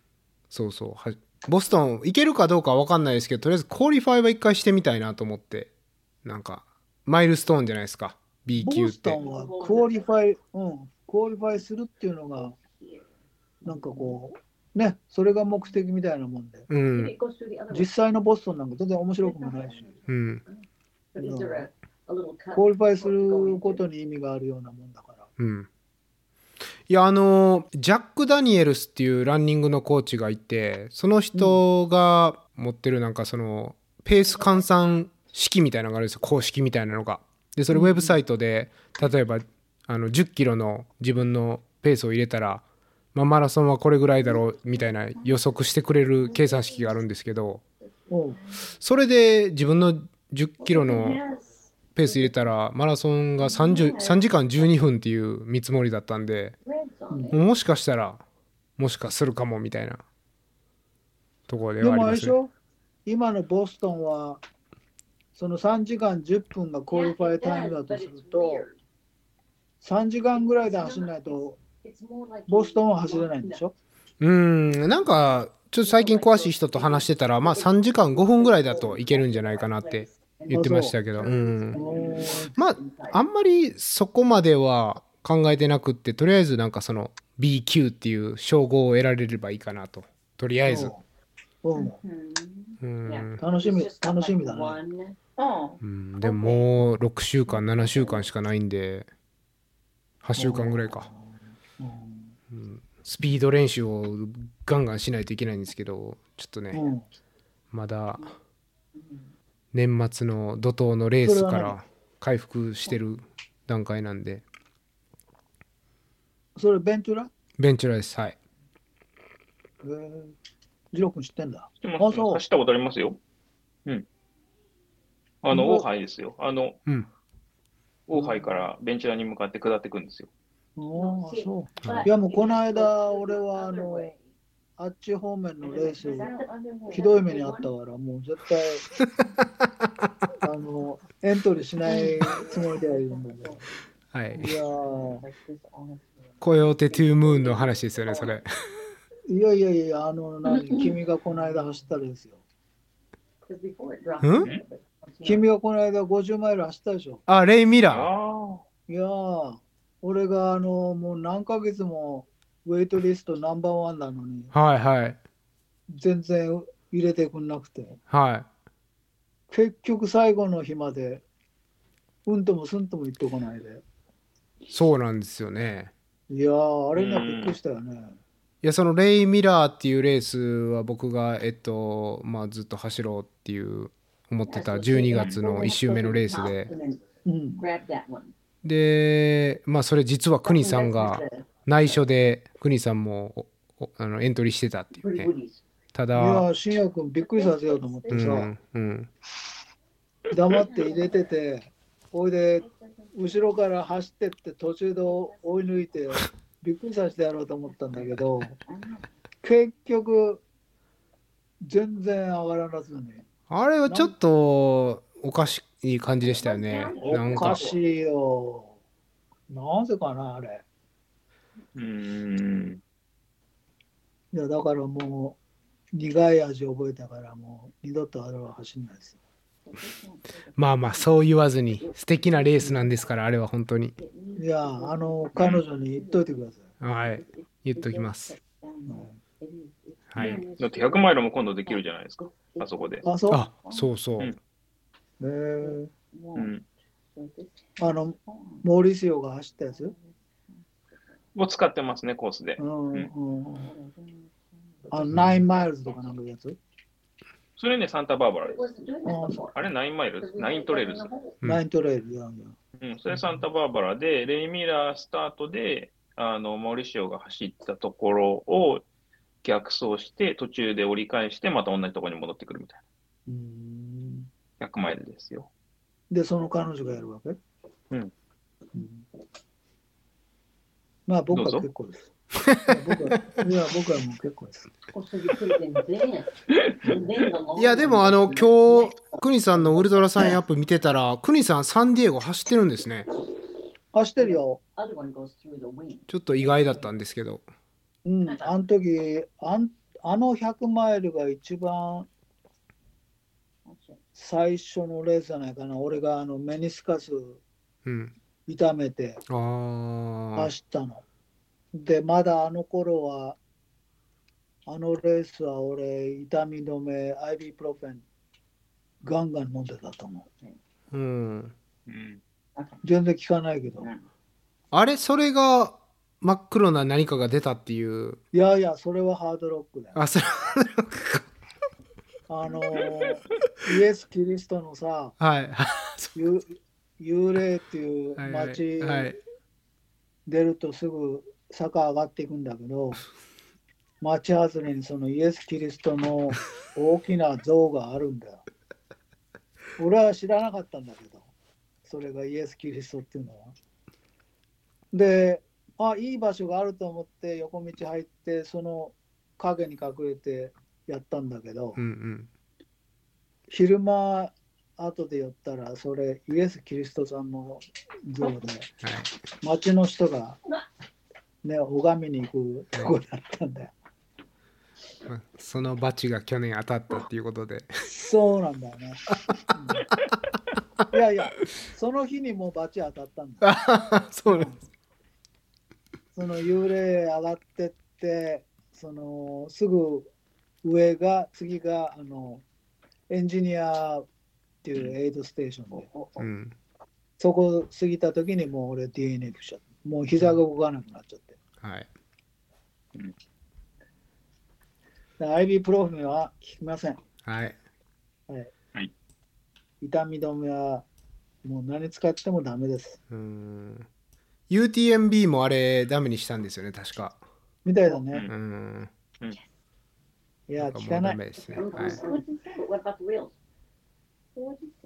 [SPEAKER 2] そうそうはボストン行けるかどうかは分かんないですけどとりあえずクオリファイは一回してみたいなと思ってなんかマイルストーンじゃないですか B
[SPEAKER 3] ボ
[SPEAKER 2] 級っ
[SPEAKER 3] スト
[SPEAKER 2] て
[SPEAKER 3] ンはクオリファイ、うん、クオリファイするっていうのが、なんかこう、ね、それが目的みたいなもんで、
[SPEAKER 2] う
[SPEAKER 4] If
[SPEAKER 2] ん
[SPEAKER 4] it goes through the other
[SPEAKER 3] 実際のボストンなんか全然面白くもないし、
[SPEAKER 2] うん
[SPEAKER 4] way, is there a, a little cut?
[SPEAKER 3] クオリファイすることに意味があるようなもんだから。
[SPEAKER 2] うんいやあのジャック・ダニエルスっていうランニングのコーチがいてその人が持ってるなんかそのペース換算式みたいなのがあるんですよ公式みたいなのが。でそれウェブサイトで例えばあの10キロの自分のペースを入れたら、まあ、マラソンはこれぐらいだろうみたいな予測してくれる計算式があるんですけど
[SPEAKER 3] うん、
[SPEAKER 2] それで自分の10キロの
[SPEAKER 4] Yes.
[SPEAKER 2] ペース入れたらマラソンが30 3時間12分っていう見積もりだったんで。
[SPEAKER 4] Reds on it.
[SPEAKER 2] もしかしたらもしかするかもみたいなところで
[SPEAKER 3] で
[SPEAKER 2] はあり
[SPEAKER 3] もあ
[SPEAKER 2] ま
[SPEAKER 3] れですし
[SPEAKER 2] ね
[SPEAKER 3] ょ、今のボストンは、その3時間10分がクオリファイタイムだとすると、3時間ぐらいで走らないと、ボストンは走れないんでしょ
[SPEAKER 2] うーんなんかちょっと最近詳しい人と話してたらまあ3時間5分ぐらいだといけるんじゃないかなって言ってましたけどうん
[SPEAKER 3] うん
[SPEAKER 2] まああんまりそこまでは考えてなくってとりあえずなんかその B 級っていう称号を得られればいいかなととりあえず
[SPEAKER 3] うん、
[SPEAKER 2] うん、
[SPEAKER 3] 楽しみ、楽しみだね。
[SPEAKER 4] ね。Oh.
[SPEAKER 2] うん、でももう6週間7週間しかないんで8週間ぐらいか。
[SPEAKER 3] うん
[SPEAKER 2] スピード練習をガンガンしないといけないんですけどちょっとね、
[SPEAKER 3] うん
[SPEAKER 2] まだ年末の怒涛のレースか
[SPEAKER 3] それは
[SPEAKER 2] ら回復してる段階なんで
[SPEAKER 3] それベンチュラ
[SPEAKER 2] ベンチュラですはい
[SPEAKER 3] えー、ジロー君知ってんだ。
[SPEAKER 1] 知ってます
[SPEAKER 3] そう
[SPEAKER 1] 走ったことありますよ。うん。あ
[SPEAKER 3] う
[SPEAKER 1] の、
[SPEAKER 3] わ
[SPEAKER 1] オーハイですよ。あの、
[SPEAKER 2] うん
[SPEAKER 1] オーハイからベンチュラに向かって下っていくんですよ。
[SPEAKER 3] おーそう。
[SPEAKER 2] はい
[SPEAKER 3] やもうこの間俺はあのあっち方面のレースをひどい目にあったから、もう絶 <laughs> 対あのエントリーしないつもりではいるんだけど。
[SPEAKER 2] はい
[SPEAKER 3] いやー
[SPEAKER 2] コヨーテ・トゥ・ムーンの話ですよねそれ
[SPEAKER 3] いやいやいや、あの何、君がこの間走ったレースよ。
[SPEAKER 2] ん
[SPEAKER 3] 君がこの間50マイル走ったでしょ。
[SPEAKER 2] あレイ・ミラー
[SPEAKER 1] あ
[SPEAKER 3] いやー、俺があのもう何ヶ月もウェイトリストナンバーワンなのに、
[SPEAKER 2] はいはい
[SPEAKER 3] 全然入れてくんなくて。
[SPEAKER 2] は
[SPEAKER 3] 結局最後の日までうんともすんとも言ってこないで
[SPEAKER 2] いそうなんですよね
[SPEAKER 3] いやーあれには
[SPEAKER 1] うん
[SPEAKER 3] びっくりしたよね
[SPEAKER 2] いやそのレイ・ミラーっていうレースは僕がえっとまあずっと走ろうっていう思ってた12月の1周目のレースで
[SPEAKER 3] うん
[SPEAKER 2] でまあそれ実は国さんが内緒で国さんもおおあのエントリーしてたっていうねた
[SPEAKER 3] いや
[SPEAKER 2] だ
[SPEAKER 3] ー信也君びっくりさせようと思って
[SPEAKER 2] う
[SPEAKER 3] さ、
[SPEAKER 2] んうん
[SPEAKER 3] 黙って入れててほいで後ろから走ってって途中で追い抜いてびっくりさせてやろうと思ったんだけど結局全然上がらずに
[SPEAKER 2] あれはちょっとおかしい感じでしたよねなん
[SPEAKER 3] お
[SPEAKER 2] か
[SPEAKER 3] かしいよなぜかなあれ
[SPEAKER 1] あ。うーん。
[SPEAKER 3] いやだからもう苦い味覚えたからもう二度とあれは走んないですよ。
[SPEAKER 2] まあまあそう言わずに素敵なレースなんですからあれは本当に
[SPEAKER 3] いや、あの、彼女に言っといてください。
[SPEAKER 2] はい言っときますはい
[SPEAKER 1] だって100マイルも今度できるじゃないですか、あそこで。
[SPEAKER 3] あ、そう。
[SPEAKER 2] あそうそう、
[SPEAKER 1] うん
[SPEAKER 3] えー、
[SPEAKER 1] うん。
[SPEAKER 3] あの、モーリシオが走ったやつ。
[SPEAKER 1] を使ってますね、コースで
[SPEAKER 3] う。ん、うん。あ
[SPEAKER 4] あ
[SPEAKER 3] の、ナインマイルズとかなんかいうやつ。
[SPEAKER 1] それね、サンタバーバラです。あ
[SPEAKER 4] あ
[SPEAKER 1] れ、
[SPEAKER 4] れ
[SPEAKER 1] ナインマイルナイントレイルズ。
[SPEAKER 2] うん
[SPEAKER 3] ナイントレイル、いやいや。
[SPEAKER 1] うん、それサンタバーバラで、レイミラースタートで、あの、マウリシオが走ったところを逆走して、途中で折り返して、また同じところに戻ってくるみたいう
[SPEAKER 3] ーん。
[SPEAKER 1] な。100マイルですよ。
[SPEAKER 3] で、その彼女がやるわけ
[SPEAKER 1] うん。
[SPEAKER 3] うんまあ僕
[SPEAKER 1] どう
[SPEAKER 3] は
[SPEAKER 1] ぞ
[SPEAKER 3] 結構です。僕は、いや、僕はもう結構です。
[SPEAKER 2] <laughs> いやでもあの今日クニさんのウルトラサインアップ見てたらクニさんサンディエゴ走ってるんですね
[SPEAKER 3] 走ってるよ。
[SPEAKER 2] ちょっと意外だったんですけど
[SPEAKER 3] うん。あの時、あんあの100マイルが一番最初のレースじゃないかな。俺があのメニスカス
[SPEAKER 2] うん
[SPEAKER 3] 痛めて
[SPEAKER 2] あー
[SPEAKER 3] 走ったの。で、まだあの頃は、あのレースは俺、痛み止め、アイビープロフェン、ガンガン飲んでたと思
[SPEAKER 2] う
[SPEAKER 3] う。
[SPEAKER 2] ん
[SPEAKER 1] うん。
[SPEAKER 3] 全然効かないけど。
[SPEAKER 2] あれそれが真っ黒な何かが出たっていう
[SPEAKER 3] いやいや、それはハードロックだよ。
[SPEAKER 2] あそれ
[SPEAKER 3] あのーイエス・キリストのさ、
[SPEAKER 2] はい
[SPEAKER 3] 幽幽霊っていう
[SPEAKER 2] はい
[SPEAKER 3] 街
[SPEAKER 2] はい
[SPEAKER 3] 出るとすぐ坂上がっていくんだけど、 <laughs> 街外れにそのイエス・キリストの大きな像があるんだよ。俺は知らなかったんだけど、それがイエス・キリストっていうのは。で、あ、いい場所があると思って横道入って、その影に隠れてやったんだけど、
[SPEAKER 2] うん
[SPEAKER 3] 昼間後で寄ったらそれイエス・キリストさんの像で
[SPEAKER 2] うんはい
[SPEAKER 3] 町の人がね拝みに行くとこだったんだよ
[SPEAKER 2] まあそのバチが去年当たったっていうことで <laughs>
[SPEAKER 3] そうなんだよね、うんいやいやその日にもうバチ当たったんだよ
[SPEAKER 2] あそうなんです
[SPEAKER 3] その幽霊上がってってそのすぐ上が次があのエンジニアっていうエイドステーションで
[SPEAKER 2] うん
[SPEAKER 3] そこ過ぎた時にもう俺 DNA しちゃって、もう膝が動かなくなっちゃって。
[SPEAKER 2] はい
[SPEAKER 3] だから IV プロフェンは効きません。
[SPEAKER 2] はい
[SPEAKER 3] 痛み止めはもう何使ってもダメです。
[SPEAKER 2] うん UTMB もあれダメにしたんですよね確か
[SPEAKER 3] みたいだね。
[SPEAKER 2] うん
[SPEAKER 3] いや、
[SPEAKER 2] ん
[SPEAKER 3] 効
[SPEAKER 2] もう
[SPEAKER 3] かな
[SPEAKER 2] ダ
[SPEAKER 3] い。
[SPEAKER 2] メですねはい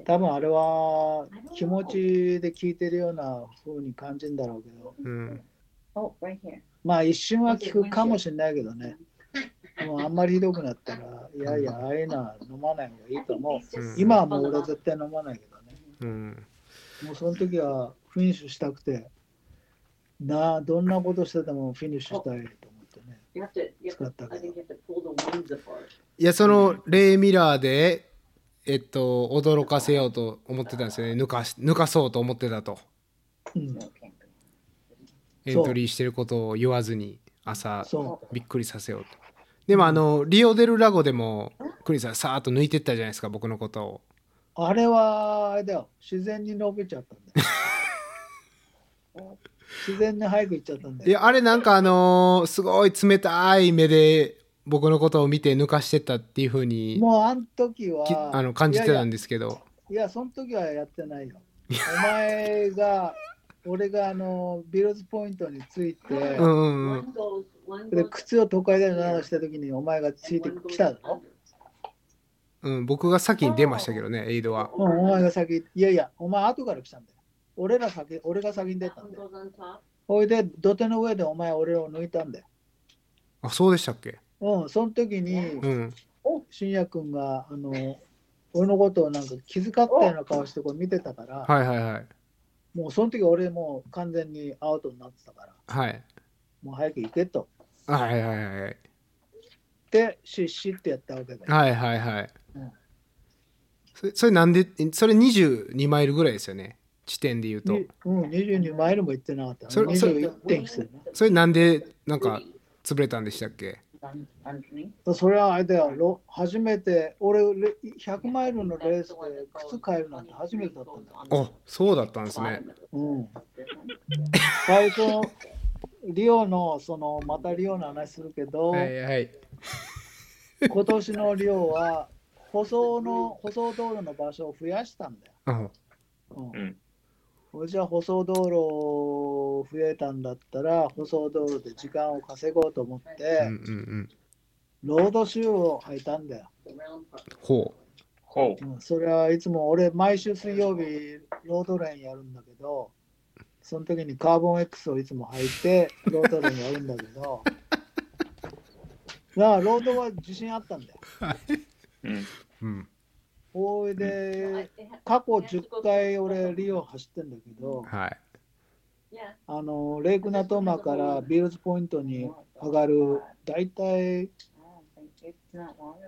[SPEAKER 3] 多分あれは気持ちで効いてるような風に感じるんだろうけど、
[SPEAKER 2] うん
[SPEAKER 3] まあ一瞬は効くかもしれないけどね。もうあんまりひどくなったら、いやいや、ああいうのは飲まない方がいいと思う。
[SPEAKER 2] うん
[SPEAKER 3] 今はもう俺は絶対飲まないけどね。
[SPEAKER 2] うん
[SPEAKER 3] もうその時はフィニッシュしたくて、なあどんなことしててもフィニッシュしたいと思ってね、使ったけど。
[SPEAKER 2] いやそのレイミラーでえっと驚かせようと思ってたんですよね抜かし抜かそうと思ってたと
[SPEAKER 3] うん、
[SPEAKER 2] エントリーしてることを言わずに朝
[SPEAKER 3] そ
[SPEAKER 2] びっくりさせようとでもあのリオデルラゴでもクリスさんさーっと抜いてったじゃないですか僕のことを
[SPEAKER 3] う。あれは、あれだよ、自然に伸びちゃったんだよ。 <laughs> 自然に早く行っちゃったんだ
[SPEAKER 2] い
[SPEAKER 3] よ。
[SPEAKER 2] やあれなんかあのーすごい冷たい目で僕のことを見て抜かしてったっていう風に
[SPEAKER 3] もうあの時
[SPEAKER 2] き
[SPEAKER 3] は、
[SPEAKER 2] あの感じてたん
[SPEAKER 3] いやい
[SPEAKER 2] ですけど
[SPEAKER 3] や、いやその時はやってないよ。お前が、俺があの、ビルズポイントについて、
[SPEAKER 2] うんうんうん
[SPEAKER 3] で靴を都会で鳴らした時にお前がついてきただろ。
[SPEAKER 2] うん、僕が先に出ましたけどねエイドは
[SPEAKER 3] うん、お前が先、いやいや、お前後から来たんだよ。俺ら先、俺が先に出たんだよ。ほいで、土手の上でお前俺を抜いたんだよ。
[SPEAKER 2] あそうでしたっけ
[SPEAKER 3] うん、その時に
[SPEAKER 2] う、ん
[SPEAKER 3] 信也君が、あの、俺のことをなんか気遣ったような顔してこう見てたから、
[SPEAKER 2] はいはいはい
[SPEAKER 3] もうその時俺もう完全にアウトになってたから、
[SPEAKER 2] はい
[SPEAKER 3] もう早く行けと。
[SPEAKER 2] あはいはいはいはい
[SPEAKER 3] で、シッシッってやったわけだよ。
[SPEAKER 2] はいはいはいそれそれなんでそれ22マイルぐらいですよね地点で言うと
[SPEAKER 3] にうん、22マイルも行ってなかった。
[SPEAKER 2] それそれ
[SPEAKER 3] 21.9。
[SPEAKER 2] それなんでなんか潰れたんでしたっけ
[SPEAKER 4] Anthony?
[SPEAKER 3] それはあれだよ、ろ初めて、俺、レ100マイルのレースで靴変えるなんて初めてだったんだよ。
[SPEAKER 2] あそうだったんですね
[SPEAKER 3] うん、最初、リオの、その、またリオの話するけど、
[SPEAKER 2] はいはい <laughs>
[SPEAKER 3] 今年のリオは、舗装の、舗装道路の場所を増やしたんだよ。
[SPEAKER 2] あ
[SPEAKER 3] う
[SPEAKER 1] うんん、
[SPEAKER 3] これじゃあ舗装道路増えたんだったら舗装道路で時間を稼ごうと思っ
[SPEAKER 2] うんうんう
[SPEAKER 3] て、
[SPEAKER 2] ん
[SPEAKER 3] ロードシューを履いたんだよ、
[SPEAKER 2] ほ
[SPEAKER 1] ほ
[SPEAKER 3] うん、それはいつも俺毎週水曜日ロードレーンやるんだけどその時にカーボン X をいつも履いてロードレーンやるんだけどだからロードは自信あったんだよ
[SPEAKER 1] う。うん。
[SPEAKER 2] ううん
[SPEAKER 3] おいで過去10回俺リオ走ってんだけど、
[SPEAKER 2] はい
[SPEAKER 3] あのレイクナトーマからビールズポイントに上がる大体う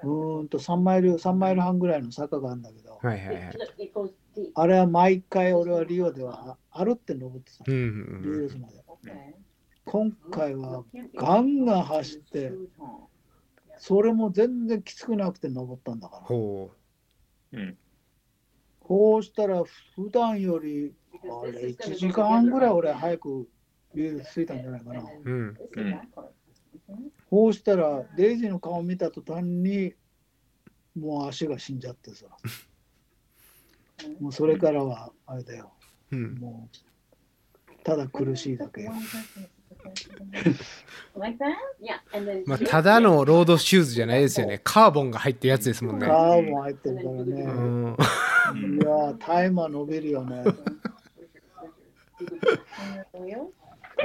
[SPEAKER 3] ーんと3マイル3マイル半ぐらいの坂があるんだけど
[SPEAKER 2] はいはいはい
[SPEAKER 3] あれは毎回俺はリオではあ歩って登ってた
[SPEAKER 2] うん
[SPEAKER 3] ビ
[SPEAKER 2] う
[SPEAKER 3] ー
[SPEAKER 2] ん
[SPEAKER 3] ルズまで今回はガンガン走ってそれも全然きつくなくて登ったんだから
[SPEAKER 2] ほ
[SPEAKER 1] うん。
[SPEAKER 3] こうしたら普段よりあれ1時間半ぐらい俺早くビールズ着いたんじゃないかな
[SPEAKER 2] ううん
[SPEAKER 3] こうしたらデイジーの顔を見た途端にもう足が死んじゃって
[SPEAKER 1] <laughs>
[SPEAKER 3] さもうそれからはあれだよ
[SPEAKER 2] うん
[SPEAKER 3] もうただ苦しいだけよ
[SPEAKER 4] Like that? Yeah. And then
[SPEAKER 2] まあただのロードシューズじゃないですよねカーボンが入ってるやつですもんね
[SPEAKER 3] カーも入ってるから
[SPEAKER 2] う
[SPEAKER 3] ね
[SPEAKER 2] ん <laughs>
[SPEAKER 1] うん
[SPEAKER 3] いやータイマー伸びるよね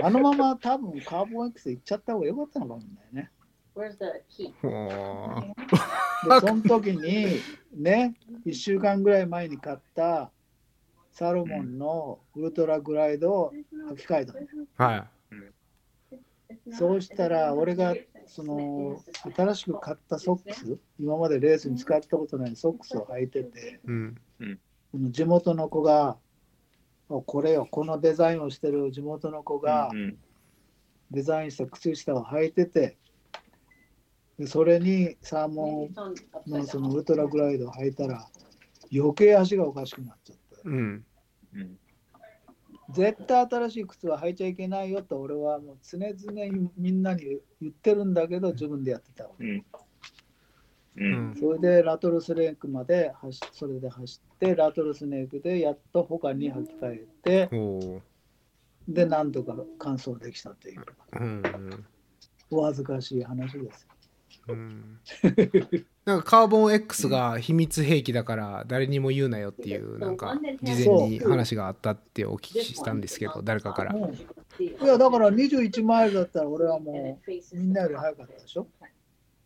[SPEAKER 3] あのまま多分カーボン X 行っちゃった方が良かったのかもしれないね
[SPEAKER 4] Where's the key?
[SPEAKER 2] ほう
[SPEAKER 3] でその時にね1週間ぐらい前に買ったサロモンのウルトラグライドを履き替えたの
[SPEAKER 2] は
[SPEAKER 3] そうしたら、俺がその新しく買ったソックス、今までレースに使ったことないソックスを履いてて、
[SPEAKER 2] いうん
[SPEAKER 3] その地元の子が、おこれよ、このデザインをしてる地元の子が
[SPEAKER 1] うん
[SPEAKER 3] デザインした靴下を履いてて、でそれにサーモンのそのウルトラグライドを履いたら、余計足がおかしくなっちゃって、
[SPEAKER 2] うん
[SPEAKER 1] うん。
[SPEAKER 3] 絶対新しい靴は履いちゃいけないよと俺はもう常々みんなに言ってるんだけど、自分でやってたわけ。
[SPEAKER 1] うん。う。
[SPEAKER 2] うんん
[SPEAKER 3] それでラトルスネークまで走それで走ってラトルスネークでやっと他に履き替えて
[SPEAKER 2] ほ
[SPEAKER 3] で何とか完走できたという
[SPEAKER 2] ううん
[SPEAKER 3] お恥ずかしい話です。
[SPEAKER 2] うんなんかカーボン X が秘密兵器だから誰にも言うなよっていうなんか事前に話があったってお聞きしたんですけど誰かから
[SPEAKER 3] もういやだから21マイルだったら俺はもうみんなより早かったでしょ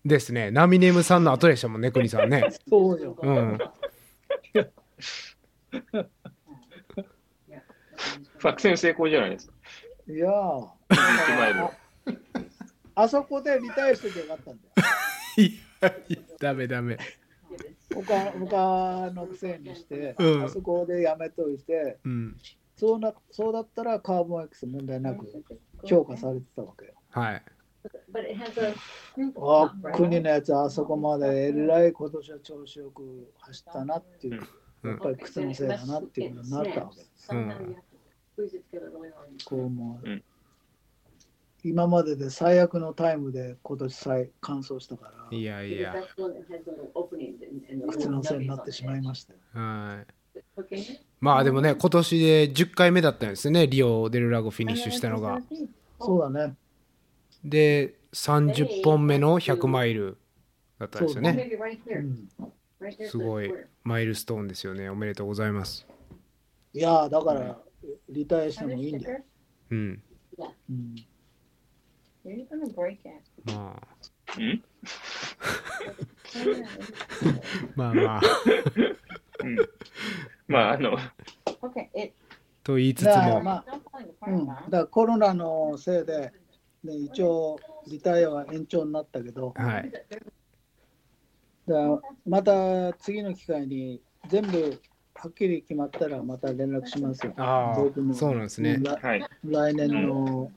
[SPEAKER 2] ですねナミネムさんの後でしたもんね国さんね <laughs>
[SPEAKER 3] そうよ。
[SPEAKER 2] うん
[SPEAKER 1] 作戦成功じゃないですか。
[SPEAKER 3] いやー
[SPEAKER 1] 1マイル。
[SPEAKER 3] あそこでリタイアしててよかったんだよ。
[SPEAKER 2] いやいやダメダメ
[SPEAKER 3] 他他のくせにして、
[SPEAKER 2] うん
[SPEAKER 3] あそこでやめといて
[SPEAKER 2] うん
[SPEAKER 3] そうなそうだったらカーボン X 問題なく評価されてたわけよ。
[SPEAKER 2] はい
[SPEAKER 3] あ国のやつあそこまでえらい今年は調子よく走ったなっていう、
[SPEAKER 2] うん
[SPEAKER 3] やっぱり靴のせいだなっていうのになったわけです。
[SPEAKER 2] うん
[SPEAKER 3] こうもう、
[SPEAKER 1] うん
[SPEAKER 3] 今までで最悪のタイムで今年最完走したから、
[SPEAKER 2] いやいや
[SPEAKER 3] 靴のせいになってしまいましたよ。
[SPEAKER 2] はい
[SPEAKER 4] す。
[SPEAKER 2] まあでもね今年で10回目だったんですよねリオ・デル・ラゴフィニッシュしたのが
[SPEAKER 3] そうだね。
[SPEAKER 2] で30本目の100マイルだったんですよね
[SPEAKER 3] うん、
[SPEAKER 2] すごいマイルストーンですよねおめでとうございます
[SPEAKER 3] いやーだからリタイアしてもいいんだよ。
[SPEAKER 2] うん
[SPEAKER 3] うん、 <laughs>
[SPEAKER 2] まあ
[SPEAKER 1] うん
[SPEAKER 2] まあまあ
[SPEAKER 1] うん。まあ、あの、
[SPEAKER 2] と言いつつ
[SPEAKER 3] だから
[SPEAKER 2] も
[SPEAKER 3] まあ、うん、だからコロナのせいで、ね、一応リタイアは延長になったけど、
[SPEAKER 2] はい
[SPEAKER 3] だからまた次の機会に全部はっきり決まったらまた連絡しますよ。
[SPEAKER 2] あ
[SPEAKER 3] 僕
[SPEAKER 2] あ
[SPEAKER 3] も
[SPEAKER 2] そうなんですね
[SPEAKER 3] 来
[SPEAKER 1] はい。
[SPEAKER 3] 来年の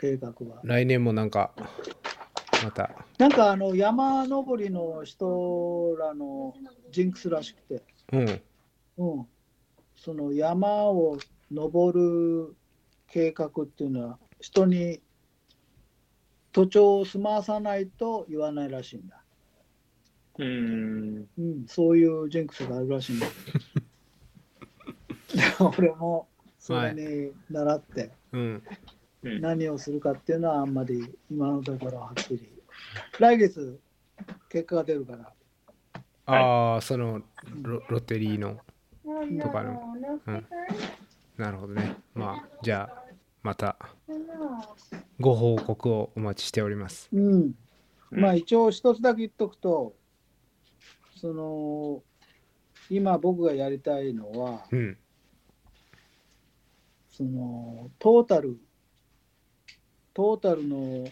[SPEAKER 3] 計画は。
[SPEAKER 2] 来年もなんかまた
[SPEAKER 3] なんかあの山登りの人らのジンクスらしくて、
[SPEAKER 2] うん
[SPEAKER 3] うん、その山を登る計画っていうのは人に土地を済まさないと言わないらしいんだ。
[SPEAKER 1] うーん。
[SPEAKER 3] うん、そういうジンクスがあるらしい
[SPEAKER 1] <laughs>
[SPEAKER 3] んだけど。俺もそれに習って
[SPEAKER 2] うん
[SPEAKER 1] うん
[SPEAKER 3] 何をするかっていうのはあんまり今のところはっきり。来月結果が出るから。
[SPEAKER 2] ああそのロロッテリーのとかのうんなるほどねまあじゃあまたご報告をお待ちしております
[SPEAKER 3] うん、
[SPEAKER 1] うん
[SPEAKER 3] まあ一応一つだけ言っとくと、その今僕がやりたいのは
[SPEAKER 2] うん
[SPEAKER 3] そのトータルトータルの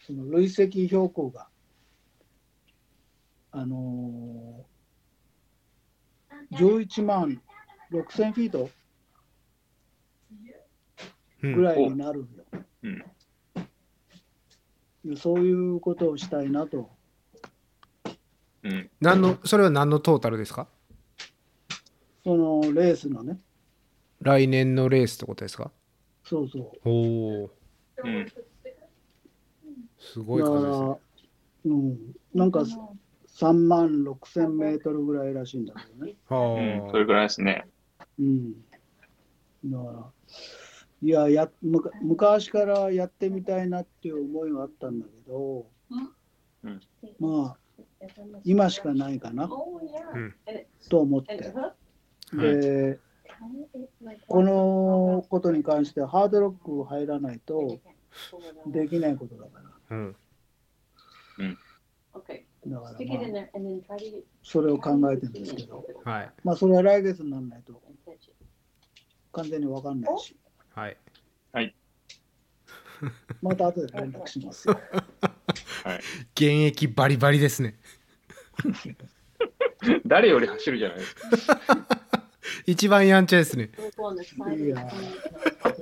[SPEAKER 3] その累積標高があのー、11万6000フィート
[SPEAKER 2] う
[SPEAKER 3] ぐ
[SPEAKER 2] ん
[SPEAKER 3] らいになるんよ、
[SPEAKER 1] うん
[SPEAKER 3] そういうことをしたいなと
[SPEAKER 1] うん。
[SPEAKER 2] 何のそれは何のトータルですか
[SPEAKER 3] そのレースのね
[SPEAKER 2] 来年のレースってことですか
[SPEAKER 3] そうそう
[SPEAKER 2] おお
[SPEAKER 1] うん。
[SPEAKER 2] すごい数ですね
[SPEAKER 3] だから、うん、なんか3万6千メートルぐらいらしいんだけどね。
[SPEAKER 2] あ
[SPEAKER 1] うん。
[SPEAKER 2] ー
[SPEAKER 1] それぐらいですね。
[SPEAKER 3] うん。だから、いや、やむか昔からやってみたいなっていう思いはあったんだけど、まあ、今しかないかな
[SPEAKER 2] うん
[SPEAKER 3] と思って。で、このことに関してはハードロック入らないとできないことだか
[SPEAKER 2] うん
[SPEAKER 3] ら。だから、まあ、それを考えてるんですけど、
[SPEAKER 2] はい
[SPEAKER 3] まあ、それは来月にならないと完全にわかんないし。
[SPEAKER 2] はい
[SPEAKER 3] また後で連絡しますよ。
[SPEAKER 1] はい。
[SPEAKER 2] 現役バリバリですね
[SPEAKER 1] <laughs> 誰より走るじゃないですか。
[SPEAKER 2] 一番やんちゃですね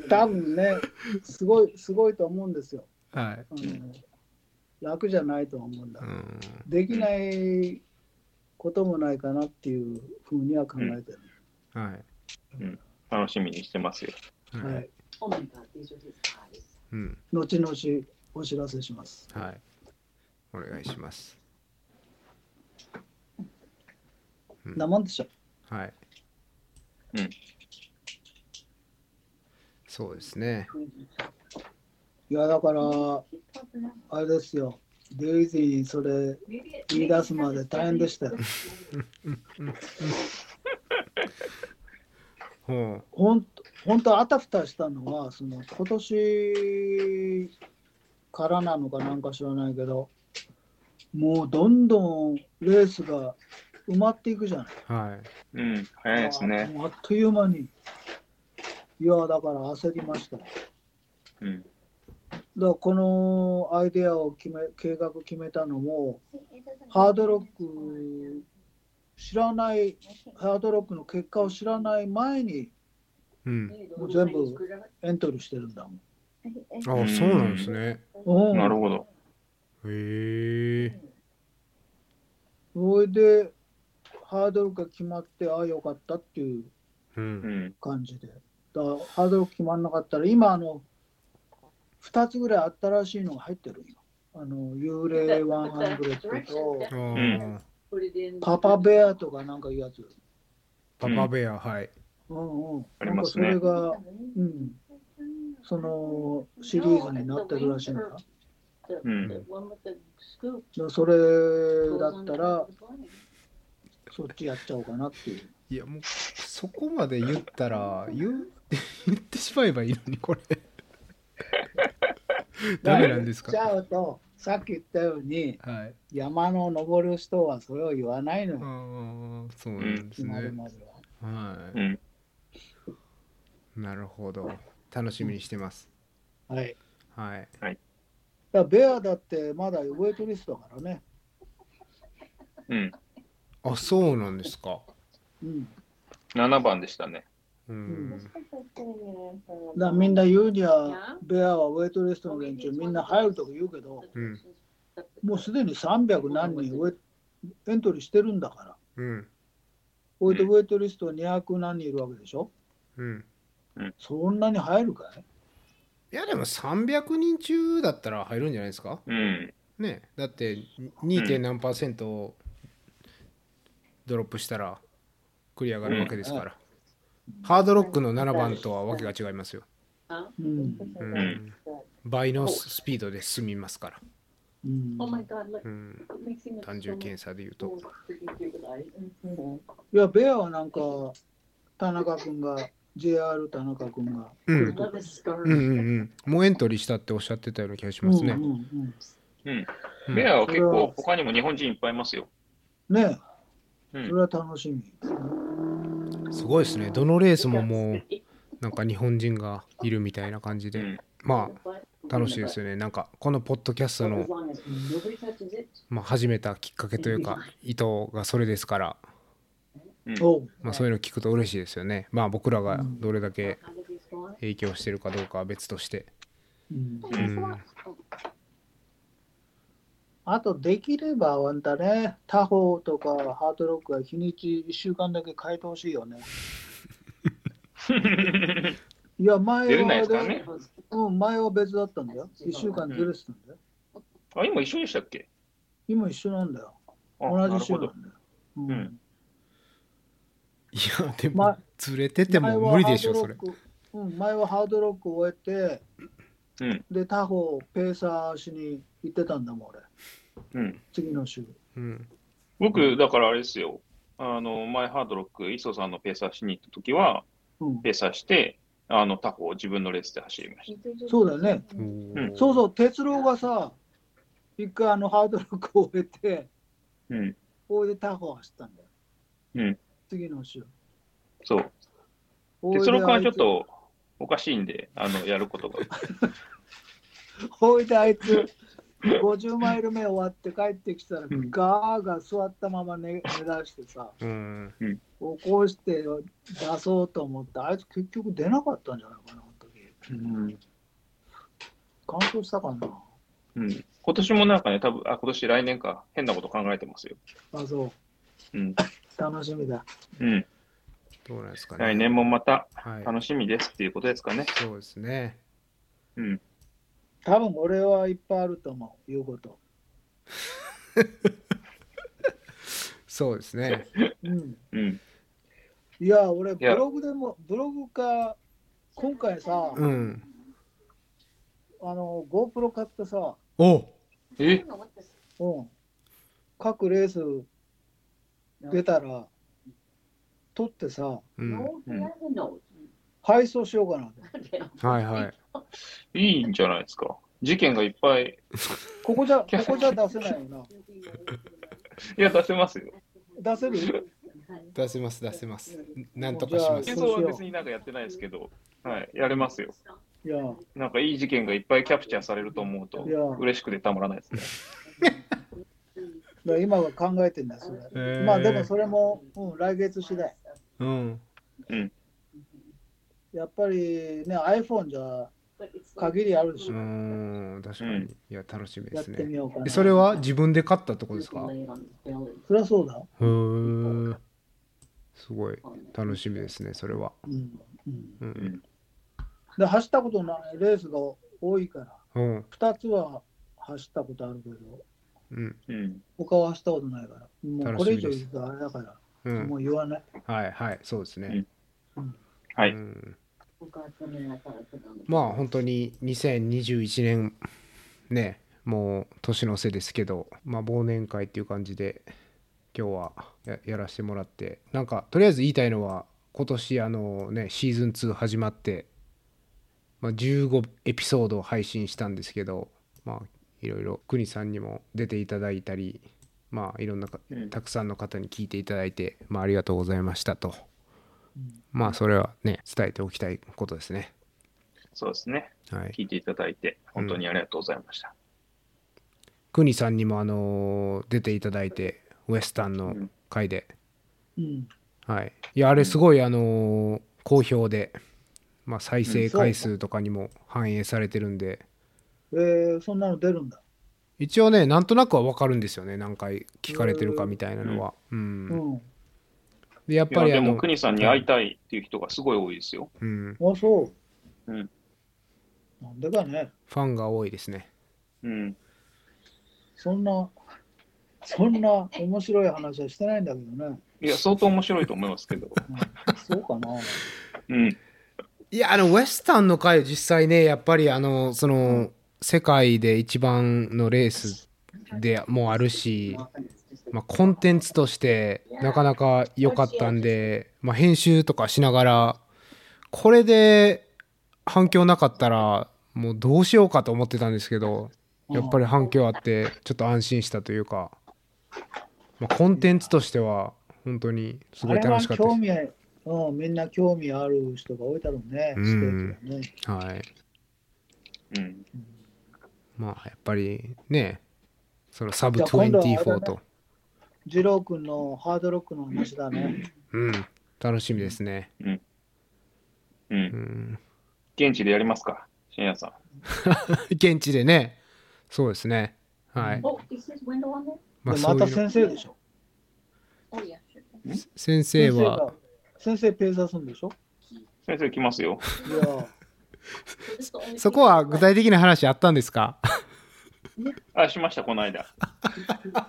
[SPEAKER 3] 多分ね、すごい、すごいと思うんですよ。
[SPEAKER 2] はい
[SPEAKER 3] あの楽じゃないとは思うんだ
[SPEAKER 2] う。ん
[SPEAKER 3] できないこともないかなっていうふうには考えてる。
[SPEAKER 2] はい
[SPEAKER 1] 楽しみにしてますよ。
[SPEAKER 2] は
[SPEAKER 3] はいい。
[SPEAKER 2] うん
[SPEAKER 3] 後々お知らせします。
[SPEAKER 2] はいお願いしますうん
[SPEAKER 3] なもんでしょ。
[SPEAKER 2] はい
[SPEAKER 1] うん
[SPEAKER 2] そうですね
[SPEAKER 3] いや、だから、あれですよ。デイジーにそれ、言い出すまで大変でしたよ。
[SPEAKER 2] ほ
[SPEAKER 3] ほんと本当あたふたしたのはその今年からなのかなんか知らないけどもうどんどんレースが埋まっていくじゃないう
[SPEAKER 2] はい
[SPEAKER 1] うん。早いですね。
[SPEAKER 3] もうあっという間にいやだから焦りましただか
[SPEAKER 1] うん。
[SPEAKER 3] らこのアイデアを決め計画決めたのもハードロック知らないハードロックの結果を知らない前に
[SPEAKER 2] うん
[SPEAKER 3] もう全部エントリーしてるんだもん
[SPEAKER 2] ああそうなんですね
[SPEAKER 3] うん
[SPEAKER 1] なるほど。
[SPEAKER 2] へえ
[SPEAKER 3] それでハードルが決まってああよかったっていう
[SPEAKER 2] う
[SPEAKER 1] うんん。
[SPEAKER 3] 感じでだからハードル決まんなかったら今あの2つぐらい新しいのが入ってるよあの幽霊100と
[SPEAKER 2] あ
[SPEAKER 1] ん
[SPEAKER 2] ー
[SPEAKER 3] パパベアとかなんかいうやつ
[SPEAKER 2] パパベアはい
[SPEAKER 3] うんうん
[SPEAKER 1] ありますね
[SPEAKER 3] なんかそれがうんそのシリーズになってるらしいんだだか
[SPEAKER 1] うん。
[SPEAKER 3] らそれだったらそっちやっちゃおうかなっていう
[SPEAKER 2] いやもうそこまで言ったら言う <laughs> 言ってしまえばいいのに <laughs> これダメなんですか
[SPEAKER 3] やっちゃうとさっき言ったように
[SPEAKER 2] はい
[SPEAKER 3] 山の登る人はそれを言わないのよ
[SPEAKER 2] ああそうなんです
[SPEAKER 3] 決まる
[SPEAKER 2] ね
[SPEAKER 3] までは。
[SPEAKER 2] は
[SPEAKER 1] うん。
[SPEAKER 2] いなるほど楽しみにしてます
[SPEAKER 3] はい。
[SPEAKER 2] はい
[SPEAKER 3] だからベアだってまだウェイトリストだからね。
[SPEAKER 1] うん。
[SPEAKER 2] あそうなんですか
[SPEAKER 3] うん、
[SPEAKER 1] 7番でしたね。
[SPEAKER 2] うん。
[SPEAKER 3] だからみんな言うに
[SPEAKER 4] や
[SPEAKER 3] は、ベアはウェイトレストの連中みんな入るとか言うけど、
[SPEAKER 2] うん
[SPEAKER 3] もうすでに300何人ウェイエントリーしてるんだか
[SPEAKER 2] う
[SPEAKER 3] ら、
[SPEAKER 2] ん。
[SPEAKER 3] おいて
[SPEAKER 1] うん
[SPEAKER 3] ウェイトリスト200何人いるわけでしょ、
[SPEAKER 2] うん。
[SPEAKER 3] そんなに入るかい
[SPEAKER 2] いや、でも300人中だったら入るんじゃないですか
[SPEAKER 1] うん。
[SPEAKER 2] ねだって2点何パーセントドロップしたら繰り上がるわけですから、ハードロックの7番とはわけが違いますよ
[SPEAKER 3] うん
[SPEAKER 2] うん倍のスピードで進みますから、
[SPEAKER 3] うん、
[SPEAKER 4] Oh my god, look,
[SPEAKER 2] うん、
[SPEAKER 4] it makes him look
[SPEAKER 2] 単
[SPEAKER 4] so
[SPEAKER 2] 純
[SPEAKER 4] much
[SPEAKER 2] 検査でいう
[SPEAKER 4] more
[SPEAKER 2] と
[SPEAKER 4] freaking cute, right?
[SPEAKER 3] いや、ベアはなんか、田中君が、JR 田中君が、
[SPEAKER 2] う
[SPEAKER 4] I
[SPEAKER 2] ん
[SPEAKER 4] love his scarf.
[SPEAKER 2] うんうんうんもうエントリーしたっておっしゃってたような気がしますね、
[SPEAKER 3] うんうんうん
[SPEAKER 1] うん。
[SPEAKER 2] うん
[SPEAKER 1] ベアは結構、他にも日本人いっぱいいますよ。
[SPEAKER 3] ね
[SPEAKER 1] う
[SPEAKER 3] え、
[SPEAKER 1] ん
[SPEAKER 3] それは楽しみ。
[SPEAKER 2] すごいですねどのレースももうなんか日本人がいるみたいな感じで、
[SPEAKER 1] うん
[SPEAKER 2] まあ楽しいですよねなんかこのポッドキャストの
[SPEAKER 4] As long as nobody touches it,
[SPEAKER 2] まあ、始めたきっかけというか意図がそれですから、
[SPEAKER 1] うん
[SPEAKER 3] おう
[SPEAKER 2] まあ、そういうの聞くと嬉しいですよね。まあ僕らがどれだけ
[SPEAKER 4] how did he score?
[SPEAKER 2] 影響してるかどうかは別として。
[SPEAKER 3] うん
[SPEAKER 2] うん、
[SPEAKER 3] あと、できれば、あんたね、他方とかハートロックは日にち1週間だけ変えてほし
[SPEAKER 1] <laughs>
[SPEAKER 3] いよね。いや、前は
[SPEAKER 1] 出れないですからね
[SPEAKER 4] It
[SPEAKER 1] ね
[SPEAKER 4] was-
[SPEAKER 3] うん、前は別だったんだよ。1週間ずれてたんだよ。
[SPEAKER 1] あ、今一緒でしたっけ
[SPEAKER 3] 今一緒なんだよ。
[SPEAKER 1] あ
[SPEAKER 3] 同
[SPEAKER 1] な
[SPEAKER 3] じ
[SPEAKER 1] る
[SPEAKER 3] 週
[SPEAKER 1] ほ
[SPEAKER 3] なんだ
[SPEAKER 1] ど
[SPEAKER 3] よ。う
[SPEAKER 1] うんん
[SPEAKER 2] いやでも
[SPEAKER 3] ま
[SPEAKER 2] ずれてて
[SPEAKER 3] 前
[SPEAKER 2] も
[SPEAKER 3] は
[SPEAKER 2] 無理でしょそれ
[SPEAKER 3] ハ。ードロックうん、前はハードロック終えて、
[SPEAKER 1] うん
[SPEAKER 3] で、他方、ペーサーしに行ってたんだもん、俺。
[SPEAKER 1] うん。
[SPEAKER 3] 次の週。
[SPEAKER 2] うん
[SPEAKER 1] 僕、だからあれですよ。あの、前ハードロック、磯さんのペーサーしに行った時は、
[SPEAKER 3] うん、
[SPEAKER 1] ペーサーして、あの、他方を自分のレースで走りまし
[SPEAKER 3] そうだよね。
[SPEAKER 1] うん
[SPEAKER 3] そうそう、哲郎がさ、一回あのハードロックを終えて、
[SPEAKER 1] た。うん。
[SPEAKER 3] 大江で他方走ったんだよ。
[SPEAKER 1] うん
[SPEAKER 3] 次の週。
[SPEAKER 1] そう。
[SPEAKER 3] 大
[SPEAKER 1] 鉄
[SPEAKER 3] 江で
[SPEAKER 1] 郎君はちょっとおかしいんで、あの、やることが。
[SPEAKER 3] 大江であいつ、50マイル目終わって帰ってきたら、
[SPEAKER 1] ん
[SPEAKER 3] ガーガー座ったまま寝寝だしてさ、
[SPEAKER 2] うん
[SPEAKER 3] 起こして出そうと思って、あいつ結局出なかったんじゃないかな、あの時。
[SPEAKER 1] うん。
[SPEAKER 3] 乾燥したかな。
[SPEAKER 1] うん。今年もなんかね、多分あ、今年来年か、変なこと考えてますよ。
[SPEAKER 3] あ、そう。
[SPEAKER 1] うん。
[SPEAKER 3] 楽しみだ。
[SPEAKER 1] うん。
[SPEAKER 2] どうなんですかね。
[SPEAKER 1] 来年もまた
[SPEAKER 2] はい、
[SPEAKER 1] 楽しみですっていうことですかね。
[SPEAKER 2] そうですね。
[SPEAKER 1] うん。
[SPEAKER 3] 多分俺はいっぱいあると思う、言うこと。
[SPEAKER 2] そうで
[SPEAKER 1] <laughs>
[SPEAKER 2] すね。
[SPEAKER 3] うん。
[SPEAKER 1] うん。
[SPEAKER 3] いや、俺、ブ
[SPEAKER 1] や
[SPEAKER 3] ログでも、ブログか、今回さ、
[SPEAKER 2] うん。
[SPEAKER 3] あの、GoPro 買ってさ、
[SPEAKER 2] お
[SPEAKER 1] え
[SPEAKER 3] うん。各レース出たら、撮ってさ、
[SPEAKER 2] うん。
[SPEAKER 4] No, he hasn't, no.
[SPEAKER 3] 配送しようかなと。
[SPEAKER 2] はいはい。
[SPEAKER 1] いいんじゃないですか。事件がいっぱい。
[SPEAKER 3] ここじゃ、ここじゃ出せないよな。
[SPEAKER 1] いや、出せますよ。
[SPEAKER 3] 出せる
[SPEAKER 2] 出せます出せます。なんとかしま
[SPEAKER 3] じ
[SPEAKER 1] 映
[SPEAKER 3] ゃ
[SPEAKER 2] す
[SPEAKER 3] あ。
[SPEAKER 1] 像は別になんかやってないですけど、はい、やれますよ。
[SPEAKER 3] いや、
[SPEAKER 1] なんかいい事件がいっぱいキャプチャーされると思うと
[SPEAKER 3] いや、
[SPEAKER 1] 嬉しくてたまらないですね。
[SPEAKER 3] だから今は考えてんだよ、それ。
[SPEAKER 2] えー
[SPEAKER 3] まあ、でもそれも、うん、来月次第。
[SPEAKER 2] うん。
[SPEAKER 3] やっぱりね、iPhone じゃ限りあるでし
[SPEAKER 2] う
[SPEAKER 3] ょ。
[SPEAKER 2] ん確か
[SPEAKER 1] う
[SPEAKER 2] に
[SPEAKER 1] ん。
[SPEAKER 2] いや楽しみで
[SPEAKER 3] やっ
[SPEAKER 2] す
[SPEAKER 3] てみ
[SPEAKER 2] ね。
[SPEAKER 3] ようか
[SPEAKER 2] え
[SPEAKER 3] な。
[SPEAKER 2] それは自分で買ったってことですか。
[SPEAKER 3] そりゃそうだ。
[SPEAKER 2] へーすごい楽しみですねそれは。
[SPEAKER 3] うん。うん、
[SPEAKER 2] うん
[SPEAKER 3] で、走ったことないレースが多いから、
[SPEAKER 2] うん
[SPEAKER 3] 2つは走ったことあるけど、
[SPEAKER 2] うん <laughs>
[SPEAKER 1] うん。
[SPEAKER 3] 他は走ったことないから、もう
[SPEAKER 2] 楽
[SPEAKER 3] こ
[SPEAKER 2] し
[SPEAKER 3] れ
[SPEAKER 2] み
[SPEAKER 3] 以上
[SPEAKER 2] です
[SPEAKER 3] 言うとあれだから、
[SPEAKER 2] うん
[SPEAKER 3] もう言わない。
[SPEAKER 2] はいはいそうですね。
[SPEAKER 1] は
[SPEAKER 2] う
[SPEAKER 1] い。
[SPEAKER 2] んまあ本当に2021年ねもう年の瀬ですけど、まあ、忘年会っていう感じで今日はややらせてもらってなんかとりあえず言いたいのは今年あのねシーズン2始まって、まあ、15エピソードを配信したんですけどまあいろいろ国さんにも出ていただいたりまあいろんなか
[SPEAKER 1] うん
[SPEAKER 2] たくさんの方に聞いていただいて、まあ、ありがとうございましたとまあそれはね伝えておきたいことですね。
[SPEAKER 1] そうですね。
[SPEAKER 2] はい
[SPEAKER 1] 聞いていただいて、本当にありがとうございました。
[SPEAKER 2] クニさんにもあのー出ていただいてウエスタンの回で、
[SPEAKER 3] うん。
[SPEAKER 2] はい、いやあれすごい、あのー好評で、まあ、再生回数とかにも反映されてるんで、
[SPEAKER 3] えー、そんなの出るんだ。
[SPEAKER 2] 一応ねなんとなくは分かるんですよね何回聞かれてるかみたいなのは、うん
[SPEAKER 3] うん。
[SPEAKER 2] でやっ
[SPEAKER 1] い
[SPEAKER 2] ぱ
[SPEAKER 1] や
[SPEAKER 2] り
[SPEAKER 1] で
[SPEAKER 2] あ
[SPEAKER 1] も、
[SPEAKER 2] の、
[SPEAKER 1] 国さんに会いたいっていう人がすごい多いですよ。
[SPEAKER 2] うん、
[SPEAKER 3] あ、そう。
[SPEAKER 1] うん。
[SPEAKER 3] なんでかね。
[SPEAKER 2] ファンが多いですね
[SPEAKER 1] うん。
[SPEAKER 3] そんな、そんな面白い話はしてないんだけどね。
[SPEAKER 1] いや、相当面白いと思いますけど。
[SPEAKER 3] うんそうかな。
[SPEAKER 1] うん。
[SPEAKER 2] いやあのウエスタンの回実際ねやっぱりあのその世界で一番のレースでもあるし、まあ、コンテンツとしてなかなか良かったんで、まあ、編集とかしながらこれで反響なかったらもうどうしようかと思ってたんですけど <laughs> やっぱり反響あってちょっと安心したというか、まあ、コンテンツとしては本当にすごい楽しかった
[SPEAKER 3] あ
[SPEAKER 2] で
[SPEAKER 3] れは興味ある、うん、みんな興味ある人が多いだろうね、
[SPEAKER 2] うん
[SPEAKER 3] ステーキがね。
[SPEAKER 2] す。はい
[SPEAKER 1] うん。
[SPEAKER 2] まあやっぱりねそのサブ
[SPEAKER 3] じゃあ今度はあれだ
[SPEAKER 2] 24
[SPEAKER 3] ね
[SPEAKER 2] と、
[SPEAKER 3] 二郎君のハードロックの話だね。
[SPEAKER 2] うん、楽しみですね、
[SPEAKER 1] う。
[SPEAKER 2] うんん、
[SPEAKER 1] 現地でやりますか、深夜さん。
[SPEAKER 2] 現地でねそうですねはい、
[SPEAKER 4] Oh, is this window on there?
[SPEAKER 2] まあ、
[SPEAKER 3] で
[SPEAKER 2] そ
[SPEAKER 3] ま
[SPEAKER 2] うい
[SPEAKER 3] た
[SPEAKER 2] うの
[SPEAKER 3] 先生でしょ。
[SPEAKER 4] Oh, yeah, sure.
[SPEAKER 2] 先生は
[SPEAKER 3] が先生ペーザーするんでしょ
[SPEAKER 1] 先生来ますよ。
[SPEAKER 3] いやー、
[SPEAKER 4] So this is the only
[SPEAKER 2] そ
[SPEAKER 4] thing
[SPEAKER 2] こは
[SPEAKER 4] that's
[SPEAKER 2] 具
[SPEAKER 4] left.
[SPEAKER 2] 体的な話あったんですか
[SPEAKER 1] あ、しました、この間。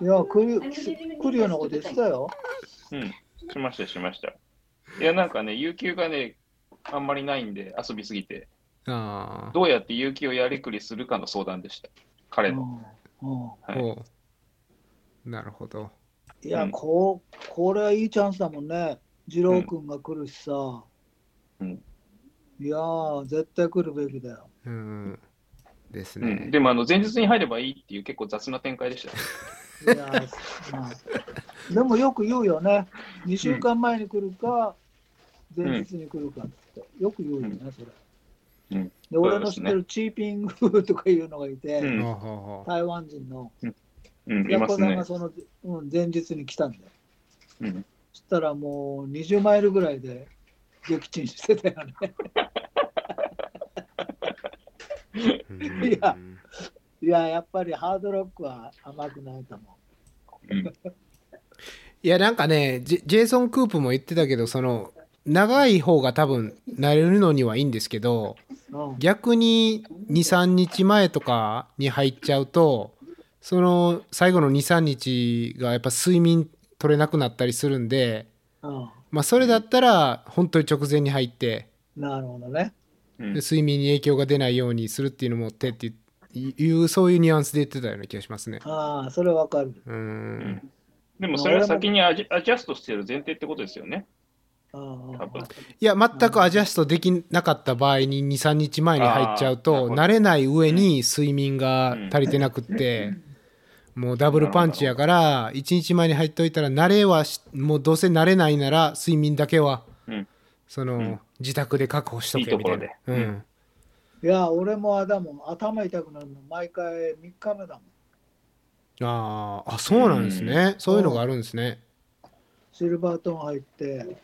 [SPEAKER 3] いやー、来るし来るようなこと言ってたよ。
[SPEAKER 1] うん。しました、しました。いや、なんかね、有給がね、あんまりないんで、遊びすぎて、
[SPEAKER 2] あ
[SPEAKER 1] どうやって有給をやりくりするかの相談でした。
[SPEAKER 3] う
[SPEAKER 1] 彼の。
[SPEAKER 3] んうん
[SPEAKER 2] あ、
[SPEAKER 1] はい
[SPEAKER 2] おうなるほど
[SPEAKER 3] いや
[SPEAKER 1] う
[SPEAKER 3] ー、
[SPEAKER 1] ん
[SPEAKER 3] こう、これはいいチャンスだもんね。二郎君が来るしさ。
[SPEAKER 1] うん
[SPEAKER 3] いやー、絶対来るべきだよ。
[SPEAKER 2] うんです
[SPEAKER 1] う
[SPEAKER 2] ね、
[SPEAKER 1] ん、でもあの前日に入ればいいっていう結構雑な展開でした。
[SPEAKER 3] いやー
[SPEAKER 1] <laughs>
[SPEAKER 3] まあ、でもよく言うよね、2週間前に来るか、前日に来るかって、よく言うよね、それ。
[SPEAKER 1] うん
[SPEAKER 3] で俺の知ってるチーピングとかいうのがいて、
[SPEAKER 1] うん
[SPEAKER 2] ほうほうほう
[SPEAKER 3] 台湾人の
[SPEAKER 1] うん、い
[SPEAKER 3] やっ
[SPEAKER 1] ま
[SPEAKER 3] こ
[SPEAKER 1] す
[SPEAKER 3] さん
[SPEAKER 1] ね
[SPEAKER 3] が。その、うん、前日に来たんだよ。
[SPEAKER 1] うん、
[SPEAKER 3] そしたらもう20マイルぐらいで撃沈してたよね。 <laughs>
[SPEAKER 2] うん
[SPEAKER 3] いやいや、やっぱりハードロックは甘くないと思
[SPEAKER 1] うん、
[SPEAKER 2] いやなんかねジェジェイソン・クープも言ってたけどその長い方が多分慣れるのにはいいんですけど
[SPEAKER 3] う。うん、
[SPEAKER 2] 逆に23日前とかに入っちゃうとその最後の23日がやっぱ睡眠取れなくなったりするんで、
[SPEAKER 3] うん、
[SPEAKER 2] まあ、それだったら本当に直前に入って
[SPEAKER 3] なるほどね。
[SPEAKER 1] う
[SPEAKER 2] で
[SPEAKER 1] ん、
[SPEAKER 2] 睡眠に影響が出ないようにするっていうのも手っていうそういうニュアンスで言ってたような気がしますね。
[SPEAKER 3] ああ、それわかる。
[SPEAKER 2] うーん
[SPEAKER 1] でもそれは先にアジアジャストしてる前提ってことですよね。
[SPEAKER 3] うんうん
[SPEAKER 1] 多分
[SPEAKER 2] いや全くアジャストできなかった場合に23日前に入っちゃうと
[SPEAKER 1] あー
[SPEAKER 2] 慣れない上に睡眠が足りてなくって、もうダブルパンチやから1日前に入っといたら慣れはしもうどうせ慣れないなら睡眠だけは、
[SPEAKER 1] うん
[SPEAKER 2] その、
[SPEAKER 1] うん
[SPEAKER 2] 自宅で確保しとけみたいない
[SPEAKER 1] いとこ
[SPEAKER 2] う
[SPEAKER 1] ろで
[SPEAKER 2] ん、
[SPEAKER 3] いや、俺もあだもん、頭痛くなるの、毎回3日目だもん。
[SPEAKER 2] あーあそうなんですね、そういうのがあるんですね
[SPEAKER 3] シルバートン入って、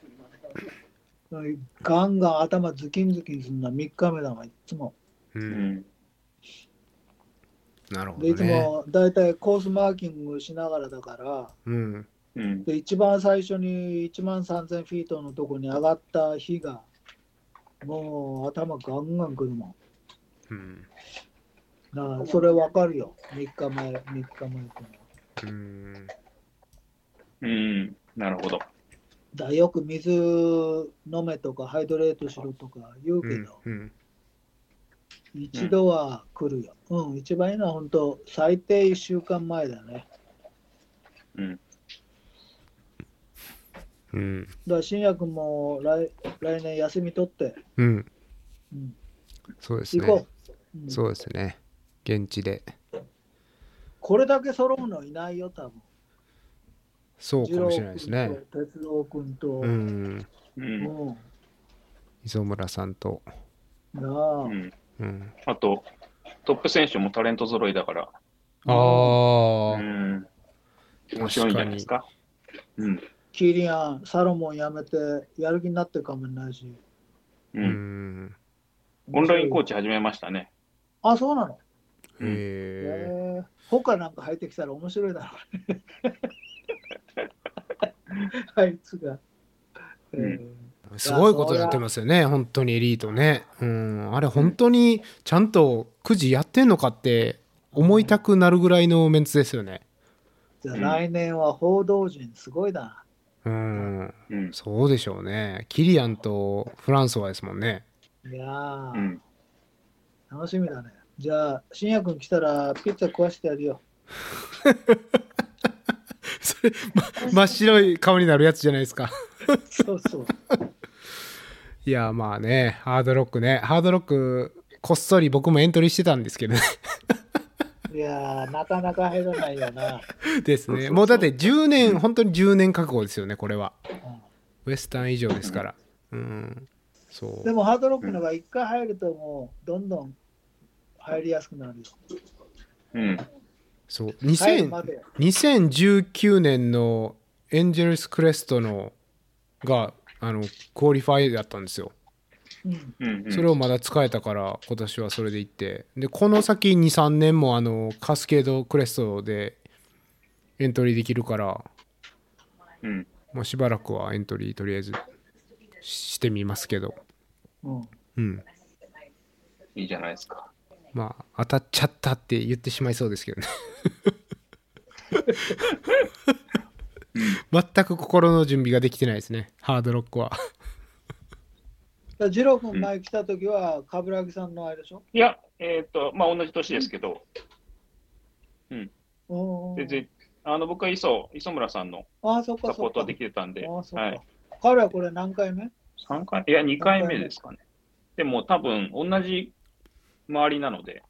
[SPEAKER 3] ガンガン頭ズキンズキンするのは3日目だもん、いつも。
[SPEAKER 2] うん、
[SPEAKER 1] うん、
[SPEAKER 2] なるほ
[SPEAKER 3] で、い
[SPEAKER 2] ど
[SPEAKER 3] つ
[SPEAKER 2] ね
[SPEAKER 3] もだいたいコースマーキングしながらだから、
[SPEAKER 2] うん
[SPEAKER 1] うん、
[SPEAKER 3] で一番最初に1万3000フィートのとこに上がった日が、もう頭ガンガンくるもん。
[SPEAKER 2] うん
[SPEAKER 3] だからそれわかるよ、3日前、3日前っていうのは。
[SPEAKER 1] う
[SPEAKER 2] うん
[SPEAKER 1] ん、なるほど。
[SPEAKER 3] だからよく水飲めとか、ハイドレートしろとか言う
[SPEAKER 2] う
[SPEAKER 3] けど、
[SPEAKER 2] んうん
[SPEAKER 3] 一度は来るよ。うん、一番いいのは本当、最低1週間前だね。
[SPEAKER 1] うん、
[SPEAKER 2] うん
[SPEAKER 3] だから、新薬も来来年休み取って、
[SPEAKER 2] うん
[SPEAKER 3] うん、
[SPEAKER 2] そうです
[SPEAKER 3] 行
[SPEAKER 2] ね
[SPEAKER 3] こう、うん
[SPEAKER 2] そうですね現地で
[SPEAKER 3] これだけ揃うのいないよ、多分。
[SPEAKER 2] そうかもしれないですね
[SPEAKER 3] 二郎君と哲郎君と、
[SPEAKER 2] う
[SPEAKER 3] うん
[SPEAKER 2] ん
[SPEAKER 1] うん、
[SPEAKER 2] 磯村さんと、
[SPEAKER 3] なあ、
[SPEAKER 1] うん。
[SPEAKER 2] うん、
[SPEAKER 1] あと、トップ選手もタレント揃いだから、
[SPEAKER 2] ああ、
[SPEAKER 1] うん、面白いんじゃないですか。うん、
[SPEAKER 3] キリアン、サロモン辞めて、やる気になってるかもないし。
[SPEAKER 1] う。
[SPEAKER 2] うんん。
[SPEAKER 1] オンラインコーチ始めましたね。
[SPEAKER 3] あ、そうなの。
[SPEAKER 1] うん
[SPEAKER 2] へえ。
[SPEAKER 3] へえ他なんか入ってきたら面白いだろうね。あいつが。え
[SPEAKER 1] うん
[SPEAKER 3] ー
[SPEAKER 2] すごいことやってますよね、本当にエリートね。うん。あれ、本当にちゃんとくじやってんのかって思いたくなるぐらいのメンツですよね。
[SPEAKER 3] じゃあ
[SPEAKER 1] うん
[SPEAKER 3] 来年は報道陣すごいだ
[SPEAKER 2] うん。
[SPEAKER 1] うん。
[SPEAKER 2] そうでしょうね。キリアンとフランソワですもんね。
[SPEAKER 3] な。いやー、
[SPEAKER 1] うん。
[SPEAKER 3] 楽しみだね。じゃあ、信也君来たらピッツァ壊してやるよ。
[SPEAKER 2] それ、ま真っ白い顔になるやつじゃないですか。
[SPEAKER 3] そうそう。
[SPEAKER 2] <laughs> いや、まあね、ハードロックね。ハードロック、こっそり僕もエントリーしてたんです <laughs> けどね。
[SPEAKER 3] いやー、なかなか入らないよな。
[SPEAKER 2] です
[SPEAKER 1] そうそう
[SPEAKER 2] ね。
[SPEAKER 1] そう
[SPEAKER 2] もうだって10年、本当に10年覚悟ですよね、これは。
[SPEAKER 3] う
[SPEAKER 2] ウエスタン以上ですから。うん。そ
[SPEAKER 3] んで
[SPEAKER 2] う。
[SPEAKER 3] も、ハードロックの場合、一回入るともう、どんどん入りやすくなるよ。
[SPEAKER 1] うん。
[SPEAKER 2] そう。
[SPEAKER 3] 入る
[SPEAKER 2] 2000
[SPEAKER 3] まで。
[SPEAKER 2] 2019年のエンジェルスクレストのが、あの、クオリファイだったんですよ。
[SPEAKER 3] うん。
[SPEAKER 1] うん。うん
[SPEAKER 2] それをまだ使えたから、今年はそれで行って。で、この先2、3年も、あの、カスケードクレストでエントリーできるから、
[SPEAKER 1] うん。
[SPEAKER 2] まあ、しばらくはエントリーとりあえずしてみますけど、
[SPEAKER 3] うん、
[SPEAKER 2] うん、
[SPEAKER 1] いいじゃないですか。
[SPEAKER 2] まあ当たっちゃったって言ってしまいそうですけどね全く心の準備ができてないですねハードロックは
[SPEAKER 3] だからジロー君前来た時は、冠城さんのあれでしょ
[SPEAKER 1] いや、えっと、まあ、同じ年ですけど、
[SPEAKER 3] うんうんう
[SPEAKER 1] 全
[SPEAKER 3] ん。
[SPEAKER 1] 然、あの、僕は磯、磯村さんの
[SPEAKER 3] あ、そっか
[SPEAKER 1] サ
[SPEAKER 3] そ
[SPEAKER 1] ポ
[SPEAKER 3] っ
[SPEAKER 1] ート
[SPEAKER 3] か。
[SPEAKER 1] できてたんで、
[SPEAKER 3] あ、そっか。
[SPEAKER 1] はい。
[SPEAKER 3] 彼はこれ何回目
[SPEAKER 1] 三回、いや、2回目ですかね。でも、多分、同じ周りなので、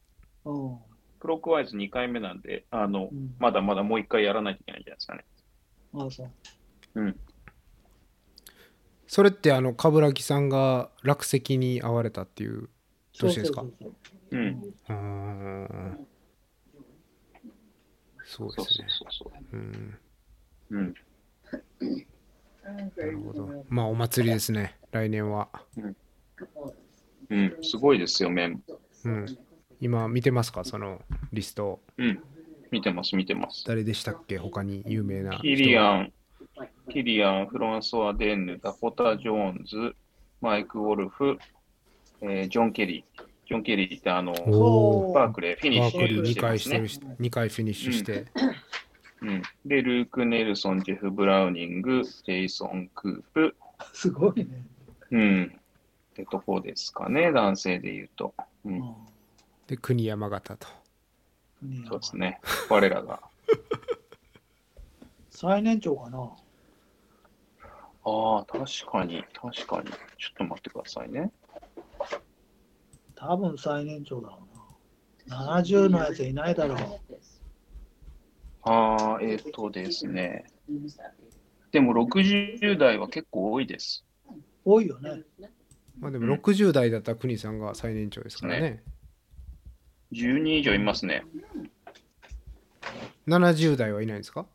[SPEAKER 3] うん。
[SPEAKER 1] クロックワイズ2回目なんで、あの
[SPEAKER 3] う、ん、
[SPEAKER 1] まだまだもう1回やらないといけないんじゃないですかね。
[SPEAKER 3] あ、そう。
[SPEAKER 1] うん。
[SPEAKER 2] それってあの冠城さんが落石に遭われたっていうどうしてですか
[SPEAKER 3] そうそうそう
[SPEAKER 1] うん。
[SPEAKER 2] うーんそう
[SPEAKER 1] そ
[SPEAKER 2] で
[SPEAKER 1] う
[SPEAKER 2] す
[SPEAKER 1] そ
[SPEAKER 2] ね
[SPEAKER 1] うそうそう。
[SPEAKER 2] うん
[SPEAKER 1] うん。
[SPEAKER 2] なるほどまあお祭りですね来年は
[SPEAKER 1] うん。すごいですよ、メン。
[SPEAKER 2] うん今見てますかそのリスト
[SPEAKER 1] うん。見てます、見てます。
[SPEAKER 2] 誰でしたっけ他に有名な人
[SPEAKER 1] キリアン、キリアン、フロンソワ・デンヌ、ダコタ・ジョーンズ、マイク・ウォルフ、えージョン・ケリー。ジョン・ケリーってあの、
[SPEAKER 2] お
[SPEAKER 3] おー
[SPEAKER 1] バークレー、フィニッ
[SPEAKER 2] ワ
[SPEAKER 1] シ
[SPEAKER 2] ー
[SPEAKER 1] ュ
[SPEAKER 2] ク
[SPEAKER 1] して
[SPEAKER 2] リ
[SPEAKER 1] ま
[SPEAKER 2] ー
[SPEAKER 1] すね
[SPEAKER 2] 2回してるし、2回フィニッシュして、
[SPEAKER 1] うん。で、ルーク・ネルソン、ジェフ・ブラウニング、ジェイソン・クープ、
[SPEAKER 3] すごいね。
[SPEAKER 1] うん。ってとこですかね、男性で言うと。う。
[SPEAKER 3] うんん
[SPEAKER 2] で国山形と
[SPEAKER 1] そうですね。我らが。
[SPEAKER 3] 最年長かな。
[SPEAKER 1] ああ、確かに、確かに。ちょっと待ってくださいね。
[SPEAKER 3] 多分最年長だろうな。70のやついないだろう。
[SPEAKER 1] ああ、えっ、とですね。でも60代は結構多いです。
[SPEAKER 3] 多いよね。
[SPEAKER 2] まあでも60代だったら国さんが最年長ですからね
[SPEAKER 1] 10人以上いますね。
[SPEAKER 2] 70代はいないんですか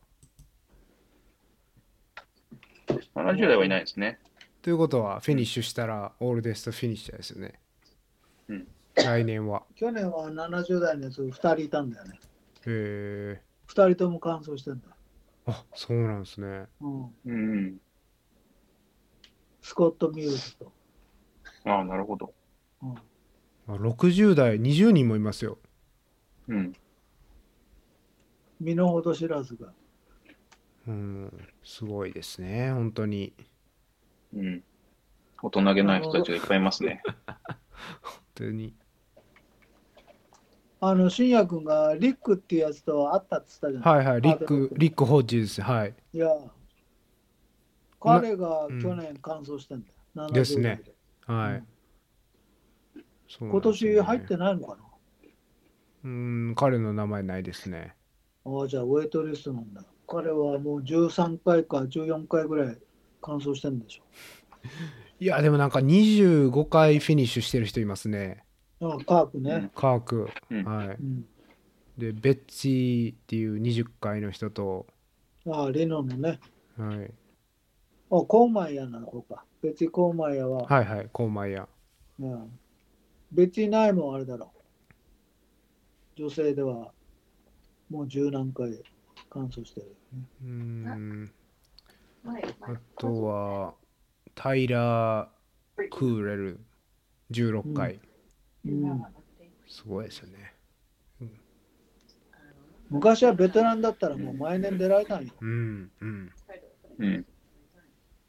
[SPEAKER 1] 70代はいないですね。
[SPEAKER 2] ということはフィニッシュしたらオールデストフィニッシャーですよね、
[SPEAKER 1] うん
[SPEAKER 2] 来年は
[SPEAKER 3] 去年は70代のやつ2人いたんだよね。
[SPEAKER 2] へえ
[SPEAKER 3] 2人とも完走してんだ。
[SPEAKER 2] あそうなんですね
[SPEAKER 3] うん、
[SPEAKER 1] うん。
[SPEAKER 3] スコット・ミューズと。
[SPEAKER 1] ああ、なるほど。
[SPEAKER 3] うん、
[SPEAKER 2] あ60代20人もいますよ
[SPEAKER 1] うん。
[SPEAKER 3] 身の程知らずが。
[SPEAKER 2] うんすごいですね本当に
[SPEAKER 1] うん。大人げない人たちがいっぱいいますね。
[SPEAKER 2] 本当に
[SPEAKER 3] あの、信也君がリックっていうやつと会ったって言ったじゃな
[SPEAKER 2] は
[SPEAKER 3] い、
[SPEAKER 2] いはいリックリック・ホッジですはい
[SPEAKER 3] い、や、彼が去年完走してんだよ。70代
[SPEAKER 2] ですねはい、
[SPEAKER 3] うん
[SPEAKER 2] そうなん
[SPEAKER 3] 今
[SPEAKER 2] ですよね
[SPEAKER 3] 年入ってないのかな
[SPEAKER 2] うーん、彼の名前ないですね。
[SPEAKER 3] ああ、じゃあウェイトリストなんだ。彼はもう13回か14回ぐらい完走してるんでし
[SPEAKER 2] いや、でもなんか25回フィニッシュしてる人いますね。
[SPEAKER 3] ょ。ああ、カープね。
[SPEAKER 2] カーク。
[SPEAKER 1] うん
[SPEAKER 2] はい。
[SPEAKER 3] うん。
[SPEAKER 2] で、ベッチーっていう20回の人と、
[SPEAKER 3] ああ、レノンのね。
[SPEAKER 2] はい。
[SPEAKER 3] あ、コーマイヤなの方か。別にコーマイヤは、
[SPEAKER 2] はいはい、コーマイヤ。
[SPEAKER 3] うん、別にないもんあれだろう。女性では、もう十何回乾燥してるよね。
[SPEAKER 2] うーん。
[SPEAKER 4] My,
[SPEAKER 2] あ
[SPEAKER 4] my
[SPEAKER 2] とは、タイラー・クーレル、16回。
[SPEAKER 3] うん、
[SPEAKER 2] すごいですよね。
[SPEAKER 3] 昔はベテランだったらもう毎年出られたんよ。
[SPEAKER 2] うん、うん。
[SPEAKER 1] うん。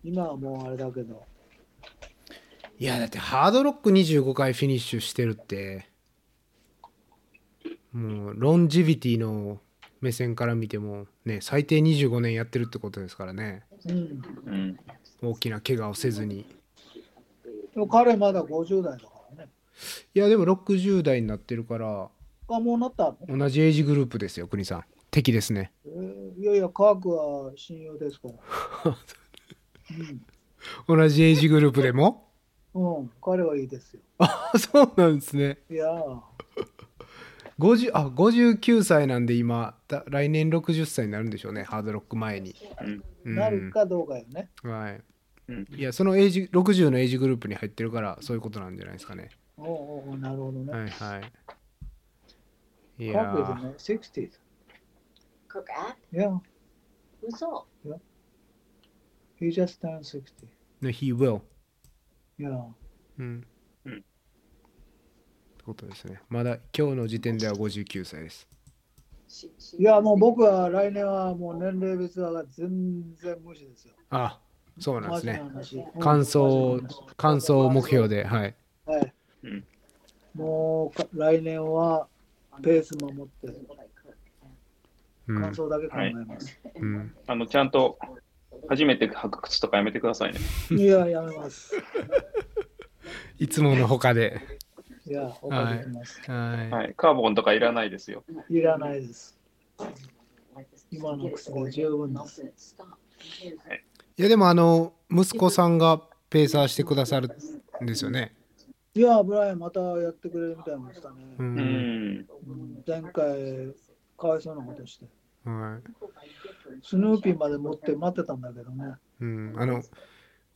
[SPEAKER 3] 今はもうあれだけど。
[SPEAKER 2] いや、だってハードロック25回フィニッシュしてるって、もう、ロンジビティの目線から見ても、ね、最低25年やってるってことですからね。
[SPEAKER 3] うん、
[SPEAKER 1] うん。
[SPEAKER 2] 大きな怪我をせずに。
[SPEAKER 3] でも彼まだ50代だからね。
[SPEAKER 2] いや、でも60代になってるから、
[SPEAKER 3] あ、もうなったの、
[SPEAKER 2] 同じエイジグループですよ、国さん。敵ですね。
[SPEAKER 3] えーいやいや、科学は信用ですから。
[SPEAKER 2] 同じエイジグループでも <laughs>
[SPEAKER 3] うん、うん、彼はいいですよ。
[SPEAKER 2] あ、そうなんですね。
[SPEAKER 3] いやー
[SPEAKER 2] 50あ59歳なんで今だ来年60歳になるんでしょうねハードロック前に、
[SPEAKER 1] うん。
[SPEAKER 2] うん、
[SPEAKER 3] なるかどうかよね。
[SPEAKER 2] はい、
[SPEAKER 1] うん
[SPEAKER 2] いやそのエイジ60のエイジグループに入ってるからそういうことなんじゃないですかね
[SPEAKER 3] おうおうおうなるほどね。
[SPEAKER 2] はいはいい
[SPEAKER 3] 科
[SPEAKER 2] や
[SPEAKER 3] 学
[SPEAKER 2] ー
[SPEAKER 3] でね、60s。
[SPEAKER 4] Cook app?
[SPEAKER 3] いや、
[SPEAKER 4] Who's all?
[SPEAKER 3] he just turned 60.
[SPEAKER 2] の He will
[SPEAKER 3] いやー、
[SPEAKER 2] うん、
[SPEAKER 1] うん
[SPEAKER 2] ってことですねまだ今日の時点では59歳です
[SPEAKER 4] She, she
[SPEAKER 3] いやもう僕は来年はもう年齢別は全然無視ですよ。
[SPEAKER 2] あそうなんですね
[SPEAKER 3] マジな話
[SPEAKER 2] 感想
[SPEAKER 3] うんマジな話
[SPEAKER 2] 感想を目標ではい
[SPEAKER 3] はい。
[SPEAKER 1] うん
[SPEAKER 3] もうか来年はペース守って
[SPEAKER 2] う
[SPEAKER 3] 感
[SPEAKER 2] ん、
[SPEAKER 3] 想だけ考えます。
[SPEAKER 2] うん、
[SPEAKER 1] あの、ちゃんと、初めて履く靴とかやめてくださいね。
[SPEAKER 3] い、や、やめます。
[SPEAKER 2] いつものほかで
[SPEAKER 3] いや、お借りします。
[SPEAKER 2] は
[SPEAKER 1] はい。カーボンとかいらないですよ。
[SPEAKER 3] い、らないです。
[SPEAKER 4] 今の靴で十分です。
[SPEAKER 2] いいやでもあの息子さんがペーサーしてくださるんですよね
[SPEAKER 3] いや、ブライアンまたやってくれるみたいでしたね。
[SPEAKER 2] う、
[SPEAKER 1] うんん。
[SPEAKER 3] うん前回、かわいそうなことして。
[SPEAKER 2] はい
[SPEAKER 3] スヌーピーまで持って待ってたんだけどね。
[SPEAKER 2] うん、あの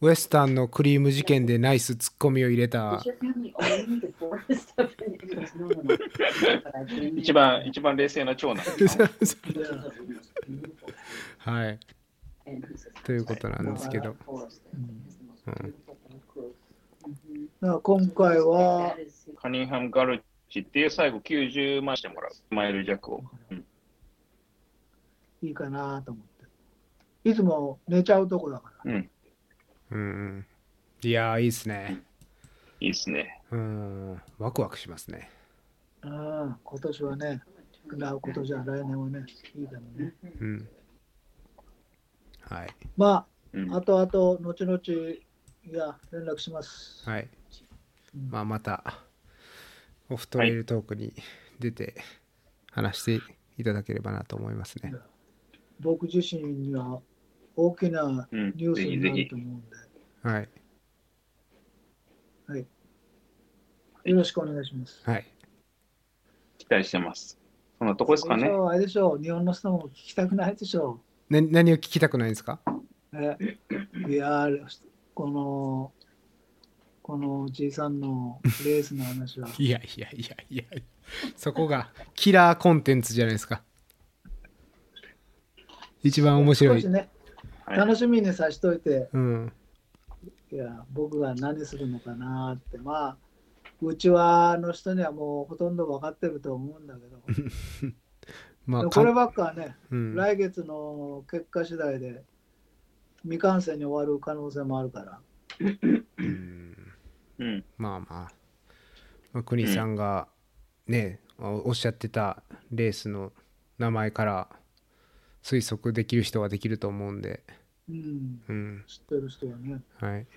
[SPEAKER 2] ウエスタンのクリーム事件でナイスツッコミを入れた <laughs>
[SPEAKER 4] Is your family only the forest of Indians? No, no, no. But I've been
[SPEAKER 1] 一番、一番冷静な長男。
[SPEAKER 4] there. Beautiful.
[SPEAKER 2] はい
[SPEAKER 4] And he says,
[SPEAKER 2] ということなんですけど
[SPEAKER 4] forest has the most beautiful growth.
[SPEAKER 3] だから今回は
[SPEAKER 4] That、is
[SPEAKER 1] カニンハム・ガルチっていう最後90万してもらう。マイル弱を。うん
[SPEAKER 3] いいかなと思って。いつも寝ちゃうとこだか
[SPEAKER 1] う
[SPEAKER 3] ら。
[SPEAKER 1] ん。
[SPEAKER 2] うんうんいやーいいっすね
[SPEAKER 1] いいですね。
[SPEAKER 2] うんワクワクしますね
[SPEAKER 3] うん、今年はね、な今年は来年はね、いいかもね。
[SPEAKER 2] うんはい
[SPEAKER 3] ま
[SPEAKER 1] うん
[SPEAKER 3] あ、あとあと、後々、いや、連絡します。
[SPEAKER 2] はいまあまたオフトレイルトークに出て話していただければなと思いますね
[SPEAKER 3] 僕自身には大きな
[SPEAKER 1] うん
[SPEAKER 3] ニュース
[SPEAKER 1] ぜひ
[SPEAKER 3] に
[SPEAKER 1] ぜ
[SPEAKER 3] な
[SPEAKER 1] ひ
[SPEAKER 3] ると思うんで、
[SPEAKER 2] はい
[SPEAKER 3] よろしくお願いします。
[SPEAKER 2] はい
[SPEAKER 1] 期待してます。そんなとこですか
[SPEAKER 3] あれで
[SPEAKER 1] ね
[SPEAKER 3] し。ょあれでしょ、日本の人も聞きたくないでしょ。
[SPEAKER 2] な何を聞きたくないんですか
[SPEAKER 3] えいやー、この、このおじいさんのレースの話は。
[SPEAKER 2] いやいやいやいやそこがキラーコンテンツじゃないですか一番面白
[SPEAKER 3] 少
[SPEAKER 2] い
[SPEAKER 3] し、ね、
[SPEAKER 1] はい
[SPEAKER 3] 楽しみにさしといて、
[SPEAKER 2] うん
[SPEAKER 3] いや、僕が何するのかなって、まあ、うちわの人にはもうほとんど分かってると思うんだけ
[SPEAKER 2] <laughs>
[SPEAKER 3] ど、
[SPEAKER 2] ま
[SPEAKER 3] で
[SPEAKER 2] あ
[SPEAKER 3] もこれ
[SPEAKER 2] か
[SPEAKER 3] ばっかはね、
[SPEAKER 2] うん、
[SPEAKER 3] 来月の結果次第で未完成に終わる可能性もあるから、
[SPEAKER 2] うん
[SPEAKER 1] うん。
[SPEAKER 2] まあまあ、まあ、国さんがね、おおっしゃってたレースの名前から推測できる人はできると思うんで
[SPEAKER 3] うん、
[SPEAKER 2] うん
[SPEAKER 3] 知ってる人はね、
[SPEAKER 2] はい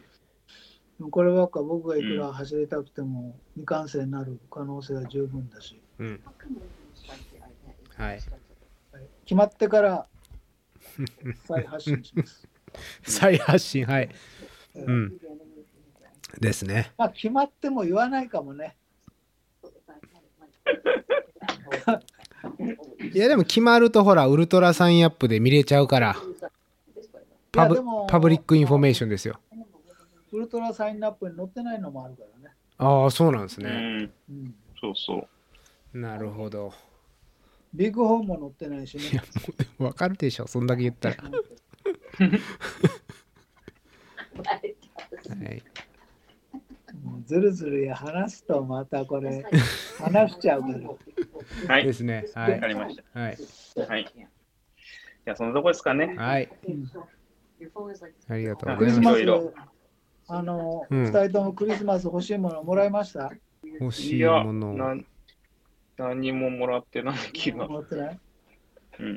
[SPEAKER 3] でもこればっか僕がいくら走りたくても未完成になる可能性は十分だし、
[SPEAKER 2] うん
[SPEAKER 4] How come when you start the idea, it's
[SPEAKER 2] Hi.
[SPEAKER 4] constructed?
[SPEAKER 3] はい決まっ
[SPEAKER 2] <laughs>
[SPEAKER 3] てから再発信します。
[SPEAKER 2] 再発信はい
[SPEAKER 3] <laughs>
[SPEAKER 2] うんですね
[SPEAKER 3] まあ決まっても言わないかもね。
[SPEAKER 2] いやでも決まるとほらウルトラサインアップで見れちゃうから
[SPEAKER 3] いや
[SPEAKER 2] パブ
[SPEAKER 3] でも
[SPEAKER 2] パブリックインフォメーションですよ。
[SPEAKER 3] ウルトラサインナップに載ってないのもあるからね。
[SPEAKER 2] ああ、そうなんです
[SPEAKER 1] う
[SPEAKER 2] ね。
[SPEAKER 1] ん、
[SPEAKER 3] うん、
[SPEAKER 1] そうそう。
[SPEAKER 2] なるほど。
[SPEAKER 3] ビッグホーンも載ってないしね。
[SPEAKER 2] わかるでしょ、そんだけ言ったら。はい、
[SPEAKER 3] もうずるずるや話すとまたこれ。話
[SPEAKER 4] 話
[SPEAKER 3] し
[SPEAKER 4] し
[SPEAKER 3] ち
[SPEAKER 4] ち
[SPEAKER 3] ゃ
[SPEAKER 4] ゃ
[SPEAKER 3] う
[SPEAKER 4] う
[SPEAKER 3] か
[SPEAKER 4] からら。
[SPEAKER 1] は
[SPEAKER 2] で
[SPEAKER 1] い。
[SPEAKER 2] すね。は
[SPEAKER 1] わ
[SPEAKER 2] い
[SPEAKER 1] か。りました。
[SPEAKER 2] はい。
[SPEAKER 1] はい。じゃあ、そんなとこですかね。
[SPEAKER 2] はい。ありがとうご
[SPEAKER 3] ク
[SPEAKER 2] ざい
[SPEAKER 3] リス
[SPEAKER 2] ます。
[SPEAKER 3] マス
[SPEAKER 1] いろいろ
[SPEAKER 3] あの、
[SPEAKER 2] う
[SPEAKER 3] 二
[SPEAKER 2] ん
[SPEAKER 3] 人ともクリスマス欲しいものもらいました。
[SPEAKER 2] 欲し
[SPEAKER 1] い
[SPEAKER 2] い
[SPEAKER 1] や、
[SPEAKER 2] ものを。
[SPEAKER 1] なん何ももらってない気が。
[SPEAKER 3] もらってない
[SPEAKER 1] うん。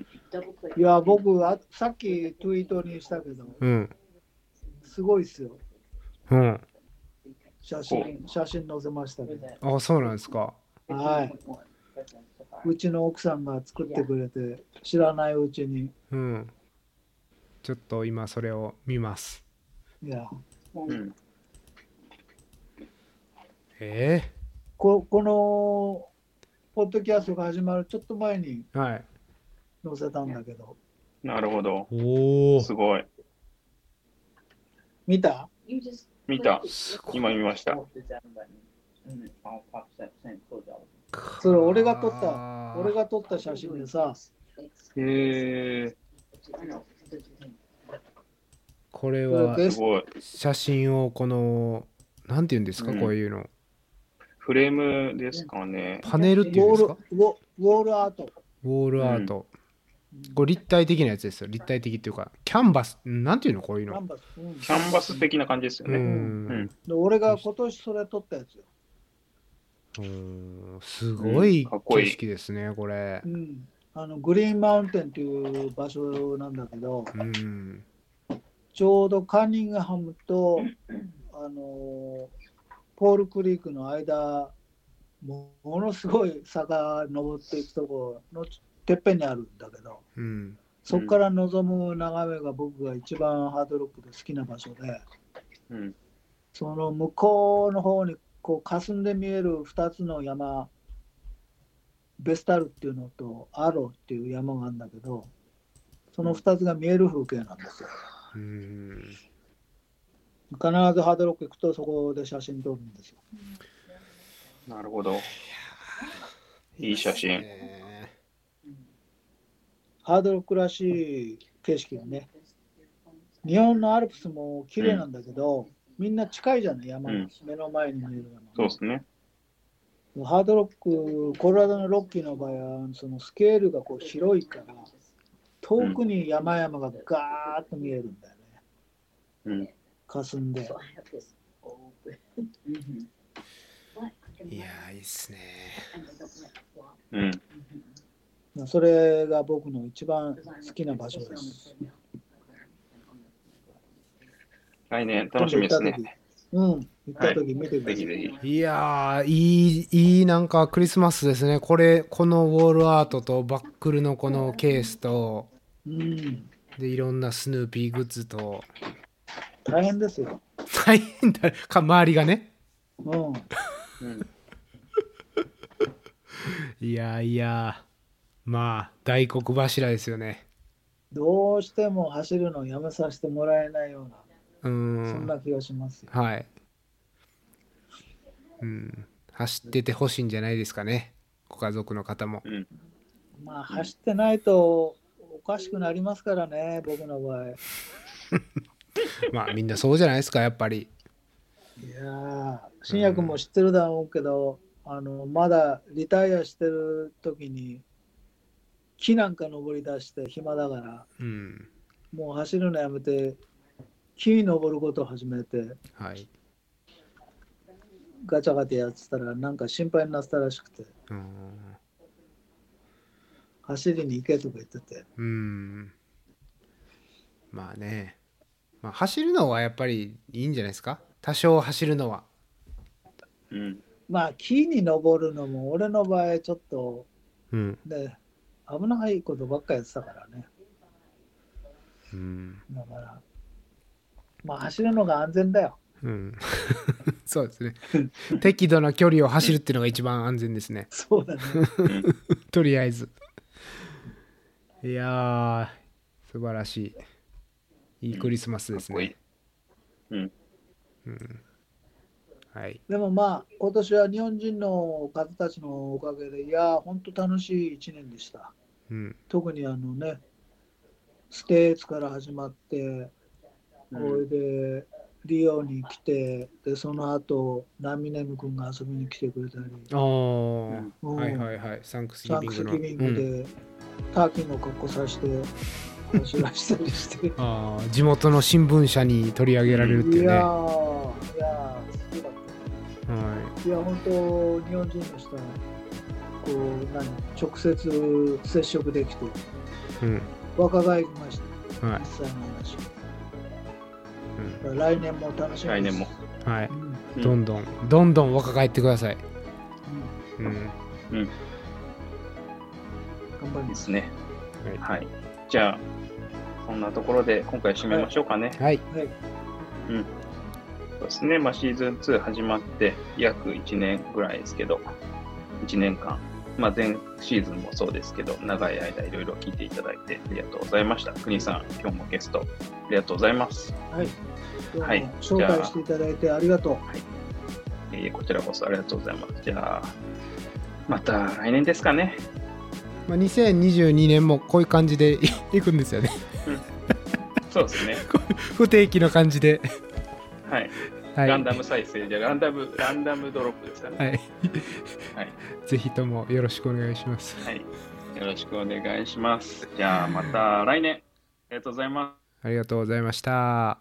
[SPEAKER 3] いや、僕あ、さっきツイートにしたけど、
[SPEAKER 2] うん。
[SPEAKER 3] すごいですよ。
[SPEAKER 2] うん。
[SPEAKER 3] 写真、写真載せましたけど。
[SPEAKER 2] ああ、そうなんですか。
[SPEAKER 3] はい。うちの奥さんが作ってくれて、知らないうちに、
[SPEAKER 2] うん。ちょっと今それを見ます。
[SPEAKER 3] いや、
[SPEAKER 1] うん。
[SPEAKER 2] え
[SPEAKER 3] ここの、ポッドキャストが始まるちょっと前に
[SPEAKER 2] えはい。
[SPEAKER 3] 載せたんだけど、
[SPEAKER 1] なるほど。
[SPEAKER 2] おお。
[SPEAKER 1] すごい。
[SPEAKER 3] 見た
[SPEAKER 1] 見た。
[SPEAKER 2] すごい
[SPEAKER 1] 今見ました。
[SPEAKER 3] それ俺が撮った、
[SPEAKER 2] た
[SPEAKER 3] 俺が撮った写真でさ、
[SPEAKER 1] へえ
[SPEAKER 2] これは
[SPEAKER 1] ー、すごい。
[SPEAKER 2] 写真をこのなんて言うんですか、
[SPEAKER 1] うん
[SPEAKER 2] こういうの
[SPEAKER 1] フレームですかね。
[SPEAKER 2] パネルっていうん
[SPEAKER 3] ウォ
[SPEAKER 2] で
[SPEAKER 3] ール
[SPEAKER 2] す
[SPEAKER 3] ウ
[SPEAKER 2] か
[SPEAKER 3] ォウォールアート。
[SPEAKER 2] ウォールアート、
[SPEAKER 3] うん
[SPEAKER 2] これ立体的なやつですよ立体的っていうかキャンバスんなんていうのこういう
[SPEAKER 3] キャ
[SPEAKER 2] の
[SPEAKER 3] ンバス。うん
[SPEAKER 1] キャンバス的な感じですよ
[SPEAKER 2] う
[SPEAKER 1] ね。
[SPEAKER 2] ん
[SPEAKER 1] うん
[SPEAKER 3] で俺が今年それ撮ったやつよ。
[SPEAKER 2] うんすごい
[SPEAKER 1] かっこいい
[SPEAKER 2] 景色ですねこれ
[SPEAKER 3] うん。あのグリーンマウンテンっていう場所なんだけど、
[SPEAKER 2] うん
[SPEAKER 3] ちょうどカーニングハムと、あのーポールクリークの間、もものすごい坂登っていくとこのてっぺんにあるんだけど、
[SPEAKER 2] うん
[SPEAKER 3] そこから望む眺めが僕が一番ハードロックで好きな場所で、
[SPEAKER 1] うん。
[SPEAKER 3] その向こうの方にこう霞んで見える2つの山ベスタルっていうのとアローっていう山があるんだけどその2つが見える風景なんですよ
[SPEAKER 2] うん
[SPEAKER 3] 必ずハードロック行くとそこで写真撮るんですよ
[SPEAKER 1] なるほど。いい写真。
[SPEAKER 2] ねえ
[SPEAKER 3] ハードロックらしい景色がね日本のアルプスも綺麗なんだけど、みんな近いじゃない山が、
[SPEAKER 1] うん
[SPEAKER 3] 目の前に見える
[SPEAKER 1] そう
[SPEAKER 3] 山
[SPEAKER 1] ですね。
[SPEAKER 3] ハードロックコロラドのロッキーの場合はそのスケールがこう広いから遠くに山々がガーッと見えるんだよね。
[SPEAKER 1] うん。
[SPEAKER 3] 霞んで。
[SPEAKER 2] いやーいいっすね
[SPEAKER 1] うん。
[SPEAKER 3] それが僕の一番好きな場所です。
[SPEAKER 1] 来年楽しみですね。
[SPEAKER 3] うん、行った時見てく
[SPEAKER 1] ぜ
[SPEAKER 3] ださ
[SPEAKER 1] ひ
[SPEAKER 3] い。
[SPEAKER 1] ぜひ。
[SPEAKER 2] いやーいいいいなんかクリスマスですねこれこのウォールアートとバックルのこのケースと
[SPEAKER 3] うん、
[SPEAKER 2] でいろんなスヌーピーグッズと
[SPEAKER 3] 大変ですよ。
[SPEAKER 2] 大変だか周りがね
[SPEAKER 3] うん、
[SPEAKER 1] うん。
[SPEAKER 2] いやいやまあ大黒柱ですよね
[SPEAKER 3] どうしても走るのをやめさせてもらえないような、
[SPEAKER 2] う
[SPEAKER 3] そん
[SPEAKER 2] ん
[SPEAKER 3] な気がしますよ。
[SPEAKER 2] はいうん走っててほしいんじゃないですかねご家族の方も
[SPEAKER 1] うん。
[SPEAKER 3] まあ、走ってないとおかしくなりますからね、僕の場合。い
[SPEAKER 2] まあみんなそうじゃないですかやっぱり
[SPEAKER 3] やー、新薬も知ってるだろうけど、あのまだリタイアしてる時に、木なんか登り出して暇だから。
[SPEAKER 2] うん
[SPEAKER 3] もう走るのやめて、木に登ることを始めて、
[SPEAKER 2] はい、
[SPEAKER 3] ガチャガチャやってたら、なんか心配になってたらしくて、
[SPEAKER 2] うん、
[SPEAKER 3] 走りに行けとか言ってて、
[SPEAKER 2] うんまあね、まあ、走るのはやっぱりいいんじゃないですか多少走るのは
[SPEAKER 1] うん。
[SPEAKER 3] まあ、木に登るのも、俺の場合、ちょっと
[SPEAKER 2] うん、
[SPEAKER 3] ね、危ないことばっかりやってたからね、
[SPEAKER 2] うん
[SPEAKER 3] だから、まあ、走るのが安全だよ。
[SPEAKER 2] うん、 <laughs> そうですね適度な距離を走るっていうのが一番安全ですね
[SPEAKER 3] そうだね。
[SPEAKER 1] うん
[SPEAKER 2] とりあえずいやー素晴らしいいいクリスマスです
[SPEAKER 1] かっこいい。う
[SPEAKER 2] ね
[SPEAKER 1] ん。
[SPEAKER 2] うんはい。
[SPEAKER 3] でもまあ、今年は日本人の方たちのおかげで、いやー、本当楽しい1年でした。
[SPEAKER 2] うん。
[SPEAKER 3] 特にあのね、ステーツから始まって、それでリオに来て、でその後ラミネム君が遊びに来てくれたり、
[SPEAKER 2] ああ、
[SPEAKER 3] うん
[SPEAKER 2] はいはいはい。サンクスギ
[SPEAKER 3] サン
[SPEAKER 2] ビ
[SPEAKER 3] ク
[SPEAKER 2] ング
[SPEAKER 3] ス
[SPEAKER 2] の。
[SPEAKER 3] ギビング
[SPEAKER 2] うん
[SPEAKER 3] でターキーの格好させて、走らせた
[SPEAKER 2] <laughs>
[SPEAKER 3] りして。
[SPEAKER 2] ああ、地元の新聞社に取り上げられるってい
[SPEAKER 3] いう
[SPEAKER 2] ね。
[SPEAKER 3] や
[SPEAKER 2] は
[SPEAKER 3] ー、いやー、すごかった。いや、本当、日本人としては、こう、何、直接接触できて、
[SPEAKER 2] い。うん。
[SPEAKER 3] 若返りました、
[SPEAKER 2] は
[SPEAKER 3] 実際の話。
[SPEAKER 2] い。
[SPEAKER 3] だから来年も楽しみです。
[SPEAKER 1] 来年も
[SPEAKER 2] うん、はい。
[SPEAKER 3] うん。
[SPEAKER 1] うん
[SPEAKER 2] どんどん、どんどん若返ってください。うん。
[SPEAKER 3] うん、頑張り
[SPEAKER 1] で
[SPEAKER 3] ます。
[SPEAKER 1] すね。
[SPEAKER 2] はい
[SPEAKER 1] はい。じゃあ、そんなところで今回締めましょうかね。
[SPEAKER 2] はい。
[SPEAKER 3] はい。
[SPEAKER 1] そうですね。まあ、シーズン2始まって約1年ぐらいですけど、1年間、まあ、前シーズンもそうですけど、長い間いろいろ聞いていただいてありがとうございました。国さん、今日もゲストありがとうございます。
[SPEAKER 3] はい。どうも
[SPEAKER 1] はい
[SPEAKER 3] 招
[SPEAKER 1] じゃ
[SPEAKER 3] 待
[SPEAKER 1] あ
[SPEAKER 3] していただいてありがとう。
[SPEAKER 1] いえいえこちらこそありがとうございます。じゃあ、また来年ですかね。 <laughs>
[SPEAKER 2] まあ、2022年もこういう感じで <laughs> いくんですよね。
[SPEAKER 1] そうですね。
[SPEAKER 2] 不定期の感じで。
[SPEAKER 1] はい。
[SPEAKER 2] <laughs> はい。
[SPEAKER 1] ランダム再生じゃあランダム、ランダムドロップですかね。
[SPEAKER 2] はい。
[SPEAKER 1] はい。
[SPEAKER 2] <laughs> ぜひともよろしくお願いします。
[SPEAKER 1] はい。よろしくお願いします。じゃあ、また来年。ありがとうございます。
[SPEAKER 2] ありがとうございました。